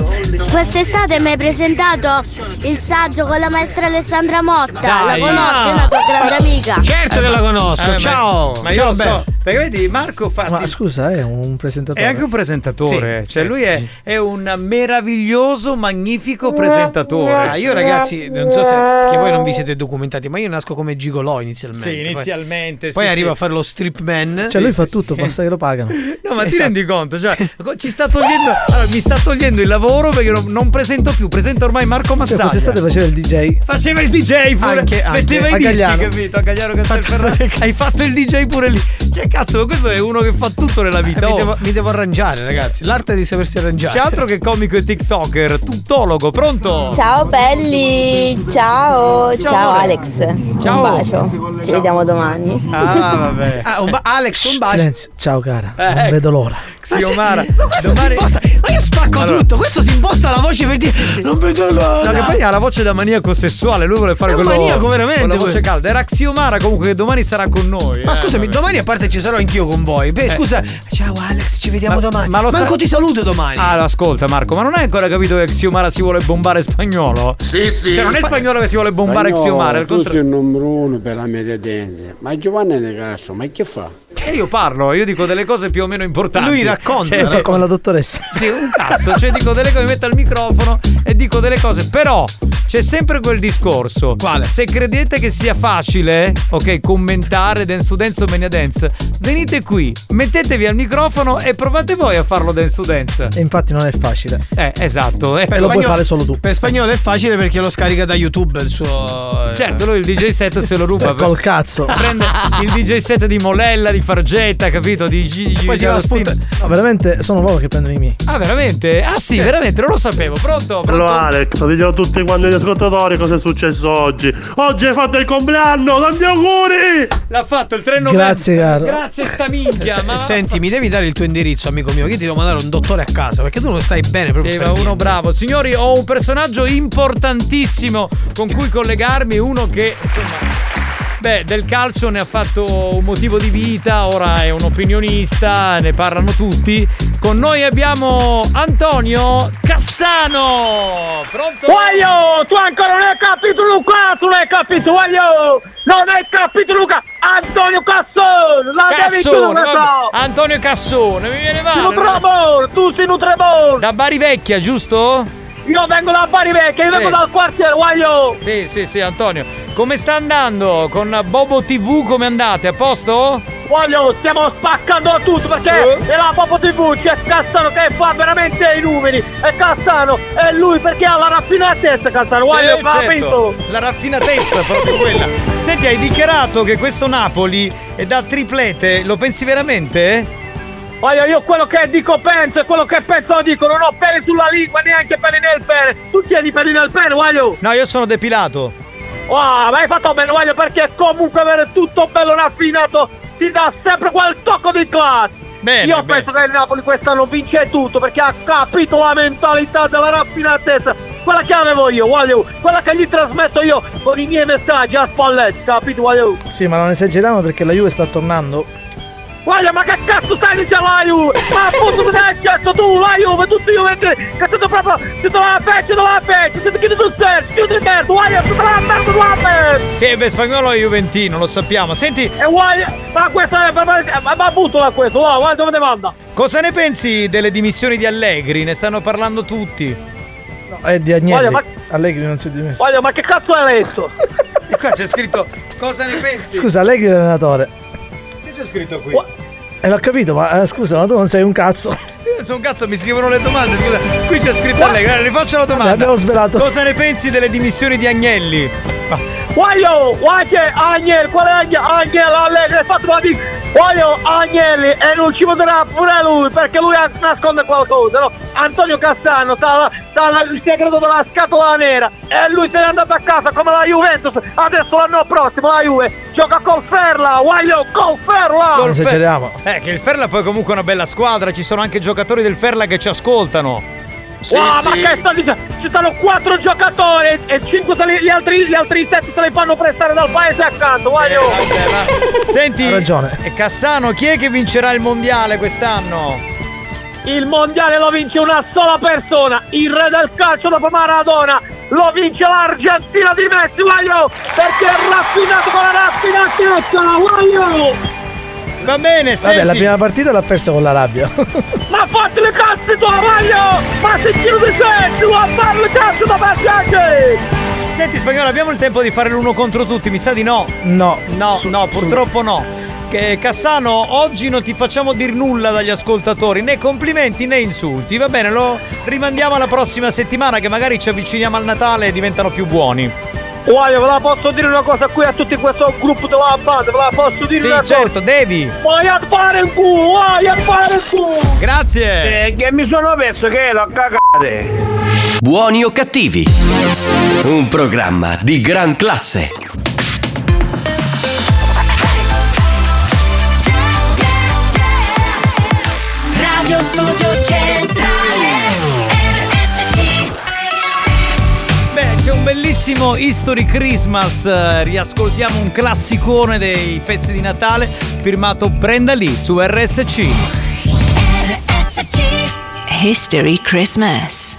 [SPEAKER 18] quest'estate mi hai presentato il saggio con la maestra Alessandra Motta.
[SPEAKER 8] Dai.
[SPEAKER 18] La conosci, è una tua grande amica.
[SPEAKER 14] Certo che la conosco,
[SPEAKER 8] Eh, ma-
[SPEAKER 14] ciao.
[SPEAKER 8] Ma io
[SPEAKER 14] Ciao,
[SPEAKER 8] lo so.
[SPEAKER 14] bello.
[SPEAKER 8] Perché vedi, Marco fa.
[SPEAKER 15] Ma scusa, è un presentatore.
[SPEAKER 8] È anche un presentatore,
[SPEAKER 15] Sì,
[SPEAKER 8] cioè
[SPEAKER 15] certo,
[SPEAKER 8] lui è,
[SPEAKER 15] sì.
[SPEAKER 8] è un meraviglioso, magnifico presentatore.
[SPEAKER 14] Ah, io ragazzi, non so se che voi non vi siete documentati, ma io nasco come gigolò inizialmente.
[SPEAKER 8] Sì,
[SPEAKER 14] Poi-
[SPEAKER 8] inizialmente,
[SPEAKER 14] Poi,
[SPEAKER 8] sì,
[SPEAKER 14] arrivo
[SPEAKER 8] sì.
[SPEAKER 14] a fare lo strip man. Esatto.
[SPEAKER 15] Cioè, lui fa tutto, basta che lo pagano.
[SPEAKER 8] No, ma ti rendi conto? Cioè, ci sta togliendo. Allora, mi sta togliendo il lavoro perché non, non presento più. Presento ormai Marco
[SPEAKER 15] Cioè,
[SPEAKER 8] Mazzaglia.
[SPEAKER 15] quest'estate faceva il DJ.
[SPEAKER 8] Faceva il DJ pure.
[SPEAKER 15] Anche- anche.
[SPEAKER 8] metteva
[SPEAKER 15] A
[SPEAKER 8] i dischi,
[SPEAKER 15] Gagliano.
[SPEAKER 8] capito? A Gagliano Castelferrato. Hai fatto il DJ pure lì. Cioè, cazzo, ma questo è uno che fa tutto nella vita.
[SPEAKER 14] mi,
[SPEAKER 8] oh.
[SPEAKER 14] devo, mi devo arrangiare, ragazzi. L'arte di sapersi arrangiare.
[SPEAKER 8] C'è altro che comico e TikToker, tuttologo, pronto?
[SPEAKER 16] Ciao belli, ciao, ciao,
[SPEAKER 8] amore.
[SPEAKER 16] Alex.
[SPEAKER 8] Ciao.
[SPEAKER 16] Un bacio. Ci vediamo domani.
[SPEAKER 8] Ah, vabbè.
[SPEAKER 14] Ah, un ba- Alex, un bacio. ecco.
[SPEAKER 15] Silenzio, ciao cara.
[SPEAKER 8] Eh.
[SPEAKER 15] Non vedo l'ora.
[SPEAKER 8] Xiomara.
[SPEAKER 14] Ma questo
[SPEAKER 8] Domani-
[SPEAKER 14] si imposta. Ma io spacco
[SPEAKER 8] Allora.
[SPEAKER 14] tutto. Questo si imposta la voce per dire. Non vedo l'ora.
[SPEAKER 8] No, che poi ha la voce da maniaco sessuale, lui vuole fare
[SPEAKER 14] È un
[SPEAKER 8] quello
[SPEAKER 14] maniaco, veramente,
[SPEAKER 8] Con la voce
[SPEAKER 14] questo.
[SPEAKER 8] calda. Era Xiomara comunque che domani sarà con noi.
[SPEAKER 14] Ma
[SPEAKER 8] eh,
[SPEAKER 14] scusami,
[SPEAKER 8] vabbè.
[SPEAKER 14] domani a parte ci sarò anch'io con voi. Beh,
[SPEAKER 8] Eh.
[SPEAKER 14] scusa. Ciao Alex, ci vediamo domani.
[SPEAKER 8] ma lo sa-
[SPEAKER 14] Manco ti saluto domani.
[SPEAKER 8] Ah, ascolta Marco, ma non hai ancora capito che Xiomara si vuole bombare spagnolo?
[SPEAKER 1] Sì, sì.
[SPEAKER 8] Cioè, non è spagnolo che si vuole bombare Xiomara, al
[SPEAKER 26] tu sei
[SPEAKER 8] contrario.
[SPEAKER 26] il numero uno per la media dance. Ma Giovanni De Castro, ma che fa?
[SPEAKER 8] E io parlo, io dico delle cose più o meno importanti.
[SPEAKER 14] Lui racconta,
[SPEAKER 8] Cioè,
[SPEAKER 15] Fa come la dottoressa.
[SPEAKER 8] Sì, un cazzo, cioè dico delle cose, mi metto al microfono e dico delle cose, però c'è sempre quel discorso. Quale? Se credete che sia facile, ok, commentare Dance to Dance o Mania Dance, venite qui, mettetevi al microfono e provate voi a farlo Dance to Dance.
[SPEAKER 15] E infatti non è facile.
[SPEAKER 8] Eh, esatto. eh.
[SPEAKER 15] lo puoi fare solo tu.
[SPEAKER 14] Per spagnolo è facile perché lo scarica da YouTube il suo. eh.
[SPEAKER 8] Certo, lui il DJ set se lo ruba.
[SPEAKER 15] Cioè, Col cazzo.
[SPEAKER 8] Prende il DJ set di Molella, di Fargetta, capito? Di Gigi.
[SPEAKER 14] poi si va a
[SPEAKER 8] D'Agostino.
[SPEAKER 15] No, veramente sono loro che prendono i miei.
[SPEAKER 8] Ah, veramente? Ah, sì, veramente, non lo sapevo. Pronto? Pronto?
[SPEAKER 22] Allora Alex, diciamo a tutti quanti gli ascoltatori cosa è successo oggi. Oggi hai fatto il compleanno, tanti auguri!
[SPEAKER 8] L'ha fatto il 3 novembre.
[SPEAKER 15] Grazie, caro.
[SPEAKER 8] Grazie sta minchia.
[SPEAKER 14] Eh, Se-
[SPEAKER 8] ma
[SPEAKER 14] senti, mi devi dare il tuo indirizzo, amico mio. che Io ti devo mandare un dottore a casa perché tu non stai bene proprio.
[SPEAKER 8] Sì,
[SPEAKER 14] per
[SPEAKER 8] ma uno
[SPEAKER 14] niente.
[SPEAKER 8] bravo. Signori, ho un personaggio importantissimo con cui collegarmi, uno che, insomma, beh, del calcio ne ha fatto un motivo di vita, ora è un opinionista, ne parlano tutti. Con noi abbiamo Antonio Cassano. Pronto?
[SPEAKER 11] Guaglio, tu ancora non hai capito Luca, tu non hai capito Guaglio, non hai capito Luca, a Antonio Cassone, la
[SPEAKER 12] Cassone,
[SPEAKER 11] Cassone,
[SPEAKER 12] vabbè. Antonio Cassone, mi viene male.
[SPEAKER 11] Nutrebol, tu sei Nutrebol.
[SPEAKER 12] Da Bari Vecchia, giusto?
[SPEAKER 11] Io vengo da Bari Vecchia, io
[SPEAKER 12] Sì.
[SPEAKER 11] vengo dal quartiere, guaglio.
[SPEAKER 12] Sì, sì, sì, Antonio. Come sta andando? Con Bobo TV come andate? A posto?
[SPEAKER 11] Guaglio, stiamo spaccando tutto perché
[SPEAKER 8] Eh?
[SPEAKER 11] è la Popo TV, c'è Castano che fa veramente i numeri. E Castano è lui perché ha la raffinatezza, Castano, guaglio,
[SPEAKER 8] Sì,
[SPEAKER 11] va
[SPEAKER 8] certo.
[SPEAKER 11] vinto.
[SPEAKER 8] La raffinatezza è proprio quella. Senti, hai dichiarato che questo Napoli è da triplete, lo pensi veramente?
[SPEAKER 11] Guaglio, io quello che dico penso e quello che penso lo dico, non ho peli sulla lingua, neanche peli nel pene. Tu tieni peli nel pene, guaglio.
[SPEAKER 8] No, io sono depilato.
[SPEAKER 11] Ah, ma hai fatto bene, guaglio, perché comunque avere tutto bello raffinato ti dà sempre quel tocco di classe. Io penso che il Napoli quest'anno vince tutto perché ha capito la mentalità della raffinatezza. Quella che avevo io, guaglio, quella che gli trasmetto io con i miei messaggi a Spalletti, capito, guaglio?
[SPEAKER 15] Sì, ma non esageriamo perché la Juve sta tornando.
[SPEAKER 11] Guaglio, ma che cazzo stai dicendo, Laiu? Ma appunto tu sei gesto tu, Laiu, ma tutti io vedo che siete proprio, siete la fece, siete la fece, siete chi di tu sei, siete di merda, guaglio, siete la merda, la merda!
[SPEAKER 8] Sì, beh, spagnolo è juventino, lo sappiamo. Senti,
[SPEAKER 11] E guai, ma questo è ma, ma buttala questo, va, guarda dove te manda.
[SPEAKER 8] cosa ne pensi delle dimissioni di Allegri? Ne stanno parlando tutti.
[SPEAKER 15] No, è di Agnelli.
[SPEAKER 8] Voglio, ma-
[SPEAKER 15] Allegri non si è dimesso.
[SPEAKER 11] Guaglio, ma che cazzo hai letto?
[SPEAKER 8] E qua c'è scritto cosa ne pensi?
[SPEAKER 15] Scusa, Allegri è l'allenatore.
[SPEAKER 8] Che c'è scritto qui?
[SPEAKER 15] E l'ho capito, ma eh, scusa, ma tu non sei un cazzo.
[SPEAKER 8] Io sono un cazzo, mi scrivono le domande, scusa. Qui c'è scritto Allegri, allora, rifaccio la domanda.
[SPEAKER 15] abbiamo svelato.
[SPEAKER 8] Cosa ne pensi delle dimissioni di Agnelli? Ma-
[SPEAKER 11] Guaglio, guaglio, Agnelli, qual è Agnelli? Agnelli, Allegri, fatto la dic- Guaglio, Agnelli, e non ci potrà pure lui, perché lui as- nasconde qualcosa, no? Antonio Castano sta, sta la- il segreto della scatola nera, e lui se n'è andato a casa come la Juventus, adesso l'anno prossimo la Juve gioca col Ferla, guaglio, col Ferla!
[SPEAKER 8] Col Fer- Eh, che il Ferla poi comunque è una bella squadra, ci sono anche giocatori del Ferla che ci ascoltano.
[SPEAKER 11] Wow, ma che sta dicendo? Ci sono quattro giocatori e cinque se li- gli altri, gli altri sette se li fanno prestare dal paese accanto, guaglio!
[SPEAKER 8] Eh, Senti,
[SPEAKER 15] Ha ragione.
[SPEAKER 8] E Cassano, chi è che vincerà il mondiale quest'anno?
[SPEAKER 11] Il mondiale lo vince una sola persona, il re del calcio dopo Maradona, lo vince l'Argentina di Messi, guaglio, perché è raffinato con la raffinatezza, guaglio!
[SPEAKER 8] Va bene,
[SPEAKER 15] Vabbè, la prima partita l'ha persa con l'Arabia.
[SPEAKER 11] Ma fatti le cazzo tua, guaglio! Ma se ci di senti, a fare le cazzo da passaggi!
[SPEAKER 8] Senti spagnolo, abbiamo il tempo di fare l'uno contro tutti, mi sa di no.
[SPEAKER 15] No.
[SPEAKER 8] No, no, purtroppo no. Che- Cassano, oggi non ti facciamo dir nulla dagli ascoltatori, né complimenti né insulti. Va bene, lo rimandiamo alla prossima settimana che magari ci avviciniamo al Natale e diventano più buoni.
[SPEAKER 11] Guaglio, ve la posso dire una cosa qui a tutti questo gruppo della banda, ve la posso dire
[SPEAKER 8] Sì,
[SPEAKER 11] una cosa?
[SPEAKER 8] certo, devi.
[SPEAKER 11] Vai a fare il culo, vai a fare il culo!
[SPEAKER 8] Grazie!
[SPEAKER 11] Eh, che mi sono messo che ero a cagare!
[SPEAKER 4] Buoni o cattivi? Un programma di gran classe.
[SPEAKER 9] Radio Studio Centrale RSC
[SPEAKER 8] Beh, c'è un bellissimo History Christmas. eh, Riascoltiamo un classicone dei pezzi di Natale firmato Brenda Lee su RSC.
[SPEAKER 10] History Christmas.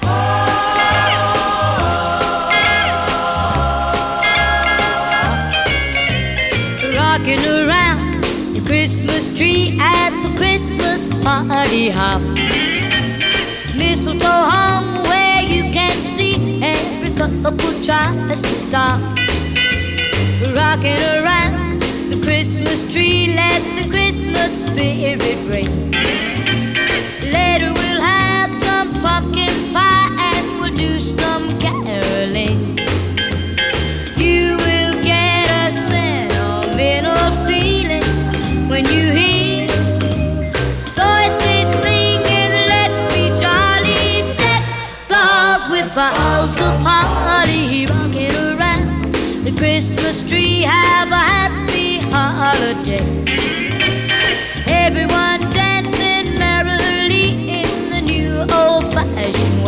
[SPEAKER 13] Rocking around the Christmas tree at the Christmas party hop. Mistletoe hung where you can see every couple tries to stop. Rocking around the Christmas tree, let the Christmas spirit ring. Later we'll have some pumpkin pie and we'll do some caroling. You will get a sentimental feeling when you hear voices singing, let's be jolly at the halls with boughs of holly rocking around the Christmas tree. Have a happy holiday. Everyone dancing merrily in the new old-fashioned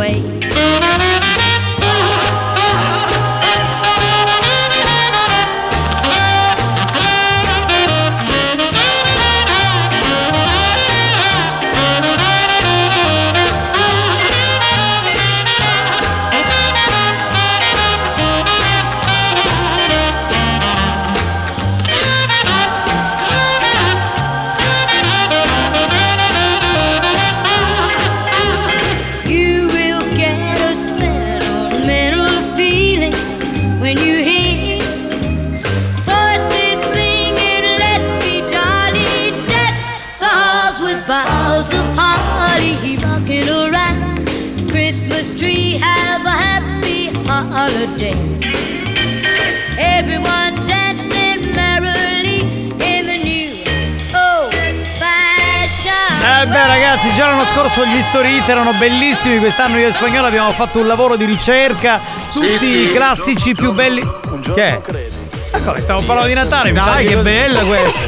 [SPEAKER 13] way. Christmas tree. Have a happy holiday. Everyone dancing merrily in the new old fashioned.
[SPEAKER 8] Eh beh ragazzi, già l'anno scorso gli story hit erano bellissimi, quest'anno io e Spagnolo abbiamo fatto un lavoro di ricerca, tutti
[SPEAKER 14] sì,
[SPEAKER 8] i classici più belli. che? Ecco, stavo parlando di Natale, mi sa
[SPEAKER 14] Dai, che bella questa.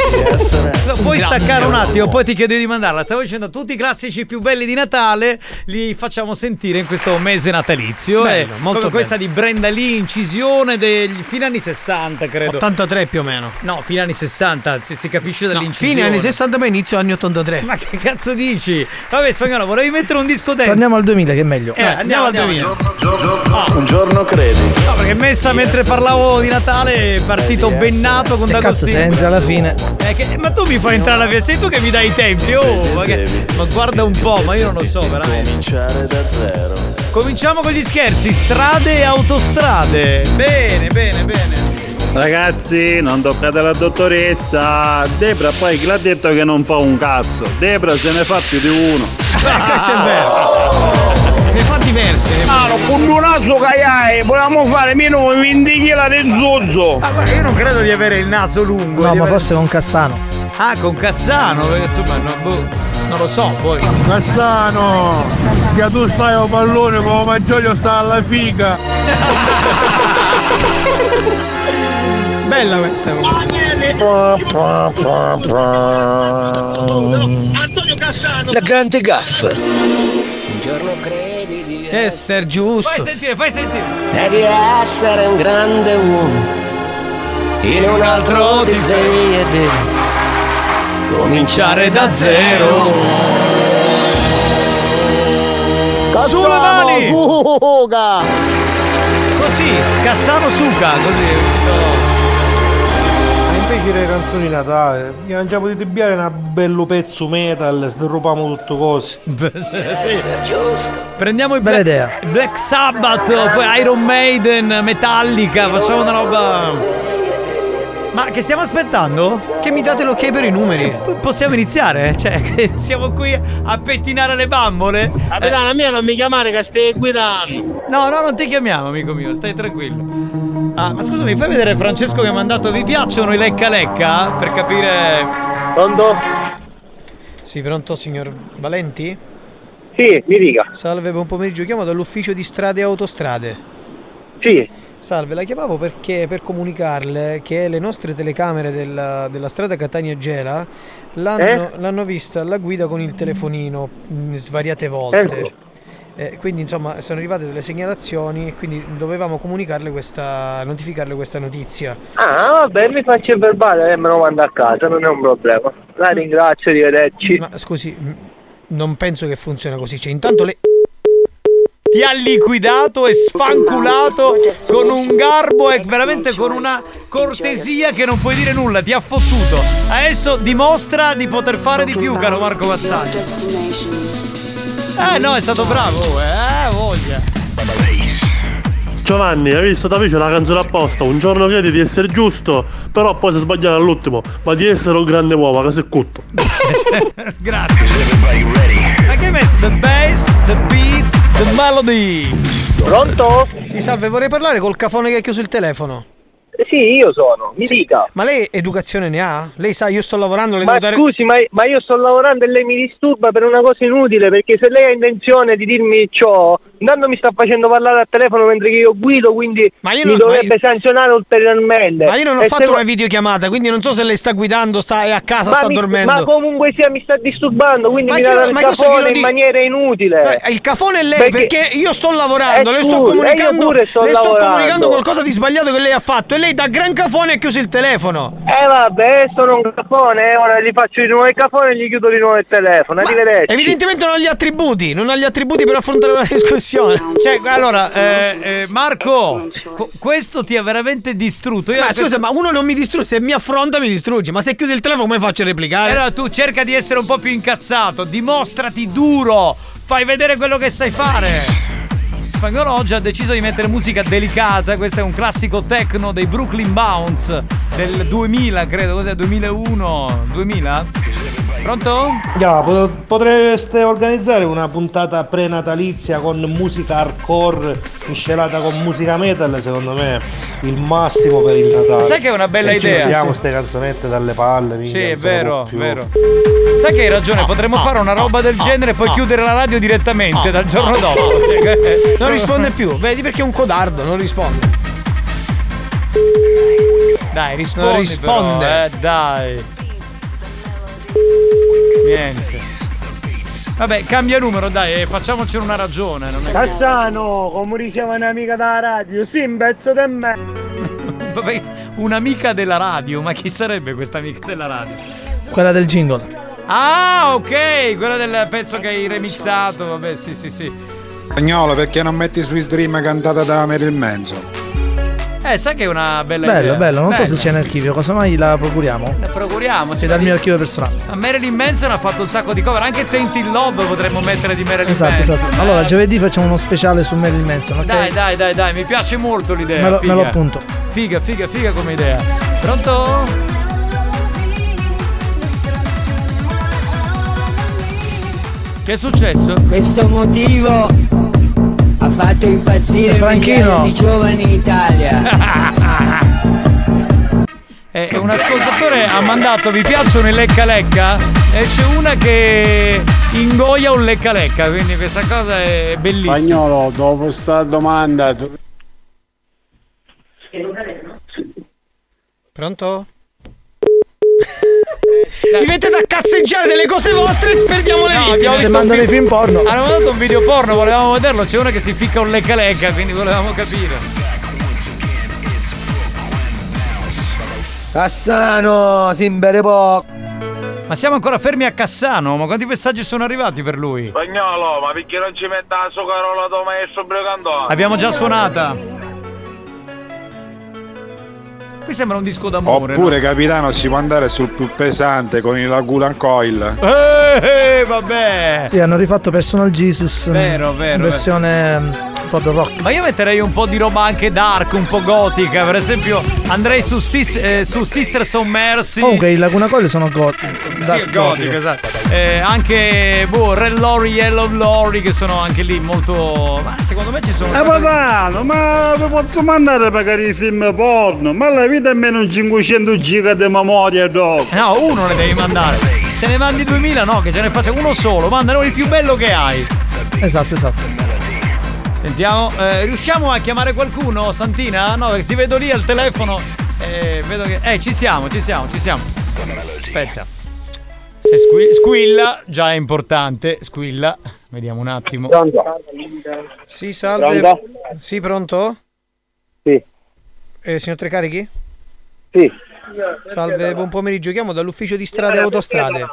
[SPEAKER 8] No, Puoi
[SPEAKER 14] Grazie.
[SPEAKER 8] staccare un attimo, poi ti chiedo di mandarla. Stavo dicendo tutti i classici più belli di Natale li facciamo sentire in questo mese natalizio.
[SPEAKER 14] Bello,
[SPEAKER 8] Eh,
[SPEAKER 14] molto
[SPEAKER 8] come questa di Brenda Lee, incisione degli fine anni 60, credo.
[SPEAKER 14] 83 più o meno.
[SPEAKER 8] No, fine anni 60, si, si capisce dall'incisione.
[SPEAKER 14] Fine anni 60 ma inizio anni 83.
[SPEAKER 8] Ma che cazzo dici? Vabbè, spagnolo, volevi mettere un disco dentro.
[SPEAKER 15] Torniamo al 2000 che è meglio.
[SPEAKER 8] Eh, andiamo, al 2000.
[SPEAKER 15] Un giorno credi.
[SPEAKER 8] No, perché messa mentre parlavo di Natale è partito bennato con
[SPEAKER 15] Che
[SPEAKER 8] D'Agostino.
[SPEAKER 15] cazzo senti alla fine?
[SPEAKER 8] Eh, che- ma tu mi fai entrare alla fine, sei tu che mi dai i tempi, oh! Ma, che- ma guarda un po', ma io non lo so, veramente. Cominciare da zero. Cominciamo con gli scherzi, strade e autostrade. Bene, bene, bene.
[SPEAKER 22] Ragazzi, non toccate la dottoressa. Debra poi che l'ha detto che non fa un cazzo. Debra se ne fa più di uno.
[SPEAKER 14] Eh, questo
[SPEAKER 7] Ah.
[SPEAKER 14] è vero. Ne fa diverse. ne fa-
[SPEAKER 33] Ah, con un naso che hai, volevamo fare meno 20 kg di zozzo.
[SPEAKER 8] Ah, io non credo di avere il naso lungo.
[SPEAKER 15] No, ma forse con Cassano.
[SPEAKER 8] Ah, con Cassano, perché insomma, no, boh, non lo so, poi.
[SPEAKER 1] Cassano, che tu stai al pallone come Maggioglio sta alla figa.
[SPEAKER 14] Bella questa.
[SPEAKER 11] La grande gaffa.
[SPEAKER 14] Essere giusto.
[SPEAKER 8] Fai sentire, fai sentire.
[SPEAKER 7] Devi essere un grande uomo, in un altro ti svegli e devi cominciare da zero.
[SPEAKER 8] Sulle mani!
[SPEAKER 23] Fuga!
[SPEAKER 8] Così, Cassano suca, così.
[SPEAKER 17] Invece le canzoni di Natale, mi mangiamo di biare un bello pezzo metal, sderrupamo tutto cose.
[SPEAKER 8] Prendiamo i Black, Black Sabbath, poi Iron Maiden, Metallica, facciamo una roba. Ma che stiamo aspettando? Che mi date l'ok per i numeri. Possiamo iniziare? Cioè, che siamo qui a pettinare le bambole. Capitano, a me non mi chiamare che stai guidando. No, no, non ti chiamiamo, amico mio, stai tranquillo. Ah, ma scusami, fai vedere Francesco che mi ha mandato. Vi piacciono i lecca lecca? Per capire.
[SPEAKER 17] Pronto?
[SPEAKER 14] Sì, pronto signor Valenti?
[SPEAKER 17] Sì, mi dica.
[SPEAKER 14] Salve, buon pomeriggio. Chiamo dall'ufficio di strade e autostrade.
[SPEAKER 17] Sì.
[SPEAKER 14] Salve, la chiamavo perché per comunicarle che le nostre telecamere della, della strada Catania Gela
[SPEAKER 17] Eh?
[SPEAKER 14] l'hanno, l'hanno vista alla guida con il telefonino mh, svariate volte.
[SPEAKER 17] Ecco.
[SPEAKER 14] Eh, quindi insomma sono arrivate delle segnalazioni e quindi dovevamo comunicarle questa, notificarle questa notizia.
[SPEAKER 17] Ah, vabbè, mi faccio il verbale e me lo mando a casa, non è un problema. La ringrazio, arrivederci.
[SPEAKER 14] Ma scusi, mh, non penso che funziona così. Cioè, intanto le...
[SPEAKER 8] ti ha liquidato e sfanculato con un garbo e veramente con una cortesia che non puoi dire nulla, ti ha fottuto. Adesso dimostra di poter fare di più, caro Marco Mazzani. Eh no, è stato bravo, eh, voglia.
[SPEAKER 22] Giovanni, hai visto da vicino la canzone apposta? Un giorno credi di essere giusto, però poi si sbagliare all'ultimo, ma di essere un grande uomo, che sei cutto.
[SPEAKER 8] Grazie. Ma che hai messo? The bass, the beats, the melody.
[SPEAKER 17] Pronto?
[SPEAKER 14] Sì, salve, vorrei parlare col cafone che ha chiuso il telefono.
[SPEAKER 17] Eh, Sì, io sono, mi dica.
[SPEAKER 14] Ma lei educazione ne ha? Lei sa, io sto lavorando, le
[SPEAKER 17] Ma
[SPEAKER 14] devo dare...
[SPEAKER 17] scusi, ma, ma io sto lavorando e lei mi disturba per una cosa inutile, perché se lei ha intenzione di dirmi ciò, intanto mi sta facendo parlare al telefono mentre che io guido, quindi
[SPEAKER 14] io
[SPEAKER 17] mi
[SPEAKER 14] non-
[SPEAKER 17] dovrebbe
[SPEAKER 14] ma io-
[SPEAKER 17] sanzionare ulteriormente.
[SPEAKER 14] Ma io non ho
[SPEAKER 17] E se
[SPEAKER 14] fatto
[SPEAKER 17] va-
[SPEAKER 14] una videochiamata, quindi non so se lei sta guidando, sta, è a casa,
[SPEAKER 17] ma
[SPEAKER 14] sta
[SPEAKER 17] mi-
[SPEAKER 14] dormendo.
[SPEAKER 17] Ma comunque sia mi sta disturbando, quindi
[SPEAKER 14] Ma
[SPEAKER 17] mi
[SPEAKER 14] chi
[SPEAKER 17] dà
[SPEAKER 14] lo-
[SPEAKER 17] il
[SPEAKER 14] ma questo chi lo
[SPEAKER 17] cafone in
[SPEAKER 14] dice?
[SPEAKER 17] maniera inutile.
[SPEAKER 14] Eh, Il cafone è lei perché, io sto lavorando,
[SPEAKER 17] Eh,
[SPEAKER 14] le
[SPEAKER 17] scusi,
[SPEAKER 14] sto
[SPEAKER 17] eh, io
[SPEAKER 14] comunicando,
[SPEAKER 17] pure sto
[SPEAKER 14] le sto
[SPEAKER 17] lavorando.
[SPEAKER 14] comunicando qualcosa di sbagliato che lei ha fatto e lei da gran cafone ha chiuso il telefono.
[SPEAKER 17] Eh vabbè, sono un cafone, eh, ora gli faccio di nuovo il cafone e gli chiudo di nuovo il telefono,
[SPEAKER 8] Eh,
[SPEAKER 17] arrivederci.
[SPEAKER 14] Evidentemente non ha gli attributi, non ha gli attributi per affrontare una discussione.
[SPEAKER 8] Cioè, allora, eh, eh, Marco, co- questo ti ha veramente distrutto. Io
[SPEAKER 14] Ma scusa, ma uno non mi distrugge, se mi affronta mi distrugge, ma se chiude il telefono come faccio a replicare?
[SPEAKER 8] Allora tu cerca di essere un po' più incazzato, dimostrati duro, fai vedere quello che sai fare. Spagnolo oggi ha deciso di mettere musica delicata, questo è un classico techno dei Brooklyn Bounce del 2000, credo, cos'è? 2001? 2000? Pronto?
[SPEAKER 34] Yeah, pot- potreste organizzare una puntata prenatalizia con musica hardcore miscelata con musica metal, secondo me il massimo per il Natale.
[SPEAKER 8] Sai che è una bella idea?
[SPEAKER 34] Siamo
[SPEAKER 8] Sì.
[SPEAKER 34] queste canzonette dalle palle, minchia,
[SPEAKER 8] Sì, è
[SPEAKER 34] non se ne può
[SPEAKER 8] vero,
[SPEAKER 34] più.
[SPEAKER 8] vero. Sai che hai ragione, potremmo fare una roba del genere e poi chiudere la radio direttamente dal giorno dopo. Cioè, eh.
[SPEAKER 14] Non risponde più, vedi perché è un codardo, non risponde.
[SPEAKER 8] Dai, rispondi.
[SPEAKER 14] Non risponde.
[SPEAKER 8] però, eh, dai. Niente. Vabbè, cambia numero, dai, e facciamoci una ragione. Non è...
[SPEAKER 35] Cassano, come diceva un'amica della radio, sì, un pezzo di me.
[SPEAKER 8] Vabbè, un'amica della radio, ma chi sarebbe questa amica della radio?
[SPEAKER 15] Quella del jingle.
[SPEAKER 8] Ah, ok, quella del pezzo che hai remixato. Vabbè, sì, sì, sì.
[SPEAKER 36] Spagnolo, perché non metti Swiss Dream cantata da Marilyn Manson?
[SPEAKER 8] Eh, sai che è una bella idea.
[SPEAKER 15] Bello, bello, non so
[SPEAKER 8] Bella.
[SPEAKER 15] se c'è in archivio, casomai la procuriamo.
[SPEAKER 8] La procuriamo,
[SPEAKER 15] Sì,
[SPEAKER 8] se
[SPEAKER 15] dal
[SPEAKER 8] la
[SPEAKER 15] mio
[SPEAKER 8] di-
[SPEAKER 15] archivio personale.
[SPEAKER 8] A Marilyn Manson ha fatto un sacco di cover, anche Taint in Love potremmo mettere di Marilyn
[SPEAKER 15] Esatto,
[SPEAKER 8] Manson.
[SPEAKER 15] esatto.
[SPEAKER 8] eh.
[SPEAKER 15] Allora, giovedì facciamo uno speciale su Marilyn Manson, ok?
[SPEAKER 8] Dai, dai, dai, dai, mi piace molto l'idea.
[SPEAKER 15] Me lo-
[SPEAKER 8] figa.
[SPEAKER 15] me lo appunto.
[SPEAKER 8] Figa, figa, figa come idea. Pronto? Che è successo?
[SPEAKER 11] Questo motivo ha fatto impazzire migliaia
[SPEAKER 15] Franchino.
[SPEAKER 11] di giovani in Italia.
[SPEAKER 8] Eh, un ascoltatore ha mandato vi piacciono i lecca lecca? E c'è una che ingoia un lecca lecca, quindi questa cosa è bellissima.
[SPEAKER 37] Spagnolo, dopo sta domanda, tu-
[SPEAKER 14] Pronto? Mi mettete a cazzeggiare delle cose vostre e perdiamo le vite.
[SPEAKER 8] abbiamo
[SPEAKER 14] Se
[SPEAKER 8] visto un
[SPEAKER 14] mandano
[SPEAKER 8] film-
[SPEAKER 14] i film porno.
[SPEAKER 8] Hanno mandato un video porno, volevamo vederlo, c'è una che si ficca un lecca lecca, quindi volevamo capire.
[SPEAKER 17] Cassano, simbere poco.
[SPEAKER 8] Ma siamo ancora fermi a Cassano, ma quanti messaggi sono arrivati per lui?
[SPEAKER 9] Spagnolo, ma perché non ci mette la sua carola tuo maestro Brigandone?
[SPEAKER 8] Abbiamo già suonata. Qui sembra un disco d'amore.
[SPEAKER 36] Oppure, capitano, si può andare sul più pesante con il Lagulan Coil.
[SPEAKER 8] no? Eh, eh, vabbè.
[SPEAKER 15] Sì, hanno rifatto Personal Jesus.
[SPEAKER 8] Vero, vero,
[SPEAKER 15] in Versione mm, proprio rock.
[SPEAKER 8] Ma io metterei un po' di roba anche dark, un po' gotica. Per esempio, andrei su, Stis- eh, su Sisters on Mercy.
[SPEAKER 15] Comunque i Laguna Coil sono got-
[SPEAKER 8] Sì,
[SPEAKER 15] dark
[SPEAKER 8] è gotico, esatto. Eh, anche boh, Red Lorry, Yellow Lorry, che sono anche lì molto. Ma secondo me ci sono.
[SPEAKER 22] Eh, padano, ma vi posso mandare a pagare i film porno? Ma la vita è meno 500 giga di memoria, dopo.
[SPEAKER 8] No, uno ne devi mandare. Se ne mandi 2000, no, che ce ne faccia uno solo. Mandano il più bello che hai.
[SPEAKER 15] Esatto, esatto.
[SPEAKER 8] Sentiamo, eh, riusciamo a chiamare qualcuno, Santina? No, perché ti vedo lì al telefono. eh, vedo che. Eh, ci siamo, ci siamo, ci siamo. Aspetta. Se squi- squilla, già è importante. Squilla. Vediamo un attimo.
[SPEAKER 14] Sì, salve.
[SPEAKER 8] Pronto?
[SPEAKER 14] Sì, pronto?
[SPEAKER 17] Sì.
[SPEAKER 14] Eh, signor Trecarichi?
[SPEAKER 17] Sì.
[SPEAKER 14] Salve, buon pomeriggio. Chiamo dall'ufficio di strade e autostrade.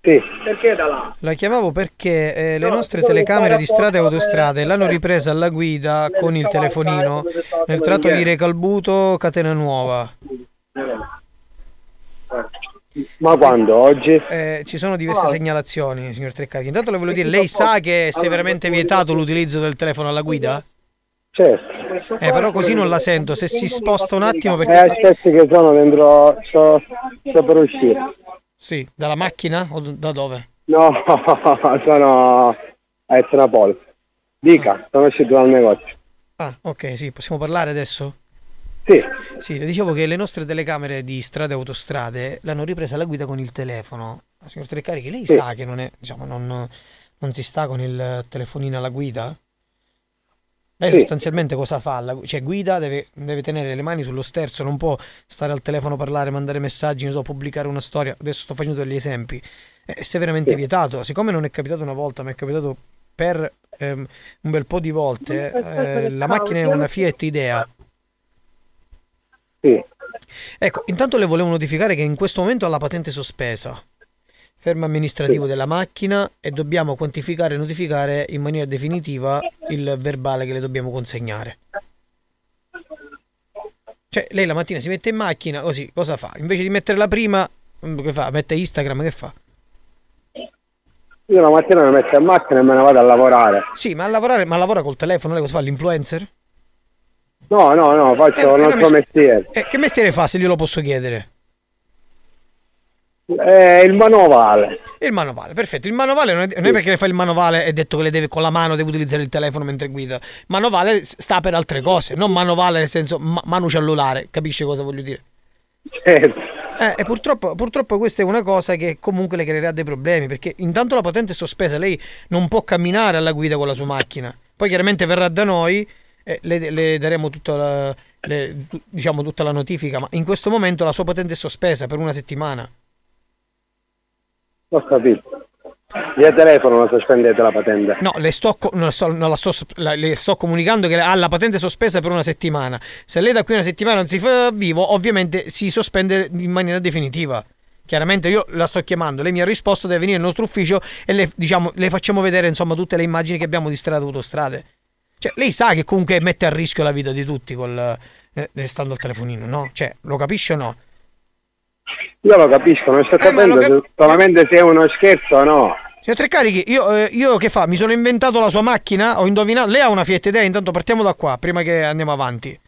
[SPEAKER 17] Sì. Perché da là?
[SPEAKER 14] La chiamavo perché eh, le
[SPEAKER 17] No,
[SPEAKER 14] nostre
[SPEAKER 17] ti voglio
[SPEAKER 14] telecamere
[SPEAKER 17] fare
[SPEAKER 14] di
[SPEAKER 17] apposta
[SPEAKER 14] strade e autostrade
[SPEAKER 17] per-
[SPEAKER 14] l'hanno ripresa alla guida con il telefonino nel tratto di Recalbuto, Catena Nuova.
[SPEAKER 17] Ma quando? Oggi? Ah,
[SPEAKER 14] Eh, ci sono diverse segnalazioni, signor Treccari. Intanto le voglio dire, lei sa che è severamente vietato l'utilizzo del telefono alla guida?
[SPEAKER 17] Certo.
[SPEAKER 14] Eh, però così non la sento. Se si sposta un attimo
[SPEAKER 17] Eh,
[SPEAKER 14] perché...
[SPEAKER 17] aspetti che sono dentro, sto, sto per uscire.
[SPEAKER 14] Sì, dalla macchina o d- da dove?
[SPEAKER 17] No, sono a Etnapol. Dica, sono uscito dal negozio.
[SPEAKER 14] Ah, ok, sì, possiamo parlare adesso?
[SPEAKER 17] Sì.
[SPEAKER 14] Sì, le dicevo che le nostre telecamere di strade e autostrade l'hanno ripresa alla guida con il telefono. Signor Treccarichi, lei
[SPEAKER 17] Sì.
[SPEAKER 14] sa che non, è, diciamo, non, non si sta con il telefonino alla guida? Lei
[SPEAKER 17] Sì.
[SPEAKER 14] sostanzialmente cosa fa? La- cioè guida, deve, deve tenere le mani sullo sterzo, non può stare al telefono, parlare, mandare messaggi, non so, pubblicare una storia. Adesso sto facendo degli esempi. È severamente
[SPEAKER 17] Sì.
[SPEAKER 14] vietato. Siccome non è capitato una volta, ma è capitato per ehm, un bel po' di volte, eh, la macchina è una Fiat Idea.
[SPEAKER 17] Sì.
[SPEAKER 14] Ecco, intanto le volevo notificare che in questo momento ha la patente sospesa. Fermo amministrativo della macchina e dobbiamo quantificare e notificare in maniera definitiva il verbale che le dobbiamo consegnare. Cioè, lei la mattina si mette in macchina, così, cosa fa? Invece di mettere la prima, mm, che fa? Mette Instagram, che fa?
[SPEAKER 17] Io la mattina mi metto in macchina e me ne vado a lavorare.
[SPEAKER 14] Sì, ma a lavorare, ma lavora col telefono, lei cosa fa? L'influencer?
[SPEAKER 17] No, no, no,
[SPEAKER 14] Eh,
[SPEAKER 17] faccio il
[SPEAKER 14] però
[SPEAKER 17] nostro
[SPEAKER 14] mi-
[SPEAKER 17] mestiere.
[SPEAKER 14] Eh, che mestiere fa se glielo posso chiedere?
[SPEAKER 17] Eh, il manovale.
[SPEAKER 14] Il manovale, perfetto. Il manovale non è, non è perché fai il manovale è detto che le deve con la mano, deve utilizzare il telefono mentre guida. Manovale s- sta per altre cose, non manovale nel senso ma- mano cellulare, capisci cosa voglio dire? Eh, e purtroppo, purtroppo questa è una cosa che comunque le creerà dei problemi, perché intanto la patente è sospesa, lei non può camminare alla guida con la sua macchina. Poi chiaramente verrà da noi e le, le daremo tutta la, le- tu- diciamo, tutta la notifica, ma in questo momento la sua patente è sospesa per una settimana.
[SPEAKER 17] Ho capito. Via telefono non sospendete la patente.
[SPEAKER 14] No, le sto, co- non la sto- non la sto sp- la- le sto comunicando che ha la patente sospesa per una settimana. Se lei da qui a una settimana non si fa vivo, ovviamente si sospende in maniera definitiva. Chiaramente io la sto chiamando, lei mi ha risposto, deve venire nel nostro ufficio e le, diciamo, le facciamo vedere insomma tutte le immagini che abbiamo di strade e autostrade. Cioè, lei sa che comunque mette a rischio la vita di tutti col, eh, stando al telefonino, no? Cioè, lo capisce o no?
[SPEAKER 17] Io lo capisco, non
[SPEAKER 14] Eh,
[SPEAKER 17] sto capendo se- solamente se è uno scherzo o no.
[SPEAKER 14] Signor Treccarichi, io, eh, io che fa? Mi sono inventato la sua macchina? Ho indovinato? Lei ha una Fiat Idea, intanto partiamo da qua, prima che andiamo avanti.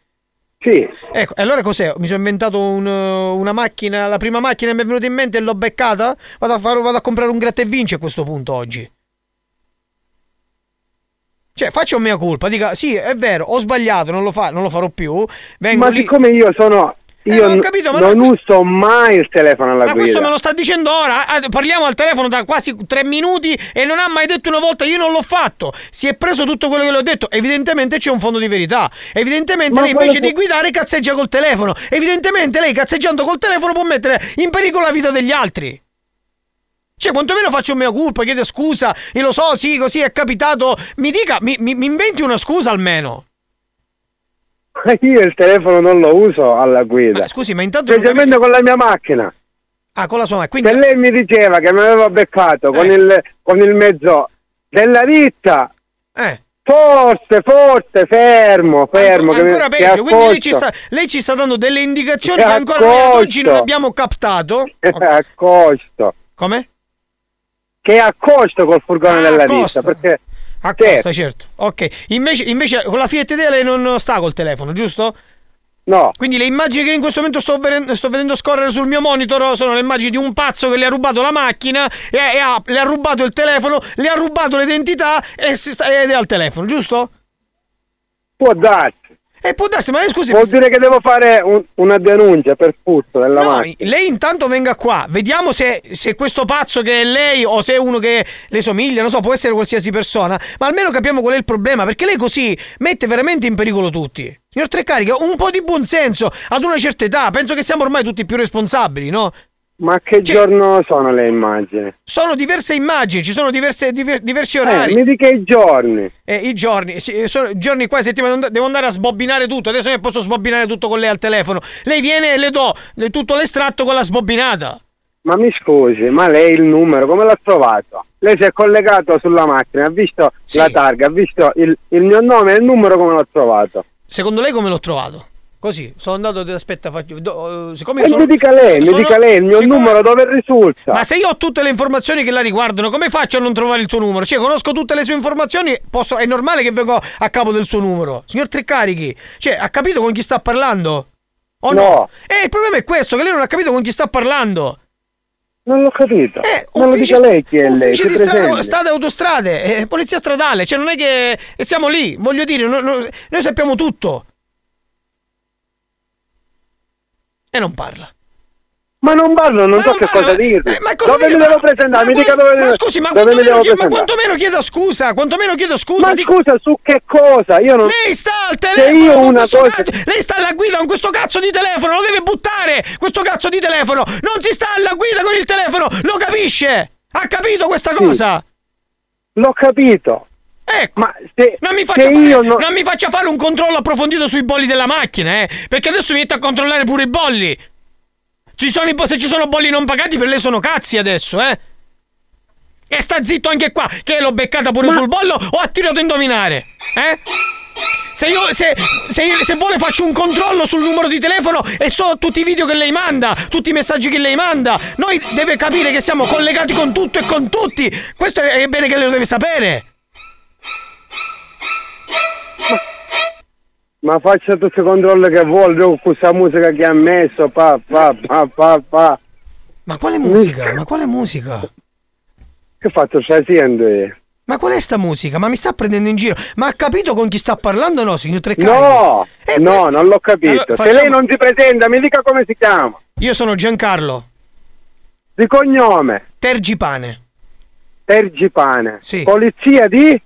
[SPEAKER 17] Sì.
[SPEAKER 14] Ecco, e allora cos'è? Mi sono inventato un, eh, una macchina, la prima macchina che mi è venuta in mente e l'ho beccata? Vado a, fare- vado a comprare un gratta e vinci a questo punto oggi. Cioè, faccio mia colpa, dica, sì, è vero, ho sbagliato, non lo, fa- non lo farò più. Vengo
[SPEAKER 17] ma
[SPEAKER 14] lì...
[SPEAKER 17] siccome io sono.
[SPEAKER 14] Eh,
[SPEAKER 17] Io
[SPEAKER 14] ho
[SPEAKER 17] n-
[SPEAKER 14] capito, ma
[SPEAKER 17] non uso mai il telefono alla
[SPEAKER 14] Ma questo
[SPEAKER 17] guida.
[SPEAKER 14] me lo sta dicendo ora. Ah, Parliamo al telefono da quasi tre minuti e non ha mai detto una volta io non l'ho fatto. Si è preso tutto quello che le ho detto. Evidentemente c'è un fondo di verità. Evidentemente
[SPEAKER 17] Ma
[SPEAKER 14] lei invece
[SPEAKER 17] quello
[SPEAKER 14] di
[SPEAKER 17] può-
[SPEAKER 14] guidare cazzeggia col telefono. Evidentemente lei cazzeggiando col telefono può mettere in pericolo la vita degli altri. Cioè, quantomeno faccio mia colpa, chiedo scusa, io lo so, sì, così è capitato. Mi dica, mi- mi- mi inventi una scusa almeno.
[SPEAKER 17] Io il telefono non lo uso alla guida.
[SPEAKER 14] Ah, scusi, ma intanto.
[SPEAKER 17] Specialmente con la mia macchina.
[SPEAKER 14] Ah, con la sua macchina. Eh.
[SPEAKER 17] Se lei mi diceva che mi aveva beccato con, il, con il mezzo della ditta.
[SPEAKER 14] Eh.
[SPEAKER 17] Forse, forse, fermo, fermo. che-
[SPEAKER 14] ancora
[SPEAKER 17] che
[SPEAKER 14] peggio, quindi lei ci,
[SPEAKER 17] accosto.
[SPEAKER 14] sta, lei ci sta dando delle indicazioni
[SPEAKER 17] Che
[SPEAKER 14] che ancora noi ad oggi
[SPEAKER 17] accosto.
[SPEAKER 14] non abbiamo captato.
[SPEAKER 17] Che accosto.
[SPEAKER 14] Come?
[SPEAKER 17] Che accosto col furgone della
[SPEAKER 14] accosta.
[SPEAKER 17] ditta. Perché
[SPEAKER 14] Accosta, certo. Ok, invece, invece con la Fiat Idea lei non sta col telefono, giusto?
[SPEAKER 17] No.
[SPEAKER 14] Quindi le immagini che io in questo momento sto, veren- sto vedendo scorrere sul mio monitor oh, sono le immagini di un pazzo che le ha rubato la macchina, e, e ha- le ha rubato il telefono, le ha rubato l'identità e si sta- ed è al telefono, giusto?
[SPEAKER 17] Può darsi.
[SPEAKER 14] E può darsi, ma lei scusi.
[SPEAKER 17] Vuol dire che devo fare un- una denuncia per furto della
[SPEAKER 14] No,
[SPEAKER 17] macchina.
[SPEAKER 14] lei intanto venga qua, vediamo se, se questo pazzo che è lei o se è uno che le somiglia, non so, può essere qualsiasi persona, ma almeno capiamo qual è il problema, perché lei così mette veramente in pericolo tutti. Signor Treccarica, un po' di buonsenso ad una certa età, penso che siamo ormai tutti più responsabili, no?
[SPEAKER 17] Ma che
[SPEAKER 14] Cioè-
[SPEAKER 17] giorno sono le immagini?
[SPEAKER 14] Sono diverse immagini, ci sono diverse- diver- diversi
[SPEAKER 17] Eh,
[SPEAKER 14] orari.
[SPEAKER 17] mi dica i giorni.
[SPEAKER 14] Eh, I giorni, sì, eh, sono giorni qua, settimana, and- devo andare a sbobbinare tutto. Adesso ne posso sbobbinare tutto con lei al telefono. Lei viene e le do le- tutto l'estratto con la sbobbinata.
[SPEAKER 17] Ma mi scusi, ma lei il numero come l'ha trovato? Lei si è collegato sulla macchina, ha visto la targa, ha visto il, il mio nome e il numero come l'ha trovato.
[SPEAKER 14] Secondo lei come l'ho trovato? Così, sono andato. Aspetta, faccio. do- eh, siccome io
[SPEAKER 17] e
[SPEAKER 14] sono-
[SPEAKER 17] mi dica lei,
[SPEAKER 14] sono-
[SPEAKER 17] mi dica lei il mio
[SPEAKER 14] siccome-
[SPEAKER 17] numero dove risulta.
[SPEAKER 14] Ma se io ho tutte le informazioni che la riguardano, come faccio a non trovare il suo numero? Cioè, conosco tutte le sue informazioni, posso- è normale che vengo a capo del suo numero. Signor Treccarichi, cioè, ha capito con chi sta parlando? O no?
[SPEAKER 17] No.
[SPEAKER 14] Eh, il problema è questo, che lei non ha capito con chi sta parlando.
[SPEAKER 17] Non l'ho capito.
[SPEAKER 14] Eh,
[SPEAKER 17] non lo
[SPEAKER 14] uffici
[SPEAKER 17] dica
[SPEAKER 14] sta-
[SPEAKER 17] lei chi è lei.
[SPEAKER 14] uffici
[SPEAKER 17] Si
[SPEAKER 14] di strada,
[SPEAKER 17] presenti.
[SPEAKER 14] strade e autostrade, eh, polizia stradale, cioè non è che e siamo lì, voglio dire, no- no- noi sappiamo tutto. E non parla. Eh,
[SPEAKER 17] Ma non parlo, non so che cosa dirvi. dove mi devo presentare? Mi dica dove,
[SPEAKER 14] Ma scusi, ma,
[SPEAKER 17] dove mi devo
[SPEAKER 14] quantomeno, chiedo, ma
[SPEAKER 17] presentare.
[SPEAKER 14] quantomeno chiedo scusa, quantomeno chiedo scusa.
[SPEAKER 17] Ma
[SPEAKER 14] di-
[SPEAKER 17] scusa, Cioè, su che cosa? Io non...
[SPEAKER 14] Lei sta al
[SPEAKER 17] Se
[SPEAKER 14] telefono!
[SPEAKER 17] io
[SPEAKER 14] con
[SPEAKER 17] una
[SPEAKER 14] questo
[SPEAKER 17] cosa...
[SPEAKER 14] cazzo- Lei sta alla guida con questo cazzo di telefono, lo deve buttare! Questo cazzo di telefono! Non si sta alla guida con il telefono! Lo capisce? Ha capito questa cosa?
[SPEAKER 17] L'ho capito.
[SPEAKER 14] Ecco,
[SPEAKER 17] ma se,
[SPEAKER 14] non, mi faccia
[SPEAKER 17] se
[SPEAKER 14] fare,
[SPEAKER 17] io non-
[SPEAKER 14] non mi faccia fare un controllo approfondito sui bolli della macchina, eh! Perché adesso mi mette a controllare pure i bolli! Ci sono i bo- se ci sono bolli non pagati, per lei sono cazzi adesso, eh! E sta zitto anche qua, che l'ho beccata pure sul bollo o ha tirato a indovinare, eh? Se io, se, se io- se vuole faccio un controllo sul numero di telefono e so tutti i video che lei manda, tutti i messaggi che lei manda. Noi deve capire che siamo collegati con tutto e con tutti. Questo è, è bene che lei lo deve sapere.
[SPEAKER 17] Ma faccia tutto il controllo che vuole, io con questa musica che ha messo, pa, pa, pa, pa, pa.
[SPEAKER 14] Ma quale musica? Ma quale musica?
[SPEAKER 17] Che faccio? Stai facendo io?
[SPEAKER 14] Ma qual è sta musica? Ma mi sta prendendo in giro. Ma ha capito con chi sta parlando o no, signor Treccani?
[SPEAKER 17] No, no, non l'ho capito.
[SPEAKER 14] Eh, Allora,
[SPEAKER 17] Se lei
[SPEAKER 14] facciamo-
[SPEAKER 17] non si presenta, mi dica come si chiama.
[SPEAKER 14] Io sono Giancarlo.
[SPEAKER 17] Di cognome?
[SPEAKER 14] Tergipane. Eh.
[SPEAKER 17] Tergipane. Polizia di?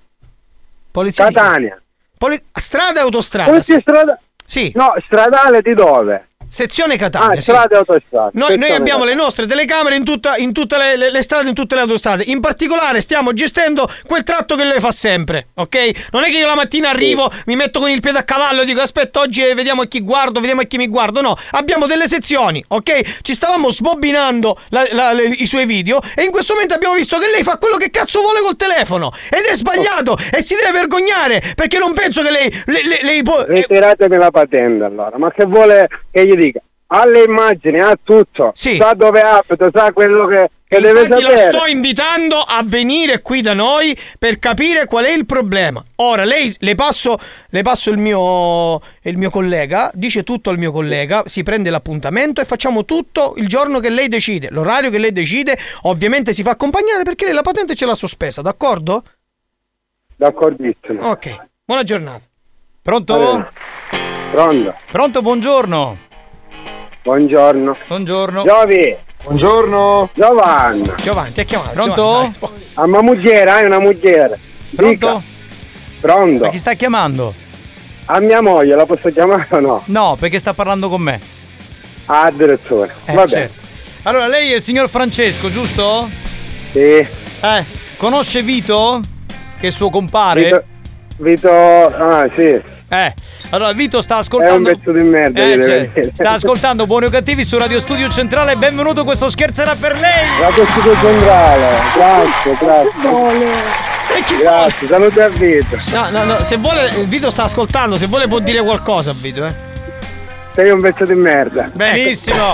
[SPEAKER 14] Polizia
[SPEAKER 17] Catania.
[SPEAKER 14] Poli- strada e autostrada?
[SPEAKER 17] Polizia strada?
[SPEAKER 14] Sì.
[SPEAKER 17] No, stradale di dove?
[SPEAKER 14] Sezione Catania.
[SPEAKER 17] Ah,
[SPEAKER 14] sì.
[SPEAKER 17] strada e autostrada.
[SPEAKER 14] Noi, noi
[SPEAKER 17] Sezione
[SPEAKER 14] abbiamo
[SPEAKER 17] Catania.
[SPEAKER 14] le nostre telecamere in, tutta- in tutte le, le- le strade, in tutte le autostrade. In particolare stiamo gestendo quel tratto che lei fa sempre, ok? Non è che io la mattina arrivo, mi metto con il piede a cavallo e dico aspetta oggi eh, vediamo a chi guardo, vediamo a chi mi guardo. No, abbiamo delle sezioni, ok? Ci stavamo sbobbinando la- la- le- i suoi video e in questo momento abbiamo visto che lei fa quello che cazzo vuole col telefono. Ed è sbagliato e si deve vergognare perché non penso che lei... lei, lei- lei può-
[SPEAKER 17] Ritiratemi la patente allora, ma che vuole che gli dica? Ha le immagini, ha tutto, sa dove abito, sa quello che, che deve
[SPEAKER 14] Infatti la
[SPEAKER 17] sapere.
[SPEAKER 14] sto invitando a venire qui da noi per capire qual è il problema. Ora, lei le passo, le passo il, mio, il mio collega, dice tutto al mio collega, si prende l'appuntamento e facciamo tutto il giorno che lei decide, l'orario che lei decide. Ovviamente si fa accompagnare perché lei la patente ce l'ha sospesa, d'accordo?
[SPEAKER 17] D'accordissimo.
[SPEAKER 14] Ok, buona giornata.
[SPEAKER 8] Pronto?
[SPEAKER 17] Pronto?
[SPEAKER 8] Pronto, buongiorno.
[SPEAKER 17] Buongiorno.
[SPEAKER 8] Buongiorno.
[SPEAKER 17] Giovi. Buongiorno. Giovanni.
[SPEAKER 14] Giovanni, ti ha chiamato.
[SPEAKER 8] Pronto?
[SPEAKER 17] A ma mogliere, hai una mogliere. Pronto? Pronto.
[SPEAKER 8] Ma chi sta chiamando?
[SPEAKER 17] A mia moglie, la posso chiamare o no?
[SPEAKER 8] No, perché sta parlando con me.
[SPEAKER 17] Ah, addirittura.
[SPEAKER 8] Eh,
[SPEAKER 17] Va bene.
[SPEAKER 8] certo. Allora, lei è il signor Francesco, giusto?
[SPEAKER 17] Sì.
[SPEAKER 8] Eh, conosce Vito? Che è suo compare?
[SPEAKER 17] Vito, Vito- ah sì,
[SPEAKER 8] Eh, allora Vito sta
[SPEAKER 17] è un
[SPEAKER 8] ascoltando...
[SPEAKER 17] pezzo di merda.
[SPEAKER 8] Eh,
[SPEAKER 17] glielo
[SPEAKER 8] certo.
[SPEAKER 17] vedo.
[SPEAKER 8] Sta ascoltando Buoni o Cattivi su Radio Studio Centrale. Benvenuto, questo scherzo era per lei.
[SPEAKER 17] Radio Studio Centrale, grazie, grazie. Grazie, saluti a Vito.
[SPEAKER 14] No, no, no, se vuole, Vito sta ascoltando, se vuole può dire qualcosa a Vito, eh.
[SPEAKER 17] Sei un pezzo di merda.
[SPEAKER 8] Benissimo.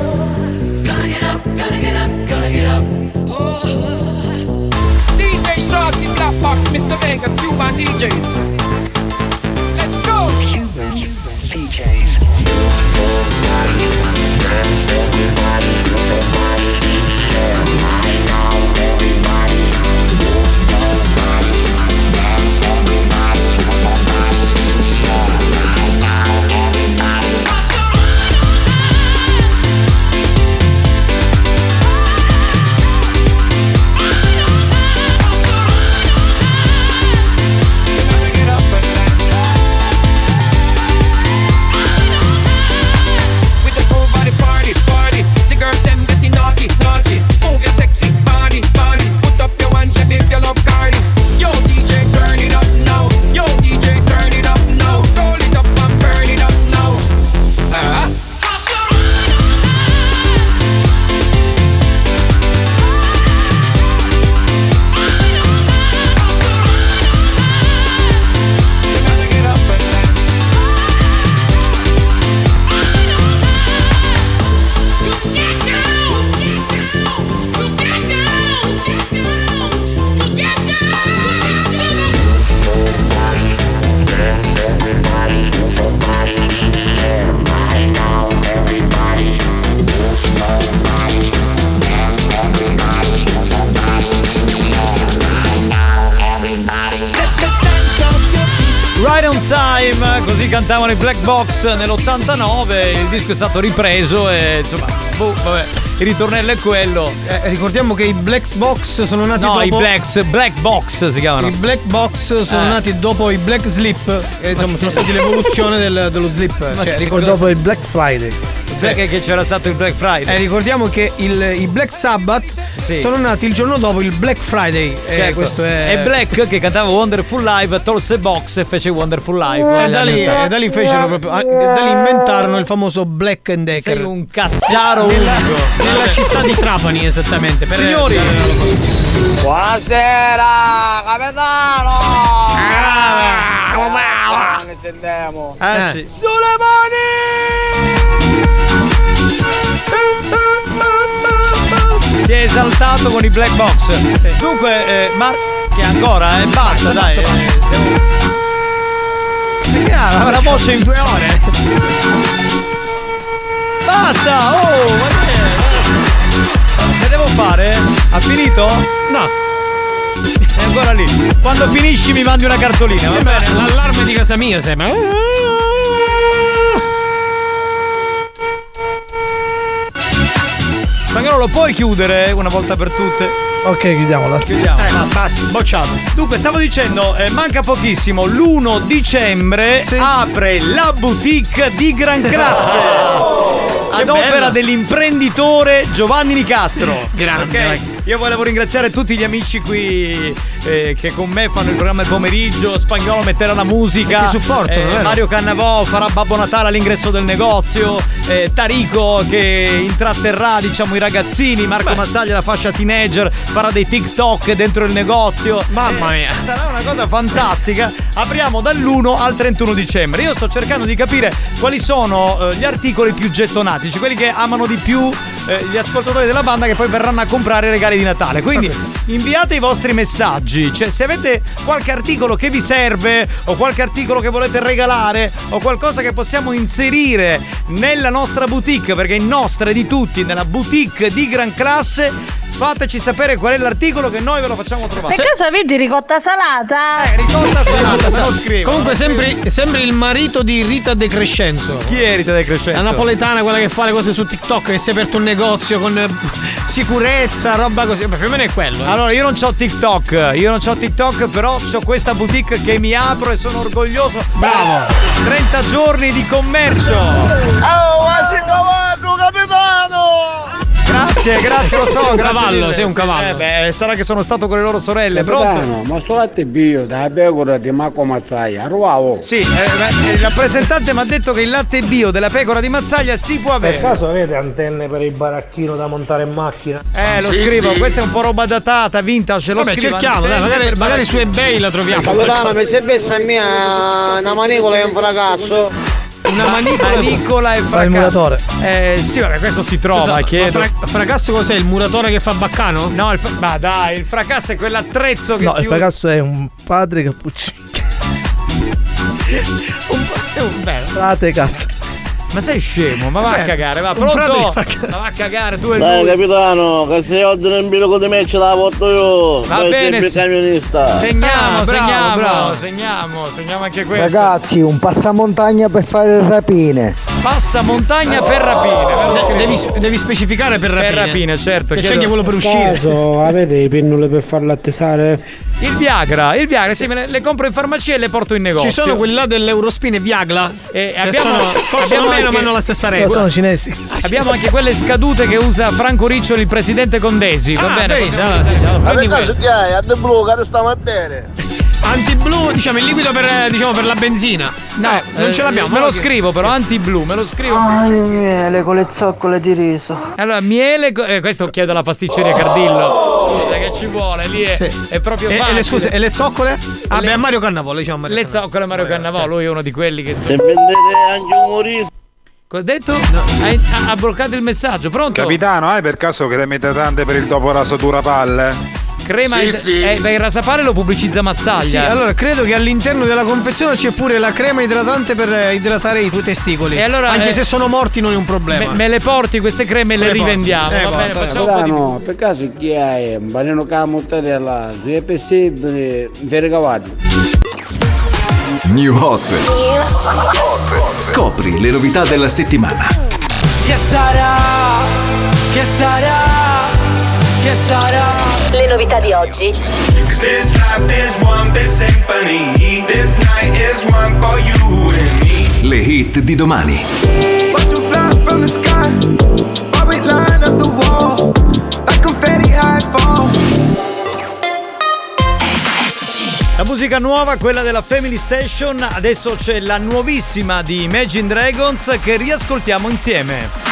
[SPEAKER 3] DJ Shorty, Black Box, Mr. Vegas, Cuban DJs. Let's go! Cuban DJs. with the whole body party, party. The girls them getting naughty, naughty. Move your sexy body, body. Put up your hands shape if you love Cardi. Yo DJ, turn it up now. Yo DJ, turn it up now. Roll it up and burn it up now. Uh-huh.
[SPEAKER 8] Right on time, così cantavano i Black Box nell'89, il disco è stato ripreso e insomma, boh, vabbè. Il ritornello è quello.
[SPEAKER 38] Eh, ricordiamo che i Black Box sono nati
[SPEAKER 8] No,
[SPEAKER 38] dopo.
[SPEAKER 8] i blacks, black box si chiamano.
[SPEAKER 38] I Black Box sono
[SPEAKER 8] Eh.
[SPEAKER 38] nati dopo i Black Slip. che, insomma, sono stati l'evoluzione del- dello slip.
[SPEAKER 8] Ma certo,
[SPEAKER 38] Cioè,
[SPEAKER 8] che-
[SPEAKER 38] ricordiamo-
[SPEAKER 39] Dopo il Black Friday.
[SPEAKER 8] Sai che, che c'era stato il Black Friday?
[SPEAKER 38] eh, ricordiamo che il- i Black Sabbath
[SPEAKER 8] Sì.
[SPEAKER 38] sono nati il giorno dopo il Black Friday. Eh,
[SPEAKER 8] Certo.
[SPEAKER 38] questo è.
[SPEAKER 8] E Black che cantava Wonderful Live tolse Box e fece Wonderful Live.
[SPEAKER 38] E Eh, da, lì, e da lì fecero proprio. ah, Da lì inventarono il famoso Black and Decker.
[SPEAKER 8] Sei un cazzaro
[SPEAKER 38] nella,
[SPEAKER 8] unico.
[SPEAKER 38] nella città di Trapani, esattamente. per-
[SPEAKER 8] Signori!
[SPEAKER 11] Buonasera, capitano! Brava! Che sentiamo?
[SPEAKER 8] Ah, Eh, sì.
[SPEAKER 11] Sulle mani!
[SPEAKER 8] Si è esaltato con i black box. Dunque, eh, Mar- che ancora, eh, basta, dai. Perché ha la voce in due ore? Basta! Oh, ma che è? Che devo fare? Ha finito? No. È ancora lì. Quando finisci mi mandi una cartolina. va
[SPEAKER 14] Sembra
[SPEAKER 8] bene?
[SPEAKER 14] l'allarme di casa mia, sembra.
[SPEAKER 8] Ma che non lo puoi chiudere una volta per tutte?
[SPEAKER 39] Ok, chiudiamola.
[SPEAKER 8] Chiudiamo. bocciato. Dunque, stavo dicendo, eh, manca pochissimo. L'1 dicembre apre la boutique di gran classe. Ad
[SPEAKER 40] Che
[SPEAKER 8] opera
[SPEAKER 40] bello.
[SPEAKER 8] dell'imprenditore Giovanni Nicastro.
[SPEAKER 40] Grande,
[SPEAKER 8] Ok?
[SPEAKER 40] vai.
[SPEAKER 8] Io volevo ringraziare tutti gli amici qui eh, che con me fanno il programma il pomeriggio. Spagnolo metterà la musica. Eh,
[SPEAKER 40] E ti supportano, vero?
[SPEAKER 8] Mario Cannavò farà Babbo Natale all'ingresso del negozio. eh, Tarico che intratterrà diciamo i ragazzini. Marco Mazzaglia, la fascia teenager, farà dei TikTok dentro il negozio. Mamma mia! Sarà una cosa fantastica. Apriamo dall'1 al 31 dicembre. Io sto cercando di capire quali sono eh, gli articoli più gettonati, cioè quelli che amano di più eh, gli ascoltatori della banda che poi verranno a comprare i regali di Natale. Quindi inviate i vostri messaggi, cioè se avete qualche articolo che vi serve o qualche articolo che volete regalare o qualcosa che possiamo inserire nella nostra boutique, perché è nostra è di tutti, nella boutique di gran classe, fateci sapere qual è l'articolo che noi ve lo facciamo trovare.
[SPEAKER 19] Per caso avete ricotta salata? Eh,
[SPEAKER 8] ricotta salata, se Esatto, lo scrivo.
[SPEAKER 14] Comunque sembri, sembri il marito di Rita De Crescenzo.
[SPEAKER 8] Chi è Rita De Crescenzo?
[SPEAKER 14] La napoletana, quella che fa le cose su TikTok, che si è aperto un negozio con eh, sicurezza, roba così. Beh, più o meno è quello. eh.
[SPEAKER 8] Allora, io non ho TikTok, io non ho TikTok, però ho questa boutique che mi apro e sono orgoglioso. Bravo! 30 giorni di commercio!
[SPEAKER 11] Oh, ma sei cavallo, capitano!
[SPEAKER 8] Grazie, grazie, lo so,
[SPEAKER 11] Sei un
[SPEAKER 8] grazie
[SPEAKER 11] cavallo,
[SPEAKER 8] mille.
[SPEAKER 11] sei un cavallo.
[SPEAKER 8] Eh beh, sarà che sono stato con le loro sorelle, pronto?
[SPEAKER 17] Capitano, ma sto latte bio da pecora di Marco Mazzaia, ruavo.
[SPEAKER 8] Sì, eh, beh, il rappresentante mi ha detto che il latte bio della pecora di Mazzaglia si può avere.
[SPEAKER 41] Per caso avete antenne per il baracchino da montare in macchina?
[SPEAKER 8] Eh, lo scrivo, questa è un po' roba datata, vintage, lo
[SPEAKER 41] Vabbè,
[SPEAKER 8] scrivo.
[SPEAKER 41] cerchiamo, dai, magari- magari su eBay la troviamo.
[SPEAKER 15] Capitano, mi servesse a me una manicola e un fracazzo.
[SPEAKER 8] Una manicola, e
[SPEAKER 39] Fra il muratore.
[SPEAKER 8] Eh, sì, vabbè, questo si
[SPEAKER 14] Scusa,
[SPEAKER 8] trova,
[SPEAKER 14] ma
[SPEAKER 8] chiedo.
[SPEAKER 14] fra- fracasso cos'è? Il muratore che fa baccano?
[SPEAKER 8] No, il fra- ma dai, il fracasso è quell'attrezzo che
[SPEAKER 39] No,
[SPEAKER 8] si
[SPEAKER 39] il
[SPEAKER 8] usa.
[SPEAKER 39] fracasso è un padre cappuccino. Frate cazzo.
[SPEAKER 8] Ma sei scemo, ma va a cagare, va, pronto? Ma va a cagare, tu e
[SPEAKER 15] Dai
[SPEAKER 8] lui.
[SPEAKER 15] capitano, che se oggi non mi con di me ce la porto io.
[SPEAKER 8] Va
[SPEAKER 15] Dai,
[SPEAKER 8] bene,
[SPEAKER 15] sempre
[SPEAKER 8] sì.
[SPEAKER 15] camionista.
[SPEAKER 8] Segniamo,
[SPEAKER 15] Ah, bravo,
[SPEAKER 8] segniamo,
[SPEAKER 15] bravo.
[SPEAKER 8] segniamo, segniamo anche questo.
[SPEAKER 16] Ragazzi, un passamontagna per fare il rapine.
[SPEAKER 8] Passa
[SPEAKER 16] Eh.
[SPEAKER 8] montagna per rapine.
[SPEAKER 14] Devi, devi specificare per rapine.
[SPEAKER 8] rapine, certo,
[SPEAKER 14] E
[SPEAKER 8] chiedo-
[SPEAKER 14] scegli quello per uscire.
[SPEAKER 17] Caso, avete i pennole per farlo attesare?
[SPEAKER 8] Il Viagra, il Viagra, sì, me le, le compro in farmacia e le porto in negozio.
[SPEAKER 14] Ci sono quelli là dell'Eurospin e Viagla.
[SPEAKER 8] E
[SPEAKER 14] abbiamo,
[SPEAKER 8] abbiamo,
[SPEAKER 14] costano
[SPEAKER 8] abbiamo
[SPEAKER 14] meno,
[SPEAKER 8] anche-
[SPEAKER 14] ma hanno la stessa
[SPEAKER 39] No,
[SPEAKER 14] regola.
[SPEAKER 39] sono cinesi.
[SPEAKER 8] Abbiamo anche quelle scadute che usa Franco Riccioli, il presidente Condesi. Va
[SPEAKER 14] Ah,
[SPEAKER 8] bene?
[SPEAKER 14] vedi,
[SPEAKER 8] possiamo-
[SPEAKER 14] allora, sì, sì, allora,
[SPEAKER 16] Ma per
[SPEAKER 14] prendi
[SPEAKER 16] caso
[SPEAKER 14] quello.
[SPEAKER 16] chi hai? A é, De Blue, che stiamo bene.
[SPEAKER 14] Antiblu, diciamo, il liquido per, eh, diciamo, per la benzina. No, non
[SPEAKER 8] eh,
[SPEAKER 14] ce l'abbiamo.
[SPEAKER 8] Me lo
[SPEAKER 14] allora che-
[SPEAKER 8] scrivo però, anti-blu, me lo scrivo.
[SPEAKER 16] miele con le zoccole di riso.
[SPEAKER 8] Allora, miele, co- eh, questo chiedo alla pasticceria Cardillo. Scusa, che ci vuole? Lì è, è proprio
[SPEAKER 14] E- e le
[SPEAKER 8] facile.
[SPEAKER 14] scuse, e
[SPEAKER 8] le zoccole?
[SPEAKER 14] Ah, beh, a
[SPEAKER 8] Mario Cannavò, diciamo Mario certo. Le zoccole a Mario Cannavò, lui è uno di quelli che...
[SPEAKER 15] Se vendete anche umorista.
[SPEAKER 8] Cosa ho detto? Hai- ha, ha bloccato il messaggio, pronto?
[SPEAKER 42] Capitano, hai per caso creme idratante per il dopo rasatura palle?
[SPEAKER 8] Crema
[SPEAKER 42] Sì,
[SPEAKER 8] il-
[SPEAKER 42] sì.
[SPEAKER 8] Eh, beh, il rasapale lo pubblicizza Mazzaglia.
[SPEAKER 14] Sì, allora credo che all'interno della confezione c'è pure la crema idratante per eh, idratare i tuoi testicoli.
[SPEAKER 8] E allora,
[SPEAKER 14] Anche
[SPEAKER 8] eh,
[SPEAKER 14] se sono morti non è un
[SPEAKER 8] me,
[SPEAKER 14] problema.
[SPEAKER 8] me le porti queste creme e le,
[SPEAKER 14] Le porti.
[SPEAKER 8] rivendiamo.
[SPEAKER 14] Eh,
[SPEAKER 8] Ah, va bene,
[SPEAKER 14] guarda,
[SPEAKER 8] facciamo un po' di...
[SPEAKER 17] Capitano, per caso chi hai? Un panino con la mozzarella, se è possibile, vergavati.
[SPEAKER 29] New Hot. Scopri le novità della settimana.
[SPEAKER 3] Che sarà
[SPEAKER 25] Che sarà? Che sarà?
[SPEAKER 23] Le novità di oggi.
[SPEAKER 25] This life is one big symphony. This night is one for you and me.
[SPEAKER 4] Le hit di domani.
[SPEAKER 25] Watch 'em fly from the sky. While we line up the wall. Like confetti high fall.
[SPEAKER 8] La musica nuova, quella della Family Station, adesso c'è la nuovissima di Imagine Dragons che riascoltiamo insieme.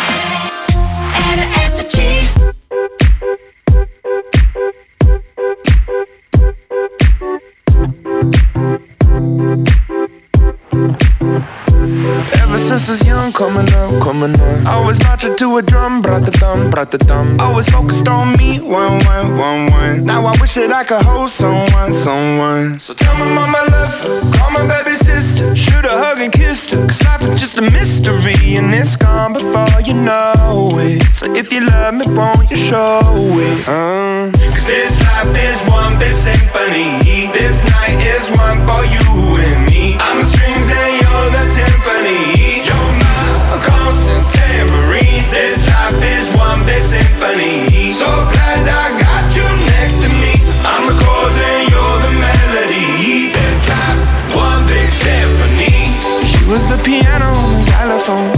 [SPEAKER 25] Ever since I was young, coming up, coming up. I was marching to a drum, brought the thumb, brought the thumb. Always focused on me, one, one, one, one. Now I wish that I could hold someone, someone. So tell my mama love, her, call my baby sister, shoot a hug and kiss her. Cause life is just a mystery, and it's gone before you know it. So if you love me, won't you show it? Uh. Cause this life is one big symphony. This night is one for you and me. I'm the strings and you're the timpani. You're my constant tambourine. This life is one big symphony. So glad I got you next to me. I'm the chords and you're the melody. This life's one big symphony. She was the piano on the xylophone.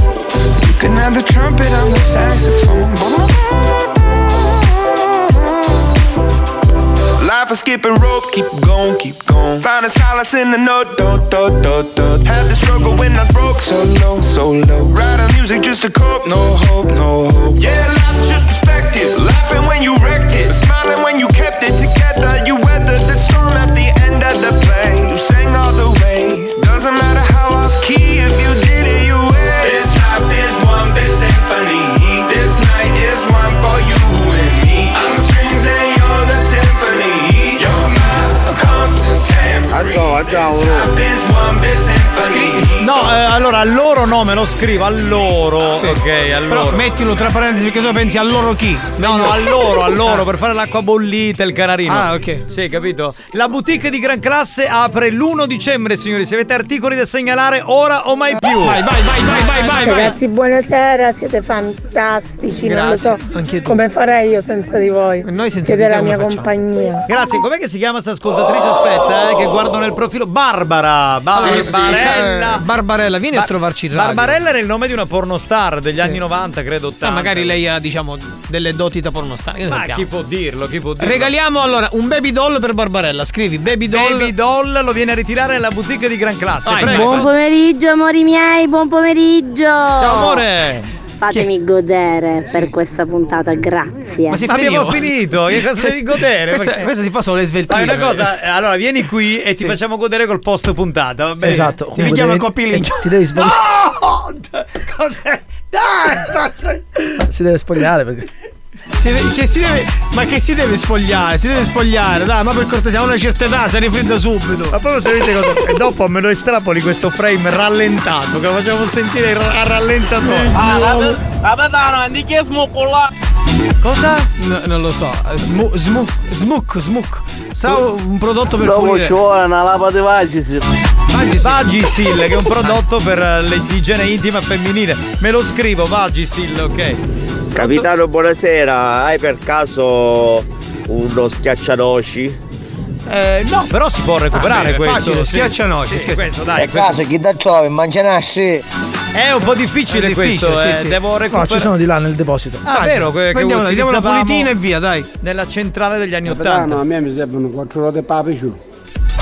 [SPEAKER 25] You can add the trumpet on the saxophone. Life is skipping rope, keep going, keep going. Finding solace in the note, do, do, do, do. Had the struggle when I was broke, so low, so low. Writing music just to cope, no hope, no hope. Yeah, life is just perspective. Laughing when you wrecked it, smiling when you kept it together. You weathered the storm at the end of the play. You sang all the way. Doesn't matter how off key, if you did it, you win. This life is one big symphony. This night is one for you and me. I'm the strings and you're the timpani. You're my constant tambourine. This life is one big symphony.
[SPEAKER 8] No, eh, allora al loro nome lo scrivo, a loro. Ok, a loro.
[SPEAKER 30] Però mettilo tra parentesi perché sennò pensi a loro chi?
[SPEAKER 8] No, no, a loro, a loro, per fare l'acqua bollita, il canarino.
[SPEAKER 30] Ah, ok.
[SPEAKER 8] Sì, capito? La boutique di Gran Classe apre l'1 dicembre, signori. Se avete articoli da segnalare, ora o mai più.
[SPEAKER 30] Vai, vai, vai, vai, vai, vai.
[SPEAKER 7] Ragazzi, buonasera, siete fantastici.
[SPEAKER 30] Grazie,
[SPEAKER 7] non lo so
[SPEAKER 30] anche tu.
[SPEAKER 7] come farei io senza di voi.
[SPEAKER 30] noi senza
[SPEAKER 7] siete
[SPEAKER 30] di te
[SPEAKER 7] la
[SPEAKER 30] come
[SPEAKER 7] mia
[SPEAKER 30] facciamo?
[SPEAKER 7] compagnia.
[SPEAKER 8] Grazie, com'è che si chiama sta ascoltatrice? Aspetta, eh, che guardo nel profilo. Barbara.
[SPEAKER 30] Sì, sì.
[SPEAKER 8] Barbarella.
[SPEAKER 30] Eh, Barbarella, vieni a trovarci in radio.
[SPEAKER 8] Barbarella era il nome di una pornostar degli anni 90, credo 80.
[SPEAKER 30] Ah, magari lei ha, diciamo, delle doti da pornostar. Che ne
[SPEAKER 8] Ma
[SPEAKER 30] sappiamo?
[SPEAKER 8] chi può dirlo? Chi può dirlo?
[SPEAKER 30] Regaliamo allora un baby doll per Barbarella. Scrivi baby doll.
[SPEAKER 8] Baby doll lo viene a ritirare alla boutique di Gran Classe.
[SPEAKER 30] Vai,
[SPEAKER 8] Prego.
[SPEAKER 7] Buon pomeriggio, amori miei, buon pomeriggio.
[SPEAKER 8] Ciao amore.
[SPEAKER 7] Fatemi godere per questa puntata, grazie.
[SPEAKER 30] Ma si
[SPEAKER 8] Ma abbiamo
[SPEAKER 30] finiva.
[SPEAKER 8] finito, che cosa devi godere?
[SPEAKER 30] Questa,
[SPEAKER 8] Perché-
[SPEAKER 30] questa si fa solo le
[SPEAKER 8] Fai
[SPEAKER 30] sveltine.
[SPEAKER 8] una cosa, eh, allora vieni qui e ti facciamo godere col post puntata, va bene?
[SPEAKER 15] Esatto,
[SPEAKER 8] Ti
[SPEAKER 15] comunque
[SPEAKER 8] chiamo
[SPEAKER 15] devi-
[SPEAKER 8] Copilink.
[SPEAKER 15] eh, ti devi sbag-
[SPEAKER 8] Oh! d- Cos'è? Dai! faccia-
[SPEAKER 15] Si deve spogliare perché.
[SPEAKER 30] Si ve- che si deve- ma che si deve spogliare? Si deve spogliare, dai, ma per cortesia, ha una certa età, si rifredda subito.
[SPEAKER 8] Ma proprio sapete cosa? E dopo me lo estrapoli questo frame rallentato, che lo facciamo sentire il ra- rallentatore.
[SPEAKER 11] Ah, Capitano, andi che smucola.
[SPEAKER 8] Cosa?
[SPEAKER 30] No, non lo so. Smu, smu, smuc, smuc. Sa un prodotto per
[SPEAKER 13] Dopo
[SPEAKER 30] pulire.
[SPEAKER 13] ci vuole una lapa di vagisi.
[SPEAKER 8] Vagisil, che è un prodotto per eh, l'igiene intima femminile. Me lo scrivo, Vagisil, ok.
[SPEAKER 18] Capitano, buonasera. Hai per caso uno schiaccianoci?
[SPEAKER 8] Eh, no, però si può recuperare
[SPEAKER 30] bene,
[SPEAKER 8] questo.
[SPEAKER 30] facile,
[SPEAKER 8] sì,
[SPEAKER 30] schiaccianoci,
[SPEAKER 8] sì,
[SPEAKER 30] schiaccianoci.
[SPEAKER 8] questo, dai. questo.
[SPEAKER 13] chi da trovi? Mangianasci.
[SPEAKER 8] È un po' difficile, questo, eh. devo
[SPEAKER 15] No, ci
[SPEAKER 8] recuperare.
[SPEAKER 15] sono di là nel deposito.
[SPEAKER 8] Ah, vero, que- che
[SPEAKER 30] Vediamo, vediamo la
[SPEAKER 8] utilizzavamo
[SPEAKER 30] pulitina e via, dai.
[SPEAKER 8] Nella centrale degli anni
[SPEAKER 26] Capitano,
[SPEAKER 8] 80.
[SPEAKER 26] a me mi servono quattro rote papici.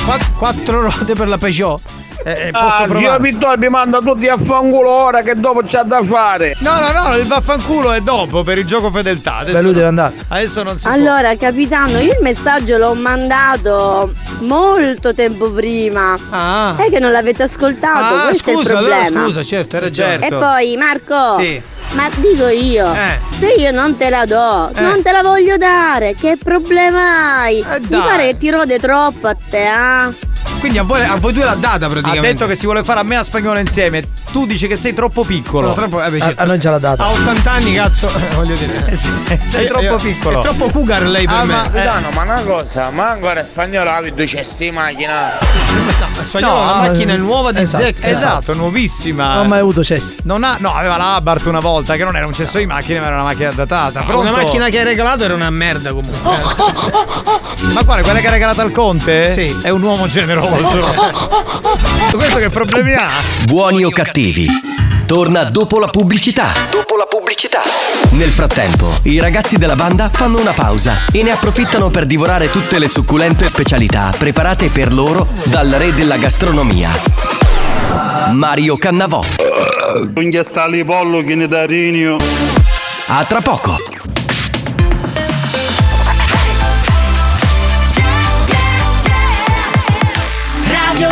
[SPEAKER 30] Qua- quattro ruote per la Peugeot. Eh, eh, posso
[SPEAKER 33] Ah, zio
[SPEAKER 30] provare?
[SPEAKER 33] Vittorio mi manda tutti a fanculo ora che dopo c'è da fare.
[SPEAKER 8] No, no, no, il vaffanculo è dopo per il gioco fedeltà. Adesso,
[SPEAKER 15] Beh, lui deve andare.
[SPEAKER 8] adesso non si
[SPEAKER 7] Allora, capitano, io il messaggio l'ho mandato molto tempo prima.
[SPEAKER 30] Ah.
[SPEAKER 7] È che non l'avete ascoltato,
[SPEAKER 30] Ah,
[SPEAKER 7] questo
[SPEAKER 30] scusa,
[SPEAKER 7] è il
[SPEAKER 30] allora
[SPEAKER 7] problema.
[SPEAKER 30] scusa, certo, hai ragione.
[SPEAKER 7] E poi Marco,
[SPEAKER 30] Sì.
[SPEAKER 7] ma dico io,
[SPEAKER 30] Eh.
[SPEAKER 7] se io non te la do,
[SPEAKER 30] Eh.
[SPEAKER 7] non te la voglio dare, che problema hai? Mi
[SPEAKER 30] dai.
[SPEAKER 7] pare che ti rode troppo a te, ah.
[SPEAKER 30] Quindi a voi, a voi due l'ha data
[SPEAKER 8] può. Ha
[SPEAKER 30] praticamente.
[SPEAKER 8] detto che si vuole fare a me e a spagnolo insieme. tu dici che sei troppo piccolo.
[SPEAKER 14] Sono troppo- eh beh,
[SPEAKER 43] A,
[SPEAKER 14] certo.
[SPEAKER 43] a noi ce l'ha data.
[SPEAKER 14] A 80 anni, cazzo, voglio
[SPEAKER 43] Eh,
[SPEAKER 14] dire.
[SPEAKER 8] sei
[SPEAKER 14] Io-
[SPEAKER 8] Eh, troppo
[SPEAKER 14] io-
[SPEAKER 8] piccolo.
[SPEAKER 14] È troppo cougar lei per
[SPEAKER 11] ah,
[SPEAKER 14] me.
[SPEAKER 11] ma
[SPEAKER 14] Eh,
[SPEAKER 11] Capitano, ma una cosa, ma ancora in spagnolo avevi due cessi di macchina.
[SPEAKER 8] No, spagnolo, la macchina è nuova di
[SPEAKER 43] esatto,
[SPEAKER 8] Zecca.
[SPEAKER 43] esatto.
[SPEAKER 8] Esatto, nuovissima.
[SPEAKER 43] Non ho mai avuto cessi.
[SPEAKER 8] Non ha, no, aveva la Abarth una volta, che non era un cesso di macchine, ma era Ah, una macchina datata. Pronto?
[SPEAKER 14] Una macchina che hai regalato era una merda comunque.
[SPEAKER 8] Ma guarda, quella che ha regalato al Conte sì. è un uomo generoso. Questo che problemi ha?
[SPEAKER 4] Buoni o cattivi? Torna dopo la pubblicità. Dopo la pubblicità. Nel frattempo, i ragazzi della banda fanno una pausa e ne approfittano per divorare tutte le succulente specialità preparate per loro dal re della gastronomia. Mario Cannavò.
[SPEAKER 44] Unghia sta lì pollo che ne da rinio.
[SPEAKER 4] A tra poco.
[SPEAKER 3] Radio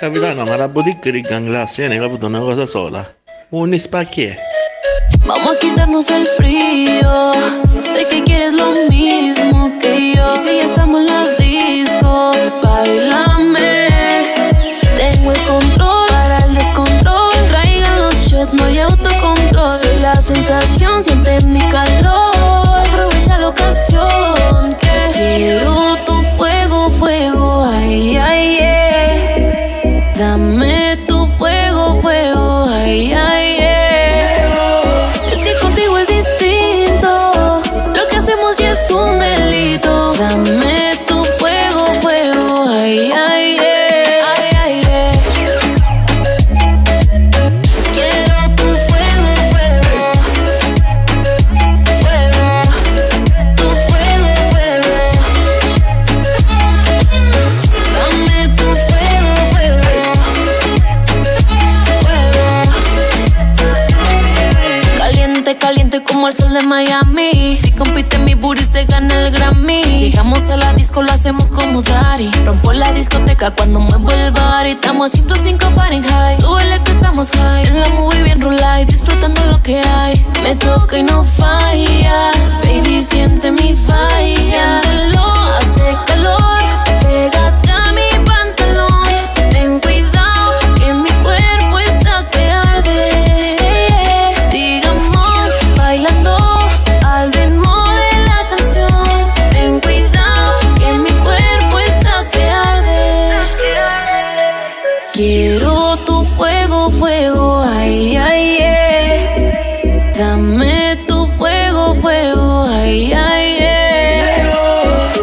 [SPEAKER 15] Capitano, ma la boutique di Ganglassi viene capito una cosa sola. Un spacchier.
[SPEAKER 6] Vamos a quitarnos el frío. Sé que quieres lo mismo que yo. Y si ya estamos en la disco, bailame. Tengo el control para el descontrol. Que traigan los shots, no hay autocontrol. Soy la sensación, siente mi calor. Aprovecha la ocasión que quiero tu fuego, fuego. Ay, ay, ay. Dame tu fuego, fuego. Ay, ay, ay. Es que contigo es distinto. Lo que hacemos ya es un delito. Dame tu fuego, fuego. Ay, ay, ay, ay, ay, ay. Quiero tu fuego, fuego. Fuego. Tu fuego, fuego. Dame tu fuego, fuego. Fuego. Caliente, caliente como el sol de Miami. Si compite mi booty se gana el Grammy. Llegamos a la disco, lo hacemos como Dari. Rompo la discoteca cuando muevo el bar. Estamos a 105 Fahrenheit. Súbele que estamos high. En la movie bien rulay, disfrutando lo que hay. Me toca y no falla. Baby, siente mi falla. Siéntelo, hace calor. Pégate a mi pantalón. Ten cuidado que mi cuerpo está que arde. Sigamos bailando al ritmo de la canción. Ten cuidado que mi cuerpo está que arde. Quiero tu fuego, fuego, ay, ay, ay. Dame tu fuego, fuego, ay, ay, ay.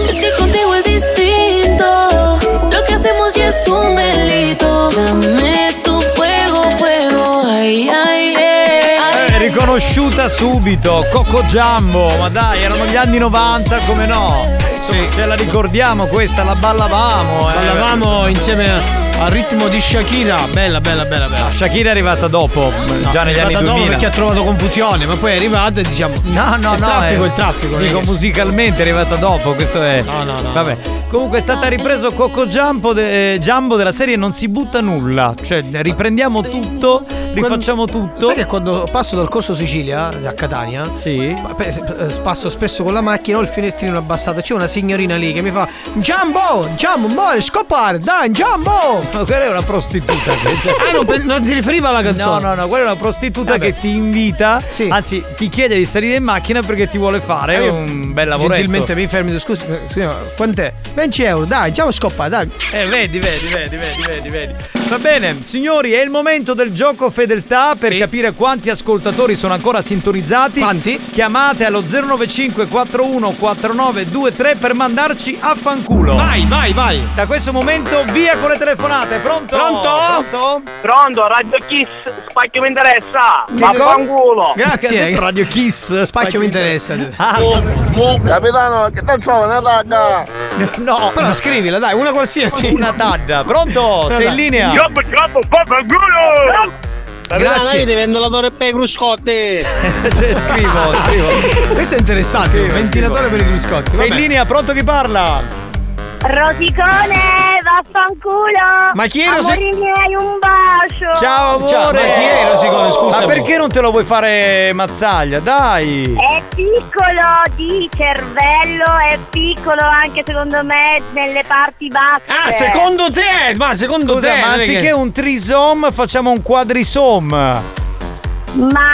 [SPEAKER 6] Es que contigo es distinto. Lo que hacemos ya es un delito. Dame tu fuego, fuego, ay, ay, eh. ay.
[SPEAKER 8] È Eh, riconosciuta subito, Coco Giambo, ma dai, erano gli anni 90, come no? Insomma, Ce la ricordiamo questa, la ballavamo. Eh.
[SPEAKER 14] Ballavamo insieme al ritmo di Shakira. Bella, bella, bella, bella.
[SPEAKER 8] Shakira è arrivata dopo, già
[SPEAKER 14] è
[SPEAKER 8] negli anni
[SPEAKER 14] arrivata dopo
[SPEAKER 8] 2000.
[SPEAKER 14] perché ha trovato confusione, ma poi è arrivata e diciamo
[SPEAKER 8] No, no,
[SPEAKER 14] il
[SPEAKER 8] no.
[SPEAKER 14] traffico,
[SPEAKER 8] eh,
[SPEAKER 14] il traffico.
[SPEAKER 8] Dico
[SPEAKER 14] non è che-
[SPEAKER 8] musicalmente è arrivata dopo, questo è.
[SPEAKER 14] No, no, no.
[SPEAKER 8] Vabbè. Comunque è stata ripreso Coco Jumbo, de- eh, Jumbo della serie Non si butta nulla. Cioè, riprendiamo tutto, rifacciamo tutto.
[SPEAKER 14] Sai che quando passo dal corso Sicilia a Catania,
[SPEAKER 8] sì.
[SPEAKER 14] eh, passo spesso con la macchina, ho il finestrino abbassato, c'è una signorina lì che mi fa Giambo, Giambo, muore, scopare, dai, Giambo!
[SPEAKER 8] Ma quella è una prostituta.
[SPEAKER 14] ah, non, pe- non si riferiva alla
[SPEAKER 8] No,
[SPEAKER 14] canzone.
[SPEAKER 8] no, no, quella è una prostituta
[SPEAKER 14] Vabbè.
[SPEAKER 8] che ti invita, anzi ti chiede di salire in macchina perché ti vuole fare
[SPEAKER 14] Eh, io
[SPEAKER 8] un bel lavoretto.
[SPEAKER 14] Gentilmente mi fermi, scusi, eh, signora, quant'è? 20 euro, dai, Giambo scoppa, dai.
[SPEAKER 8] Eh, vedi, vedi, vedi, vedi, vedi, vedi. Va bene, signori, è il momento del gioco fedeltà per capire quanti ascoltatori sono ancora sintonizzati. Quanti? Chiamate allo 095 41 4923 per mandarci a fanculo.
[SPEAKER 14] Vai, vai, vai.
[SPEAKER 8] Da questo momento via con le telefonate, pronto?
[SPEAKER 45] Pronto?
[SPEAKER 8] Pronto?
[SPEAKER 45] Pronto, Radio Kiss, spacchio mi interessa! Vaffanculo!
[SPEAKER 8] Grazie. Radio Kiss, spacchio mi interessa. Ah,
[SPEAKER 18] Capitano, che te trovo una tagga?
[SPEAKER 8] No,
[SPEAKER 14] però scrivila, dai, una qualsiasi.
[SPEAKER 8] Una tadda, pronto? Sei in linea?
[SPEAKER 45] Troppo, troppo, vaffanculo!
[SPEAKER 3] Grazie.
[SPEAKER 18] diventa l'autore per i cruscotti.
[SPEAKER 3] Cioè, scrivo, scrivo. Questo è interessante. ventilatore per i biscotti. Sei in
[SPEAKER 8] Vabbè.
[SPEAKER 3] linea, pronto chi parla?
[SPEAKER 7] Rosicone, vaffanculo!
[SPEAKER 3] Ma chi è Rosi-
[SPEAKER 7] Amori miei, un bacio!
[SPEAKER 8] Ciao amore!
[SPEAKER 3] ma chi è Rosicone, scusa?
[SPEAKER 8] Ma perché non te lo vuoi fare mazzaglia? Dai!
[SPEAKER 45] Eh,
[SPEAKER 7] È piccolo di cervello, è piccolo anche secondo me nelle parti basse.
[SPEAKER 14] Ah, secondo te? Ma secondo
[SPEAKER 8] Eh. Scusa,
[SPEAKER 14] te?
[SPEAKER 8] ma
[SPEAKER 14] non è che-
[SPEAKER 8] anziché un trisom facciamo un quadrisom.
[SPEAKER 7] Ma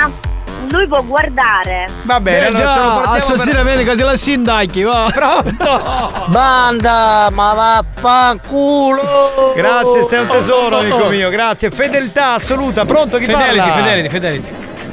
[SPEAKER 7] lui può guardare.
[SPEAKER 8] Va bene, allora ce lo portiamo per-
[SPEAKER 3] Assassina medica della Sindacchi, va.
[SPEAKER 8] Pronto!
[SPEAKER 18] Banda, ma vaffanculo!
[SPEAKER 14] Oh,
[SPEAKER 8] Grazie, sei un tesoro, amico mio, grazie. Fedeltà assoluta, pronto chi
[SPEAKER 3] Fidelity,
[SPEAKER 8] parla?
[SPEAKER 3] Fidelity, Fidelity.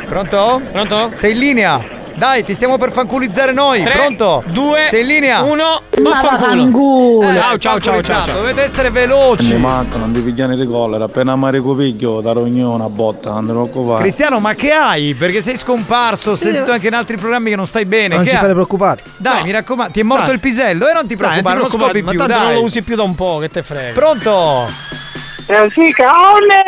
[SPEAKER 8] Pronto? Pronto? Sei in linea? Dai, ti stiamo per fanculizzare noi,
[SPEAKER 3] Tre,
[SPEAKER 8] pronto?
[SPEAKER 3] due,
[SPEAKER 8] Sei in linea?
[SPEAKER 3] uno,
[SPEAKER 8] Ma
[SPEAKER 3] vaffanculo.
[SPEAKER 8] Eh,
[SPEAKER 3] Ciao, ciao, ciao,
[SPEAKER 8] fanculizzato,
[SPEAKER 3] ciao, ciao.
[SPEAKER 8] Dovete essere veloci.
[SPEAKER 15] Mi manca, non devi pigliare di collera, appena mi ricopiglio darò ognuno una botta, non te lo preoccupare.
[SPEAKER 8] Cristiano, ma che hai? Perché sei scomparso, ho
[SPEAKER 46] Sì.
[SPEAKER 8] sentito anche in altri programmi che non stai bene.
[SPEAKER 46] Non
[SPEAKER 8] che
[SPEAKER 46] ci
[SPEAKER 8] hai?
[SPEAKER 46] fare preoccupare.
[SPEAKER 8] Dai, mi raccomando, ti è morto
[SPEAKER 46] Dai.
[SPEAKER 8] il pisello e non ti preoccupare, non, scopri
[SPEAKER 14] ma
[SPEAKER 8] più,
[SPEAKER 14] tanto
[SPEAKER 8] dai.
[SPEAKER 14] non lo usi più da un po', che te frega.
[SPEAKER 8] Pronto?
[SPEAKER 47] Eh,
[SPEAKER 7] Rosicone,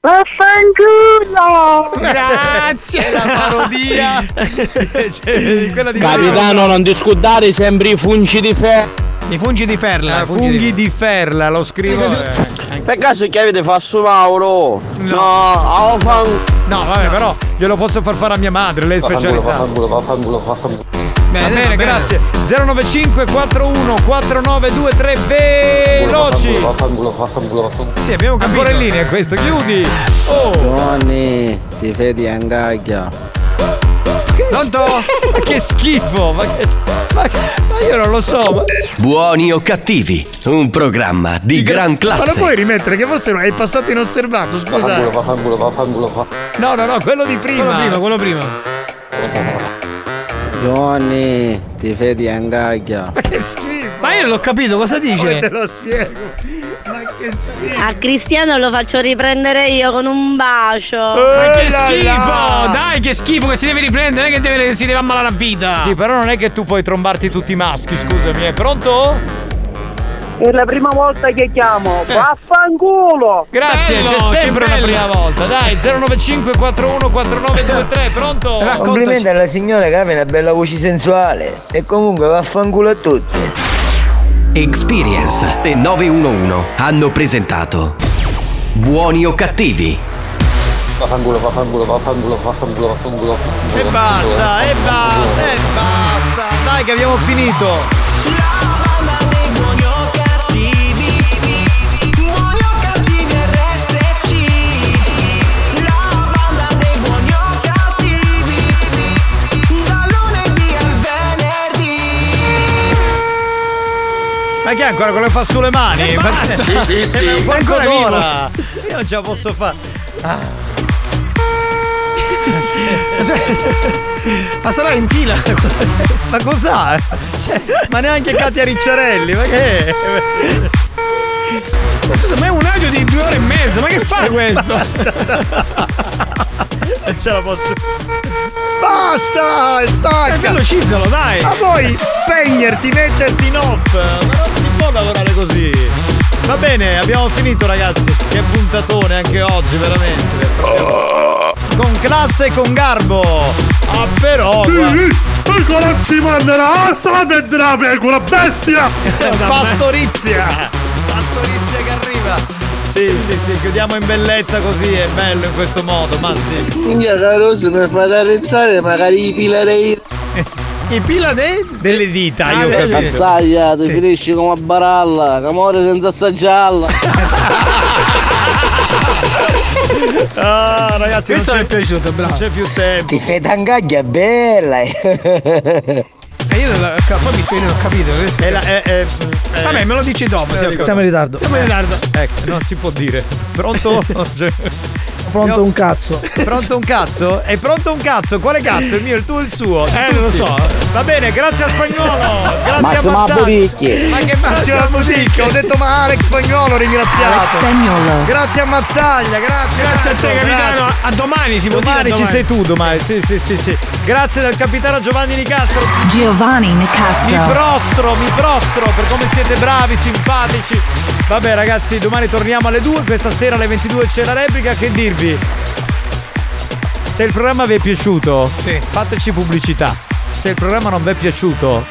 [SPEAKER 7] vaffanculo!
[SPEAKER 14] Grazie!
[SPEAKER 8] È la parodia cioè, quella di
[SPEAKER 9] Capitano, non discutare sempre i fungi di ferro.
[SPEAKER 3] I fungi di perla.
[SPEAKER 8] Ah, funghi, di ferla, lo scrivo. eh.
[SPEAKER 9] Per caso chi avete fatto Mauro? No, ho fan...
[SPEAKER 8] No, vabbè, però glielo posso far fare a mia madre, lei è specializzata. Va bene, grazie. 095 41 4923 veloci. Sì, abbiamo capito. Ancora in linea questo, chiudi. Oh.
[SPEAKER 9] Johnny, ti vedi angaglia.
[SPEAKER 8] Pronto? Ma che schifo, ma, che- ma- ma io non lo so. Ma...
[SPEAKER 4] Buoni o cattivi, un programma di gran
[SPEAKER 8] Ma lo
[SPEAKER 4] classe.
[SPEAKER 8] puoi rimettere? Che forse è passato inosservato, scusa. No, no, no, quello di prima.
[SPEAKER 14] Quello prima, quello prima.
[SPEAKER 9] Johnny, ti vedi angaglia.
[SPEAKER 14] Ma io non l'ho capito, cosa dice?
[SPEAKER 8] lo spiego.
[SPEAKER 48] A Cristiano lo faccio riprendere io con un bacio.
[SPEAKER 14] Ma
[SPEAKER 8] Eh,
[SPEAKER 14] che schifo! Dai, che schifo che si deve riprendere, non è che deve- si deve ammalare la vita!
[SPEAKER 47] Ah.
[SPEAKER 8] Sì, però non è che tu puoi trombarti tutti i maschi, scusami, è pronto?
[SPEAKER 47] È la prima volta che
[SPEAKER 8] Eh.
[SPEAKER 47] chiamo. Vaffanculo!
[SPEAKER 8] Grazie,
[SPEAKER 47] Bello,
[SPEAKER 8] c'è
[SPEAKER 47] che
[SPEAKER 8] sempre una
[SPEAKER 47] bello.
[SPEAKER 8] prima volta. Dai, 095 41 4923, pronto?
[SPEAKER 11] Complimenti alla signora che ha una bella voce sensuale e comunque vaffanculo a tutti.
[SPEAKER 4] Experience e 911 hanno presentato Buoni o cattivi.
[SPEAKER 49] Vaffanculo, vaffanculo, vaffanculo, vaffanculo, vaffanculo.
[SPEAKER 8] E basta, e basta, e basta. Dai che abbiamo finito. Ma che ancora quello che fa sulle mani?
[SPEAKER 22] E
[SPEAKER 8] Ma-
[SPEAKER 22] basta. Sì, sì, sì.
[SPEAKER 8] È un quarto
[SPEAKER 22] Ancora vivo.
[SPEAKER 8] d'ora. Io non ce la posso fare. Ah.
[SPEAKER 14] Ma sarà in fila?
[SPEAKER 8] ma cos'ha? Cioè, ma neanche Katia Ricciarelli, ma che è?
[SPEAKER 14] Ma scusa, ma è un audio di due ore e mezza, ma che fa questo?
[SPEAKER 8] Non ce la posso. Basta! Stacca!
[SPEAKER 22] Eh, velocizzalo, dai.
[SPEAKER 8] Ma poi spegnerti, metterti in off! Ma non si può lavorare così! Va bene, abbiamo finito ragazzi! Che puntatone anche oggi, veramente! Con classe e con garbo! Ah però!
[SPEAKER 22] Piccola si manderà a salve della pecora, bestia!
[SPEAKER 8] Pastorizia! Pastorizia che arriva! Sì, sì, sì, chiudiamo in bellezza così, è bello in questo modo, ma sì.
[SPEAKER 18] Minchia caroso
[SPEAKER 8] né?
[SPEAKER 18] mi fa arrezzare magari i pilarei
[SPEAKER 14] I pila dei?
[SPEAKER 8] Ah, Delle dita,
[SPEAKER 18] Ah,
[SPEAKER 14] io ho capito.
[SPEAKER 18] Mazzaglia, ti
[SPEAKER 14] Sì.
[SPEAKER 18] finisci come a baralla, camore senza assaggiarla.
[SPEAKER 8] Ah, ragazzi,
[SPEAKER 11] Questo
[SPEAKER 8] non
[SPEAKER 11] mi
[SPEAKER 8] c'è piaciuto, bravo. Non c'è più tempo.
[SPEAKER 11] Ti fai d'angaglia bella. eh.
[SPEAKER 14] E io non l'ho cap- poi mi spiego, non ho capito.
[SPEAKER 8] È la- è- è- è-
[SPEAKER 14] Vabbè, me lo dici dopo.
[SPEAKER 8] Siamo
[SPEAKER 14] sì, ok.
[SPEAKER 8] Siamo in ritardo.
[SPEAKER 14] Siamo in ritardo.
[SPEAKER 8] Ecco, non si può dire. Pronto? Cioè,
[SPEAKER 11] Pronto un cazzo.
[SPEAKER 8] pronto un cazzo? È pronto un cazzo? Quale cazzo? Il mio, il tuo, il suo? Eh, non lo so. Va bene, grazie a Spagnolo. Grazie
[SPEAKER 22] Massimo
[SPEAKER 8] a Mazzaglia.
[SPEAKER 22] Abuticchi.
[SPEAKER 8] Ma che Massimo
[SPEAKER 22] Massimo
[SPEAKER 8] Abuticchi? Ho detto ma Alex Spagnolo ringraziato.
[SPEAKER 22] Alex Spagnolo.
[SPEAKER 8] Grazie a Mazzaglia, grazie.
[SPEAKER 22] Grazie a te,
[SPEAKER 8] Marco,
[SPEAKER 22] capitano.
[SPEAKER 8] grazie.
[SPEAKER 22] A domani si può dire, a
[SPEAKER 8] Domani ci
[SPEAKER 22] domani.
[SPEAKER 8] sei tu, domani. Sì, sì, sì, sì. Grazie dal capitano Giovanni Nicastro.
[SPEAKER 50] Giovanni
[SPEAKER 8] Mi
[SPEAKER 50] Nicastro.
[SPEAKER 8] prostro, mi prostro per come siete bravi, simpatici. Vabbè ragazzi, domani torniamo alle 2, questa sera alle 22 c'è la replica, che dirvi? Se il programma vi è piaciuto, fateci pubblicità. Se il programma non vi è piaciuto,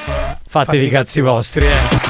[SPEAKER 8] fatevi i cazzi vostri, eh.